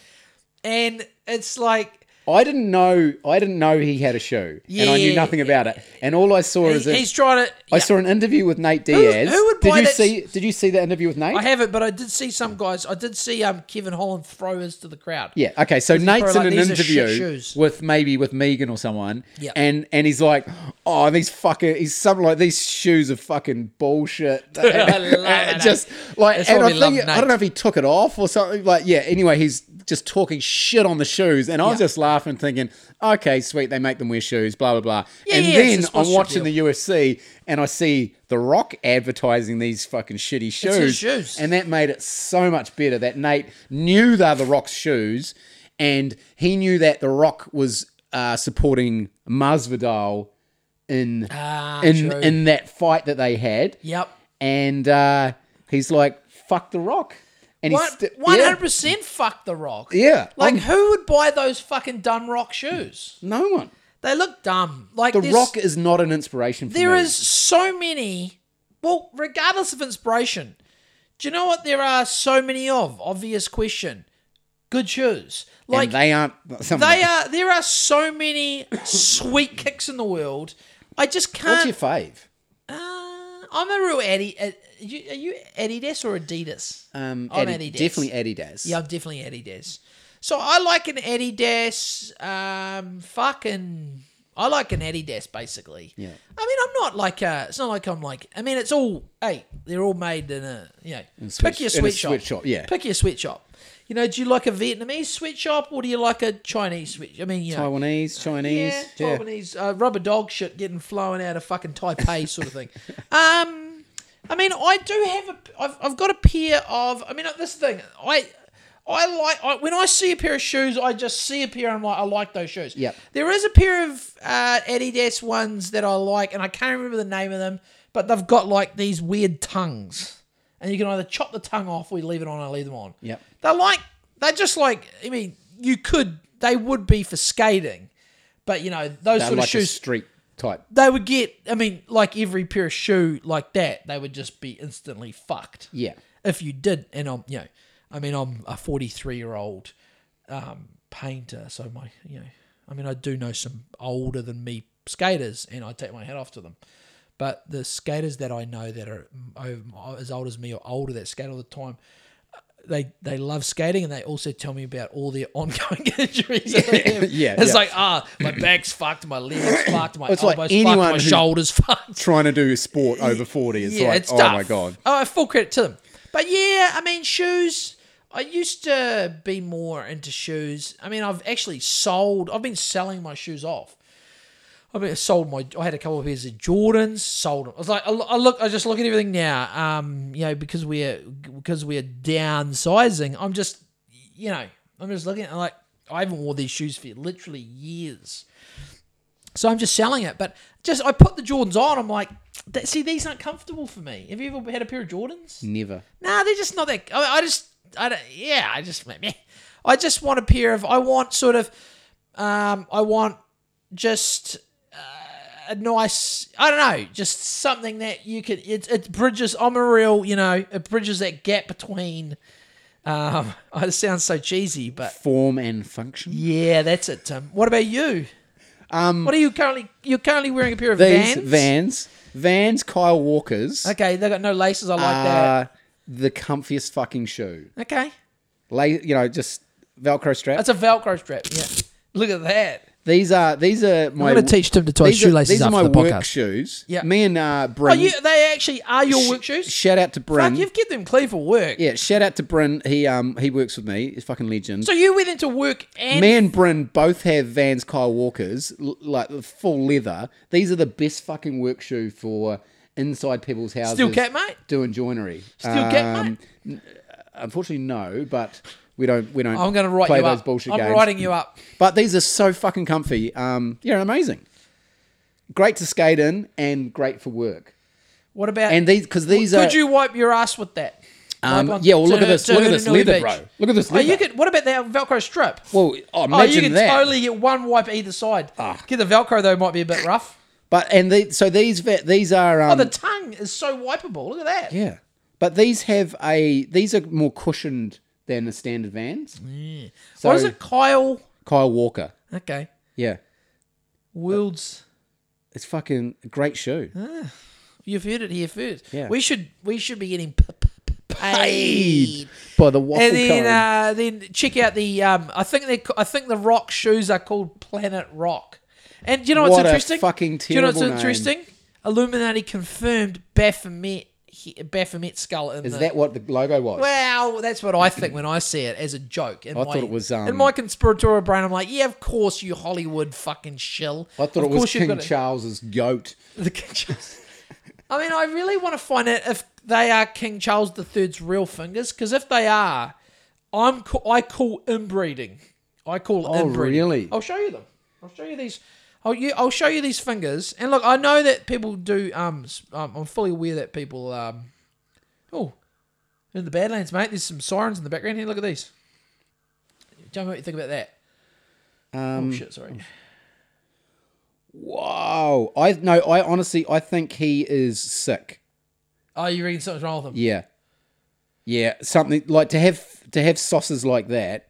Speaker 1: and it's like
Speaker 2: I didn't know. I didn't know he had a show, and I knew
Speaker 1: Yeah.
Speaker 2: nothing about it. And all I saw
Speaker 1: he-
Speaker 2: is a-
Speaker 1: he's trying to.
Speaker 2: I
Speaker 1: yeah.
Speaker 2: saw an interview with Nate Diaz.
Speaker 1: who would
Speaker 2: did
Speaker 1: buy
Speaker 2: you
Speaker 1: that-
Speaker 2: see? Did you see that interview with Nate?
Speaker 1: I have it, but I did see some guys. I did see um Kevin Holland throw his to the crowd.
Speaker 2: Yeah. Okay. So
Speaker 1: probably
Speaker 2: Nate's
Speaker 1: like,
Speaker 2: in an
Speaker 1: "These are shit
Speaker 2: interview
Speaker 1: shoes."
Speaker 2: with maybe with Megan or someone.
Speaker 1: Yeah.
Speaker 2: And and he's like, oh, these fucking, he's something like these shoes are fucking bullshit.
Speaker 1: it,
Speaker 2: just like,
Speaker 1: That's
Speaker 2: and
Speaker 1: why
Speaker 2: I
Speaker 1: we love
Speaker 2: think I
Speaker 1: Nate.
Speaker 2: don't know if he took it off or something. Like, yeah. Anyway, he's just talking shit on the shoes, and I was
Speaker 1: Yeah.
Speaker 2: just laughing, thinking, okay, sweet, they make them wear shoes, blah blah blah.
Speaker 1: Yeah,
Speaker 2: and
Speaker 1: yeah, it's a
Speaker 2: then I'm
Speaker 1: sponsorship
Speaker 2: watching
Speaker 1: deal.
Speaker 2: the UFC, and I see The Rock advertising these fucking shitty shoes,
Speaker 1: his shoes.
Speaker 2: and that made it so much better that Nate knew they're The Rock's shoes, and he knew that The Rock was uh, supporting Masvidal in
Speaker 1: Ah,
Speaker 2: in
Speaker 1: true.
Speaker 2: in that fight that they had.
Speaker 1: Yep.
Speaker 2: And uh, he's like, "Fuck the Rock," and he's sti- yeah.
Speaker 1: One hundred percent. Fuck the Rock.
Speaker 2: Yeah, Um,
Speaker 1: Like
Speaker 2: I'm-
Speaker 1: who would buy those fucking dumb Rock shoes?
Speaker 2: No one.
Speaker 1: They look dumb. Like
Speaker 2: The
Speaker 1: there's-
Speaker 2: Rock is not an inspiration for
Speaker 1: There
Speaker 2: me.
Speaker 1: is so many. Well, regardless of inspiration, do you know what there are so many of? Obvious question. Good shoes. Like
Speaker 2: and they aren't. some-
Speaker 1: they are. There are so many sweet kicks in the world. I just
Speaker 2: What's
Speaker 1: can't.
Speaker 2: your fave?
Speaker 1: uh, I'm a real Adi. Are you, are you Adidas or Adidas?
Speaker 2: Um,
Speaker 1: I'm
Speaker 2: Adi-
Speaker 1: Adidas.
Speaker 2: definitely Adidas.
Speaker 1: Yeah, I'm definitely Adidas. So I like an Adidas. Um, fucking, I like an Adidas basically. Yeah. I mean, I'm not like a. It's not like I'm like. I mean, it's all. Hey, they're all made in a. You know,
Speaker 2: sweet-
Speaker 1: pick your
Speaker 2: in a
Speaker 1: sweatshop.
Speaker 2: sweatshop, yeah.
Speaker 1: Pick your sweatshop. You know, do you like a Vietnamese sweatshop or do you like a Chinese sweatshop? I mean, you know,
Speaker 2: Taiwanese, Chinese.
Speaker 1: yeah, Taiwanese uh, rubber dog shit getting flown out of fucking Taipei sort of thing. Um, I mean, I do have a, I've, I've got a pair of. I mean, uh, this thing, I, I like I, when I see a pair of shoes, I just see a pair and I'm like, I like those shoes.
Speaker 2: Yep.
Speaker 1: There is a pair of uh, Adidas ones that I like, and I can't remember the name of them, but they've got like these weird tongues, and you can either chop the tongue off, we leave it on, I leave them on.
Speaker 2: Yep.
Speaker 1: They're like they're just like I mean, you could they would be for skating, but you know those
Speaker 2: They're
Speaker 1: sort of
Speaker 2: like a
Speaker 1: shoes
Speaker 2: street type.
Speaker 1: they would get. I mean, like every pair of shoe like that, they would just be instantly fucked.
Speaker 2: Yeah.
Speaker 1: If you did, and I'm you know, I mean I'm a 43 year old um, painter, so my you know, I mean I do know some older than me skaters, and I take my hat off to them. But the skaters that I know that are over- as old as me or older that skate all the time, uh, they they love skating and they also tell me about all their ongoing injuries. that they have.
Speaker 2: Yeah,
Speaker 1: it's
Speaker 2: yeah.
Speaker 1: like ah, my back's fucked, my leg's fucked, my
Speaker 2: It's like
Speaker 1: elbows fucked,
Speaker 2: anyone
Speaker 1: my
Speaker 2: who-
Speaker 1: shoulders fucked.
Speaker 2: Trying to do sport over 40 is
Speaker 1: Yeah,
Speaker 2: like,
Speaker 1: it's
Speaker 2: oh
Speaker 1: tough.
Speaker 2: my God.
Speaker 1: Oh, full credit to them. But yeah, I mean shoes. I- I used to be more into shoes. I mean, I've actually sold. I've been selling my shoes off. I mean, I sold my. I had a couple of pairs of Jordans. Sold them. I was like, I, lo- I look. I just look at everything now. Um, you know, because we're because we're downsizing. I'm just, you know, I'm just looking at like I haven't worn these shoes for literally years. So I'm just selling it. But just I put the Jordans on. I'm like, "Th- see, these aren't comfortable for me. Have you ever had a pair of Jordans?
Speaker 2: Never.
Speaker 1: Nah, they're just not that. I, I just, I don't. Yeah, I just, meh. I just want a pair of. I want sort of. Um, I want just uh, a nice. I don't know, just something that you could. It, it bridges. I'm a real, you know, it bridges that gap between. Um, it sounds so cheesy, but
Speaker 2: Form and function.
Speaker 1: yeah, that's it, Tim. What about you? Um, what are you currently? You're currently wearing a pair of
Speaker 2: These
Speaker 1: Vans.
Speaker 2: vans, vans, Kyle Walkers
Speaker 1: Okay, they got no laces. I like that.
Speaker 2: are the comfiest fucking shoe.
Speaker 1: Okay,
Speaker 2: Lay, you know, just Velcro strap.
Speaker 1: that's a Velcro strap. Yeah, look at that.
Speaker 2: These are these are my.
Speaker 1: gonna teach Tim to tie
Speaker 2: these are-
Speaker 1: shoelaces
Speaker 2: These are
Speaker 1: after
Speaker 2: my
Speaker 1: the
Speaker 2: work
Speaker 1: podcast.
Speaker 2: shoes.
Speaker 1: Yeah.
Speaker 2: Me and uh,
Speaker 1: Oh,
Speaker 2: Bryn.
Speaker 1: you, they actually are your
Speaker 2: sh-
Speaker 1: work shoes.
Speaker 2: Shout out to Bryn.
Speaker 1: Fuck, you've get them clean for work.
Speaker 2: yeah, shout out to Bryn. He um he works with me. He's a fucking legend.
Speaker 1: So you went into work and
Speaker 2: me and Bryn both have Vans Kyle Walkers, l- like full leather. These are the best fucking work shoe for inside people's houses.
Speaker 1: Steel cap, mate?
Speaker 2: Doing joinery. Still
Speaker 1: cap,
Speaker 2: um,
Speaker 1: mate?
Speaker 2: Unfortunately, no. But we don't. We don't.
Speaker 1: I'm going to write
Speaker 2: play
Speaker 1: you
Speaker 2: those
Speaker 1: up.
Speaker 2: bullshit
Speaker 1: I'm
Speaker 2: games.
Speaker 1: writing you up.
Speaker 2: But these are so fucking comfy. Um, yeah, amazing. Great to skate in and great for work.
Speaker 1: What about
Speaker 2: And these because these
Speaker 1: Could
Speaker 2: are.
Speaker 1: you wipe your ass with that?
Speaker 2: Um,
Speaker 1: Like on-
Speaker 2: yeah, well,
Speaker 1: to
Speaker 2: look at
Speaker 1: Hoo-
Speaker 2: this-
Speaker 1: to
Speaker 2: look at
Speaker 1: Hoonanui
Speaker 2: this leather,
Speaker 1: Beach.
Speaker 2: bro. Look at this
Speaker 1: Oh, you
Speaker 2: leather.
Speaker 1: could. What about that Velcro strip?
Speaker 2: well, oh,
Speaker 1: oh, you
Speaker 2: imagine
Speaker 1: could
Speaker 2: that. Ah.
Speaker 1: totally get one wipe either side. Get the Velcro though might be a bit rough.
Speaker 2: But and the, so these ve- these are. Um,
Speaker 1: Oh, the tongue is so wipeable. Look at that.
Speaker 2: Yeah, but these have a these are more cushioned than the standard vans. So
Speaker 1: what is it, Kyle?
Speaker 2: Kyle Walker.
Speaker 1: Okay,
Speaker 2: Yeah,
Speaker 1: worlds.
Speaker 2: it's fucking a great shoe.
Speaker 1: You've heard it here first.
Speaker 2: Yeah.
Speaker 1: We should we should be getting p- p- p- paid.
Speaker 2: by the waffle
Speaker 1: And then,
Speaker 2: cone.
Speaker 1: uh, then check out the. Um, I think they. I think the Rock shoes are called Planet Rock. And do you know what's
Speaker 2: What a
Speaker 1: interesting?
Speaker 2: fucking
Speaker 1: do you know what's
Speaker 2: terrible name.
Speaker 1: interesting? Illuminati confirmed Baphomet he- Baphomet skull in
Speaker 2: Is
Speaker 1: the.
Speaker 2: that what the logo was?
Speaker 1: well, that's what I think when I see it as a joke. In
Speaker 2: I
Speaker 1: my,
Speaker 2: thought it was, um,
Speaker 1: in my conspiratorial brain. I'm like, yeah, of course you Hollywood fucking shill.
Speaker 2: I thought
Speaker 1: of
Speaker 2: it was
Speaker 1: course you've
Speaker 2: King
Speaker 1: got it."
Speaker 2: Charles's goat.
Speaker 1: The King Charles. I mean, I really want to find out if they are King Charles III's real fingers, because if they are, I'm ca- I call inbreeding. I call
Speaker 2: Oh,
Speaker 1: inbreeding.
Speaker 2: really?
Speaker 1: I'll show you them. I'll show you these. I'll you, I'll show you these fingers. And look, I know that people do. Um, s- um, I'm fully aware that people. Um, oh, in the Badlands, mate. There's some sirens in the background here. Look at these. Tell me what you think about that.
Speaker 2: Um,
Speaker 1: oh shit! Sorry.
Speaker 2: Wow. I no. I honestly, I think he is sick.
Speaker 1: Oh, you reading something's wrong with them?
Speaker 2: Yeah, yeah. Something like to have to have sauces like that.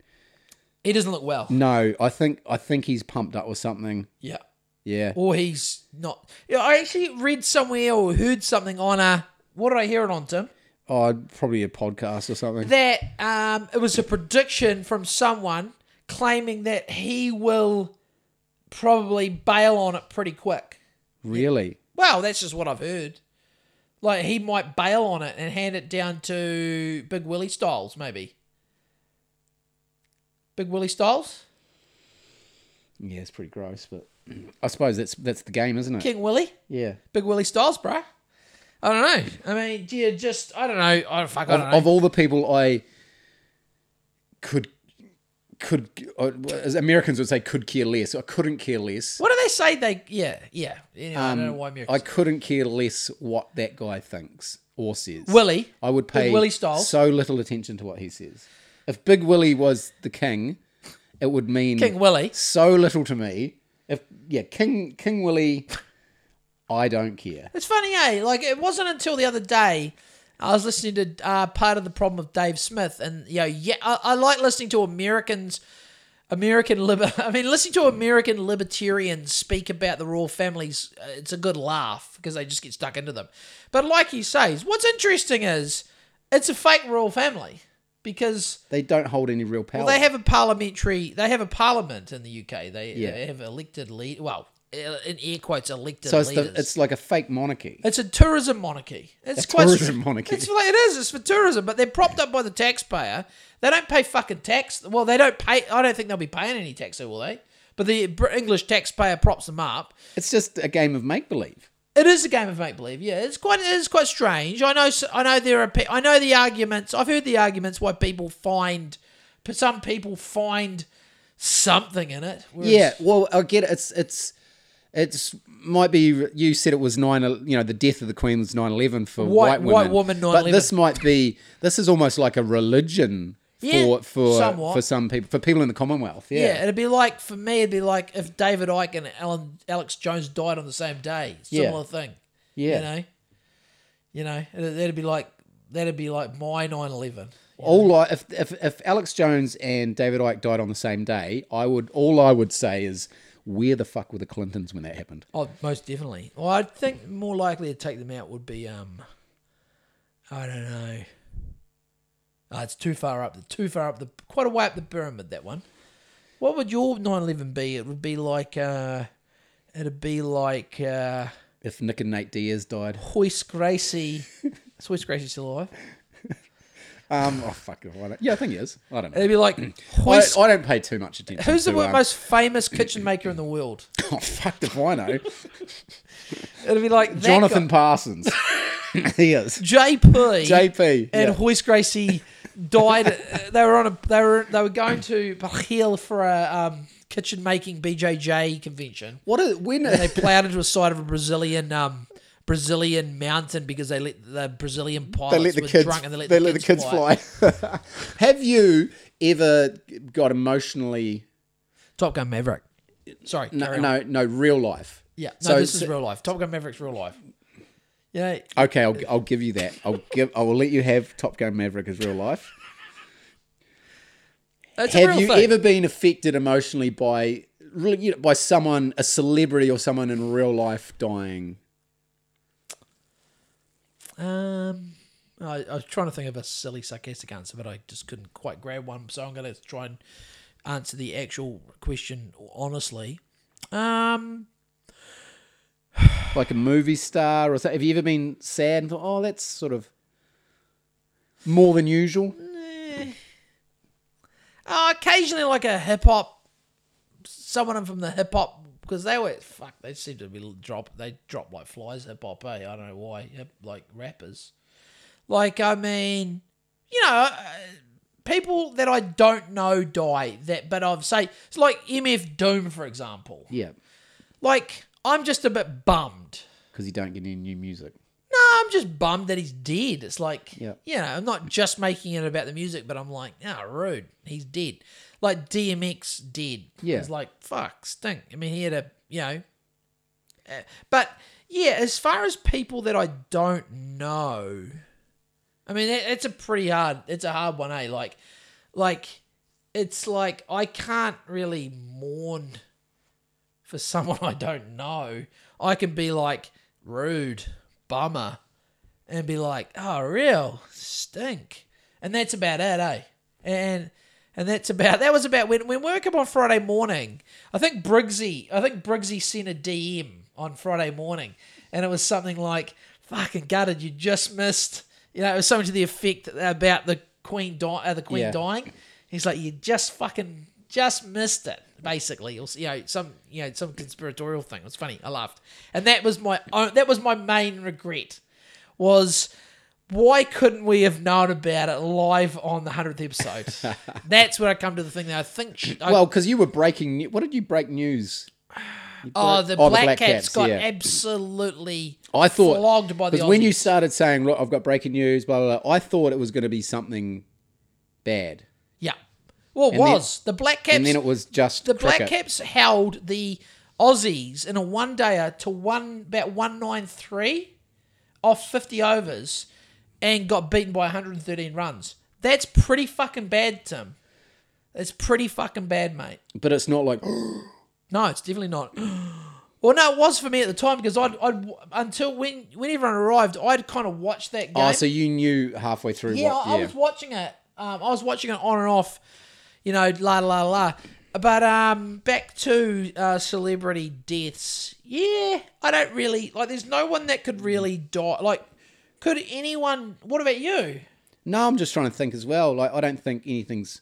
Speaker 1: He doesn't look well.
Speaker 2: No, I think I think he's pumped up with something.
Speaker 1: Yeah.
Speaker 2: Yeah.
Speaker 1: or he's not. Yeah, I actually read somewhere or heard something on a. What did I hear it on, Tim?
Speaker 2: Oh, probably a podcast or something.
Speaker 1: That um, it was a prediction from someone claiming that he will probably bail on it pretty quick.
Speaker 2: Really?
Speaker 1: Well, that's just what I've heard. Like he might bail on it and hand it down to Big Willie Styles, maybe. Big Willie Styles,
Speaker 2: Yeah, it's pretty gross, but I suppose that's that's the game, isn't it?
Speaker 1: King Willie.
Speaker 2: Yeah.
Speaker 1: Big Willie Styles, bruh. I don't know. I mean, do you just? I don't know. I don't fuck. I
Speaker 2: Of,
Speaker 1: don't know.
Speaker 2: of all the people I could could uh, as Americans would say could care less. I couldn't care less. Um,
Speaker 1: What do they say? They yeah yeah. Anyway, I don't know why Americans.
Speaker 2: I couldn't care less what that guy thinks or says.
Speaker 1: Willie.
Speaker 2: I would pay
Speaker 1: Big Willie Styles.
Speaker 2: so little attention to what he says. If Big Willie was the king, it would mean
Speaker 1: King Willie.
Speaker 2: so little to me. If yeah, King King Willie, I don't care.
Speaker 1: It's funny, eh? Like it wasn't until the other day I was listening to uh, part of the problem of Dave Smith, and you know, yeah, I, I like listening to Americans, American liber. I mean, listening to American libertarians speak about the royal families, uh, it's a good laugh because they just get stuck into them. But like he says, what's interesting is it's a fake royal family because.
Speaker 2: They don't hold any real power.
Speaker 1: Well, they have a parliamentary. They have a parliament in the UK. They,
Speaker 2: Yeah.
Speaker 1: they have elected lead. Well, uh, in air quotes, elected
Speaker 2: So it's,
Speaker 1: leaders.
Speaker 2: the, it's like a fake monarchy.
Speaker 1: It's a tourism monarchy. It's
Speaker 2: A
Speaker 1: quite
Speaker 2: tourism monarchy.
Speaker 1: It's, like- it is. It's for tourism, but they're propped up by the taxpayer. They don't pay fucking tax. Well, they don't pay. I don't think they'll be paying any tax, will they? But the Br- English taxpayer props them up.
Speaker 2: It's just a game of make believe.
Speaker 1: It is a game of make believe. Yeah, it's quite. It's quite strange. I know. s- I know there are. pe- I know the arguments. I've heard the arguments why people find. Some people find something in it. whereas-
Speaker 2: Yeah, well, I get it. It's it's it's might be you said it was nine. You know, the death of the queen was nine eleven for
Speaker 1: White-
Speaker 2: white women.
Speaker 1: white woman
Speaker 2: But
Speaker 1: 9/11.
Speaker 2: this might be this is almost like a religion
Speaker 1: Yeah,
Speaker 2: for for
Speaker 1: somewhat.
Speaker 2: for some people for people in the Commonwealth. Yeah.
Speaker 1: Yeah. it'd be like for me, it'd be like if David Icke and Alan, Alex Jones died on the same day. Similar
Speaker 2: Yeah.
Speaker 1: thing.
Speaker 2: Yeah.
Speaker 1: You know, you know, it'd, that'd be like that'd be like my 9/11.
Speaker 2: All I, if, if if Alex Jones and David Icke died on the same day, I would all I would say is where the fuck were the Clintons when that happened?
Speaker 1: Oh, most definitely. Well, I think more likely to take them out would be um, I don't know. Oh, it's too far up the too far up the quite a way up the pyramid that one. What would your 9/11 be? It would be like uh, it'd be like uh.
Speaker 2: If Nick and Nate Diaz died,
Speaker 1: Hoist Gracie. Is Hoist Gracie still alive?
Speaker 2: um, oh fuck, I don't- yeah, I think he is. I don't know.
Speaker 1: It'd be like
Speaker 2: I,
Speaker 1: Hoist.
Speaker 2: I don't pay too much attention.
Speaker 1: who's the
Speaker 2: to,
Speaker 1: wo-
Speaker 2: um,
Speaker 1: most famous kitchen maker in the world?
Speaker 2: Oh, fuck if I know.
Speaker 1: It'd be like that
Speaker 2: Jonathan
Speaker 1: guy.
Speaker 2: Parsons. he is.
Speaker 1: JP.
Speaker 2: JP.
Speaker 1: and
Speaker 2: yeah.
Speaker 1: Hoist Gracie died. uh, they were on a they were they were going to Bahil for a um, kitchen making BJJ convention.
Speaker 2: what is, when
Speaker 1: And they plowed into a side of a Brazilian um, Brazilian mountain because they let the Brazilian pilots
Speaker 2: they let the
Speaker 1: were
Speaker 2: kids
Speaker 1: drunk and they let, the, kids
Speaker 2: fly. Have you ever got emotionally
Speaker 1: Top Gun Maverick. Sorry,
Speaker 2: no
Speaker 1: carry on.
Speaker 2: no, no real life?
Speaker 1: Yeah, no, this is real life. Top Gun Maverick's real life. You know,
Speaker 2: Okay, I'll, I'll give you that. I'll give I will let you have Top Gun Maverick as real life.
Speaker 1: it's a
Speaker 2: Have
Speaker 1: real
Speaker 2: you
Speaker 1: thing.
Speaker 2: ever been affected emotionally by really you know, by someone a celebrity or someone in real life dying?
Speaker 1: Um, I, I was trying to think of a silly sarcastic answer, but I just couldn't quite grab one. So I'm going to try and answer the actual question honestly. Um,
Speaker 2: like a movie star or so. Have you ever been sad and thought, oh, that's sort of more than usual?
Speaker 1: oh, occasionally like a hip hop, someone from the hip hop because they were fuck. They seem to be drop. They drop like flies. Hip hop. Eh? I don't know why. hip- Like rappers. Like I mean, you know, uh, people that I don't know die. That but I've say it's like MF Doom for example.
Speaker 2: Yeah,
Speaker 1: like I'm just a bit bummed.
Speaker 2: because you don't get any new music.
Speaker 1: No, I'm just bummed that he's dead. It's like,
Speaker 2: Yeah.
Speaker 1: you know, I'm not just making it about the music, but I'm like, ah, rude. He's dead. Like DMX dead.
Speaker 2: Yeah.
Speaker 1: It's like, fuck, stink. I mean, he had a, you know. uh, but yeah, as far as people that I don't know, I mean, it, it's a pretty hard, it's a hard one, eh? Like, like, it's like I can't really mourn for someone I don't know, I can be like rude, bummer, and be like, oh, real stink, and that's about it, eh? And and that's about that was about when when we woke up on Friday morning. I think Briggsy, I think Briggsy sent a DM on Friday morning, and it was something like, "Fucking gutted, you just missed." You know, it was something to the effect about the Queen di- uh, the Queen
Speaker 2: Yeah.
Speaker 1: dying. He's like, "You just fucking just missed it." Basically, or s- you know, some you know some conspiratorial thing. It was funny. I laughed, and that was my own, that was my main regret was why couldn't we have known about it live on the hundredth episode? That's where I come to the thing that I think. sh- I,
Speaker 2: Well, because you were breaking. new- What did you break news?
Speaker 1: oh, the
Speaker 2: oh, the
Speaker 1: black,
Speaker 2: Black
Speaker 1: cats,
Speaker 2: Cats,
Speaker 1: got
Speaker 2: yeah.
Speaker 1: absolutely.
Speaker 2: I thought
Speaker 1: flogged by the
Speaker 2: 'cause when you
Speaker 1: Aussies.
Speaker 2: started saying, "Look, I've got breaking news," blah blah. blah I thought it was going to be something bad,
Speaker 1: yeah. Well, it
Speaker 2: then-
Speaker 1: was the black caps?
Speaker 2: and then it was just
Speaker 1: the black
Speaker 2: cricket.
Speaker 1: caps held the Aussies in a one dayer to one about one nine three off fifty overs, and got beaten by one hundred and thirteen runs. That's pretty fucking bad, Tim. That's pretty fucking bad, mate.
Speaker 2: But it's not like
Speaker 1: No, it's definitely not. Well, no, it was for me at the time because I'd, I'd until when when everyone arrived, I'd kind of watched that game.
Speaker 2: oh, so you knew halfway through.
Speaker 1: yeah,
Speaker 2: what,
Speaker 1: I, I was watching it. Um, I was watching it on and off. You know, la la la la. But um, back to uh, celebrity deaths. Yeah, I don't really like. There's no one that could really die. Like, could anyone? What about you?
Speaker 2: No, I'm just trying to think as well. Like, I don't think anything's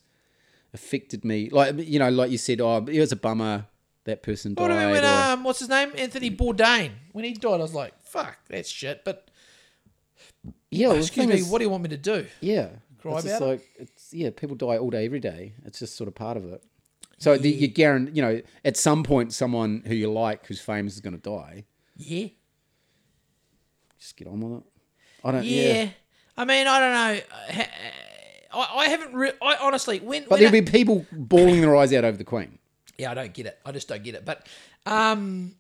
Speaker 2: affected me. Like, you know, like you said, oh, it was a bummer that person
Speaker 1: What
Speaker 2: died.
Speaker 1: about when
Speaker 2: or-
Speaker 1: um, what's his name? Anthony Bourdain. When he died, I was like, fuck, that's shit. But
Speaker 2: yeah, well, the
Speaker 1: excuse
Speaker 2: thing
Speaker 1: me,
Speaker 2: is-
Speaker 1: what do you want me to do?
Speaker 2: Yeah,
Speaker 1: Cry
Speaker 2: it's just
Speaker 1: about it?
Speaker 2: like it's yeah, people die all day, every day. It's just sort of part of it. So the, you guarantee, you know, at some point, someone who you like, who's famous, is going to die.
Speaker 1: Yeah.
Speaker 2: Just get on with it. I don't.
Speaker 1: Yeah.
Speaker 2: Yeah,
Speaker 1: I mean, I don't know. Uh, ha- I, I haven't. Re- I honestly, when
Speaker 2: but
Speaker 1: when
Speaker 2: there'll
Speaker 1: I-
Speaker 2: be people bawling their eyes out over the Queen.
Speaker 1: yeah, I don't get it. I just don't get it. But um,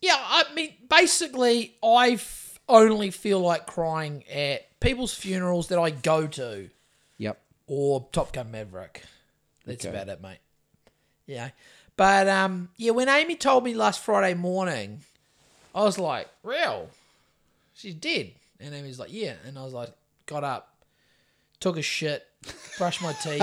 Speaker 1: yeah, I mean, basically, I f- only feel like crying at people's funerals that I go to
Speaker 2: Yep.
Speaker 1: or Top Gun Maverick. That's
Speaker 2: Okay.
Speaker 1: about it, mate. Yeah, but um, yeah, when Amy told me last Friday morning, I was like, "Real, she's dead." And Amy's like, "Yeah," and I was like, got up, took a shit, brushed my teeth,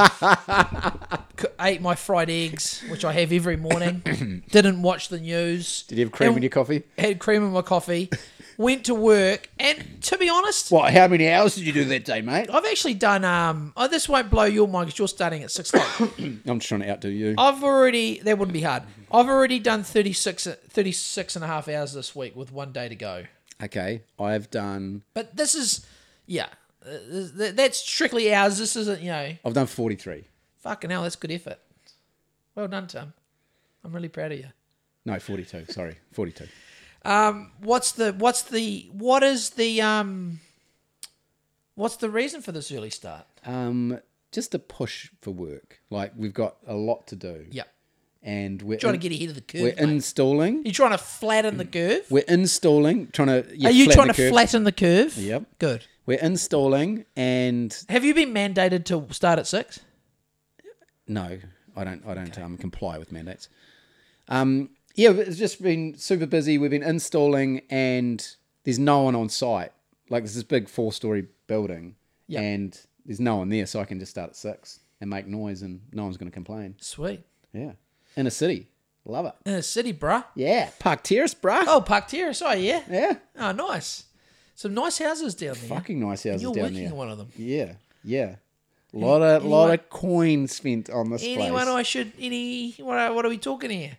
Speaker 1: c- ate my fried eggs, which I have every morning. didn't watch the news.
Speaker 2: Did you have cream
Speaker 1: and-
Speaker 2: in your coffee?
Speaker 1: Had cream in my coffee. Went to work, and to be honest,
Speaker 2: What? How many hours did you do that day, mate?
Speaker 1: I've actually done. Um, oh, this won't blow your mind because you're starting at six o'clock.
Speaker 2: I'm just trying to outdo you.
Speaker 1: I've already. That wouldn't be hard.
Speaker 2: Mm-hmm.
Speaker 1: I've already done 36, 36 and a half hours this week with one day to go.
Speaker 2: Okay, I've done.
Speaker 1: But this is, yeah, uh, th- th- that's strictly ours. This isn't, you know,
Speaker 2: I've done 43.
Speaker 1: fucking hell. That's good effort. Well done, Tom. I'm really proud of you.
Speaker 2: No, 42. Sorry, 42.
Speaker 1: What's the? What's the? What is the? Um. What's the reason for this early start?
Speaker 2: Um, just a push for work. Like we've got a lot to do.
Speaker 1: Yeah,
Speaker 2: And we're
Speaker 1: trying
Speaker 2: in-
Speaker 1: to get ahead of the curve.
Speaker 2: We're
Speaker 1: mate.
Speaker 2: installing.
Speaker 1: you trying to flatten the curve?
Speaker 2: We're installing, trying to. yeah,
Speaker 1: Are you
Speaker 2: Mm. flatten
Speaker 1: trying
Speaker 2: the
Speaker 1: to
Speaker 2: curve.
Speaker 1: flatten the curve?
Speaker 2: Yep.
Speaker 1: Good.
Speaker 2: We're installing, and
Speaker 1: Have you been mandated to start at six?
Speaker 2: no, I don't. I don't um, comply with mandates. Um, yeah, but it's just been super busy. We've been installing, and there's no one on site. Like there's this big four-story building,
Speaker 1: Yeah.
Speaker 2: and there's no one there, so I can just start at six and make noise, and no one's going to complain.
Speaker 1: Sweet.
Speaker 2: Yeah, in a city, love it.
Speaker 1: In the city, bruh.
Speaker 2: Yeah, Park Terrace, bruh.
Speaker 1: Oh, Park Terrace. Oh, yeah.
Speaker 2: Yeah,
Speaker 1: Oh, nice. Some nice houses down there.
Speaker 2: fucking nice houses
Speaker 1: You're
Speaker 2: down
Speaker 1: working
Speaker 2: there.
Speaker 1: in one of them.
Speaker 2: Yeah, yeah. lot of lot of coin spent on this
Speaker 1: Anyone
Speaker 2: place.
Speaker 1: I should, any, what are, what are we talking here?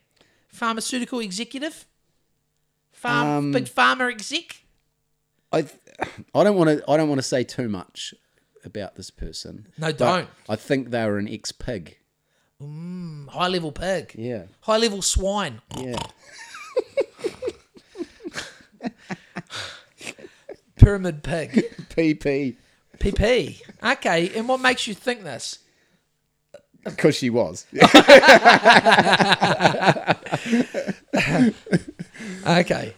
Speaker 1: Pharmaceutical executive? Farm,
Speaker 2: Um,
Speaker 1: big farmer exec?
Speaker 2: I I don't want to I don't want to say too much about this person.
Speaker 1: No,
Speaker 2: but
Speaker 1: don't.
Speaker 2: I think they were an ex pig.
Speaker 1: High level pig.
Speaker 2: Yeah,
Speaker 1: High level swine.
Speaker 2: yeah.
Speaker 1: Pyramid pig.
Speaker 2: PP
Speaker 1: PP. Okay, and what makes you think this?
Speaker 2: because she was.
Speaker 1: Okay.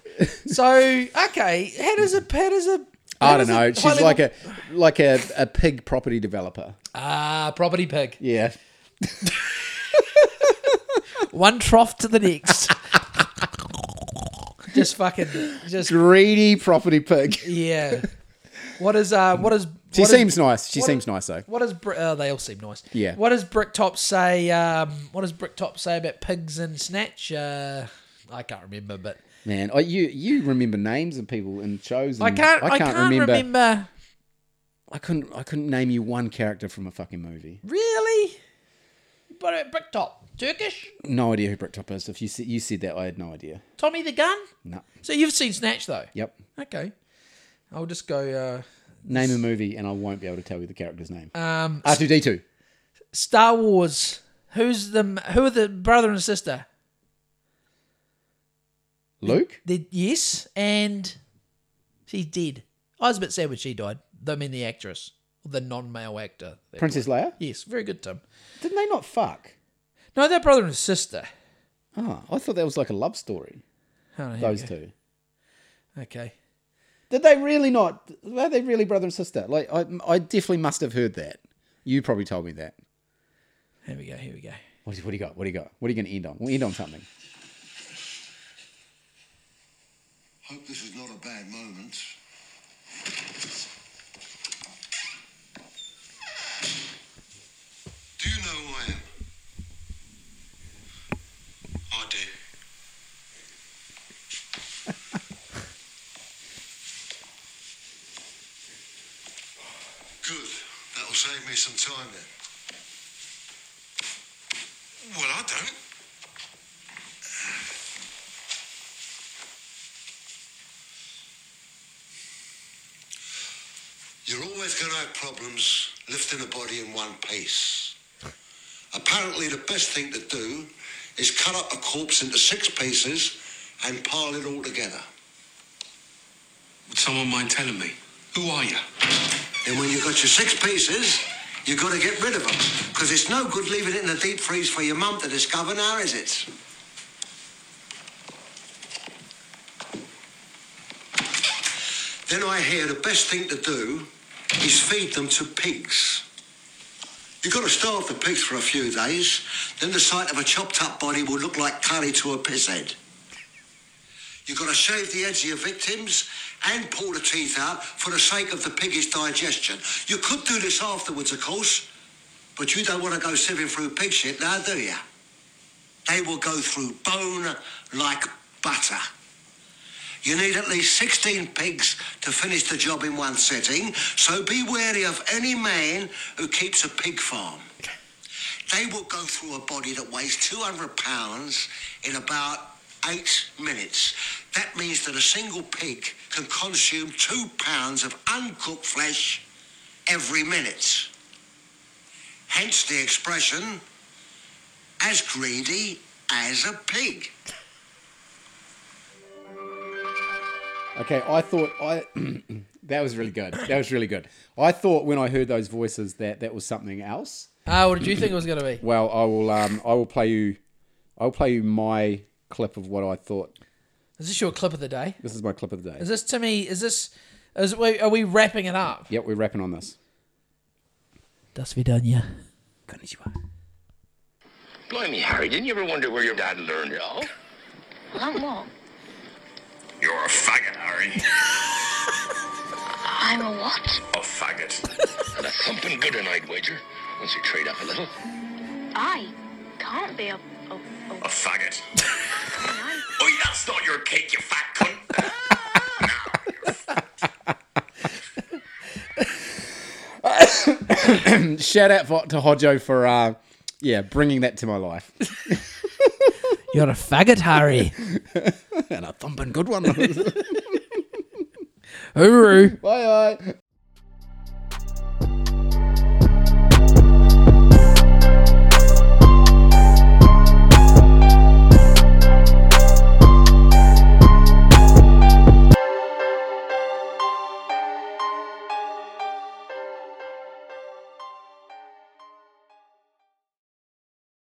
Speaker 1: So, okay, how does a, how does a,
Speaker 2: I don't know.
Speaker 1: high
Speaker 2: She's
Speaker 1: level-
Speaker 2: like a like a, a pig property developer.
Speaker 1: ah, property pig.
Speaker 2: Yeah.
Speaker 1: one trough to the next. just fucking, just
Speaker 2: Greedy property pig.
Speaker 1: yeah. What is uh? What is?
Speaker 2: She
Speaker 1: what is-
Speaker 2: seems nice. She
Speaker 1: what
Speaker 2: seems
Speaker 1: is-
Speaker 2: nice though.
Speaker 1: What does Bri- uh, they all seem nice?
Speaker 2: Yeah.
Speaker 1: What does Bricktop say? Um, what does Bricktop say about pigs and snatch? Uh, I can't remember, but
Speaker 2: Man, I, you you remember names of people and shows. And
Speaker 1: I can't. I can't, remember.
Speaker 2: I couldn't. I couldn't name you one character from a fucking movie.
Speaker 1: Really? What about Bricktop? Turkish?
Speaker 2: No idea who Bricktop is. If you said, you said that, I had no idea.
Speaker 1: Tommy the Gun?
Speaker 2: No.
Speaker 1: So you've seen Snatch though?
Speaker 2: Yep.
Speaker 1: Okay. I'll just go.
Speaker 2: Name a movie, and I won't be able to tell you the character's name.
Speaker 1: Uh, um,
Speaker 2: R two D two.
Speaker 1: Star Wars. Who's the who are the brother and sister?
Speaker 2: Luke.
Speaker 1: The yes, and she's dead. I was a bit sad when she died. I mean the actress, the non-male actor.
Speaker 2: Princess Leia.
Speaker 1: Yes, very good, Tim.
Speaker 2: Didn't they not fuck?
Speaker 1: No, they're brother and sister.
Speaker 2: Ah, I thought that was like a love story.
Speaker 1: Oh, here
Speaker 2: Those
Speaker 1: we
Speaker 2: two.
Speaker 1: go. Okay.
Speaker 2: Did they really not? Were they really brother and sister? Like I, I definitely must have heard that. You probably told me that.
Speaker 1: Here we go. Here we go.
Speaker 2: What, do- what do you got? What do you got? What are you going to end on? We'll end on something.
Speaker 7: Hope this is not a bad moment.
Speaker 6: Do you know who I am?
Speaker 7: Good. That'll save me some time then. Well, I don't. You're always going to have problems lifting a body in one piece. Apparently, the best thing to do is cut up a corpse into six pieces and pile it all together.
Speaker 8: Would someone mind telling me? Who are you?
Speaker 7: Then when you've got your six pieces, you've got to get rid of them. Because it's no good leaving it in the deep freeze for your mum to discover now, is it? Then I hear the best thing to do is feed them to pigs. You've got to starve the pigs for a few days, then the sight of a chopped up body will look like curry to a piss head. You've got to shave the heads of your victims and pull the teeth out for the sake of the pig's digestion. You could do this afterwards, of course, but you don't want to go sieving through pig shit now, do you? They will go through bone like butter. You need at least 16 pigs to finish the job in one sitting, so be wary of any man who keeps a pig farm. They will go through a body that weighs 200 pounds in about eight minutes. That means that a single pig can consume two pounds of uncooked flesh every minute. Hence the expression, as greedy as a pig.
Speaker 2: Okay, I thought I that was really good. That was really good. I thought when I heard those voices that that was something else.
Speaker 1: Ah, what did you think it was going to be?
Speaker 2: Well, I will um I will play you I will play you my clip of what I thought.
Speaker 1: Is this your clip of the day?
Speaker 2: This is my clip of the day.
Speaker 1: Is this to me? Is this? Is we, are we wrapping it up?
Speaker 2: Yep, we're wrapping on this.
Speaker 1: Das Vidania.
Speaker 9: Blimey, Harry, didn't you ever wonder where your dad learned it all?
Speaker 10: I'm what?
Speaker 5: You're a faggot, Harry.
Speaker 10: I'm a what?
Speaker 5: A faggot.
Speaker 9: And a thumping good one, I'd wager, once you trade up a little.
Speaker 10: I can't be a. a, a
Speaker 5: A faggot.
Speaker 10: no.
Speaker 5: Oi, that's not your cake, you fat cunt.
Speaker 2: Shout out for, to Hodjo for uh yeah, bringing that to my life.
Speaker 1: You're a faggot, Harry.
Speaker 2: and a thumping good one.
Speaker 1: Hooroo.
Speaker 2: bye bye.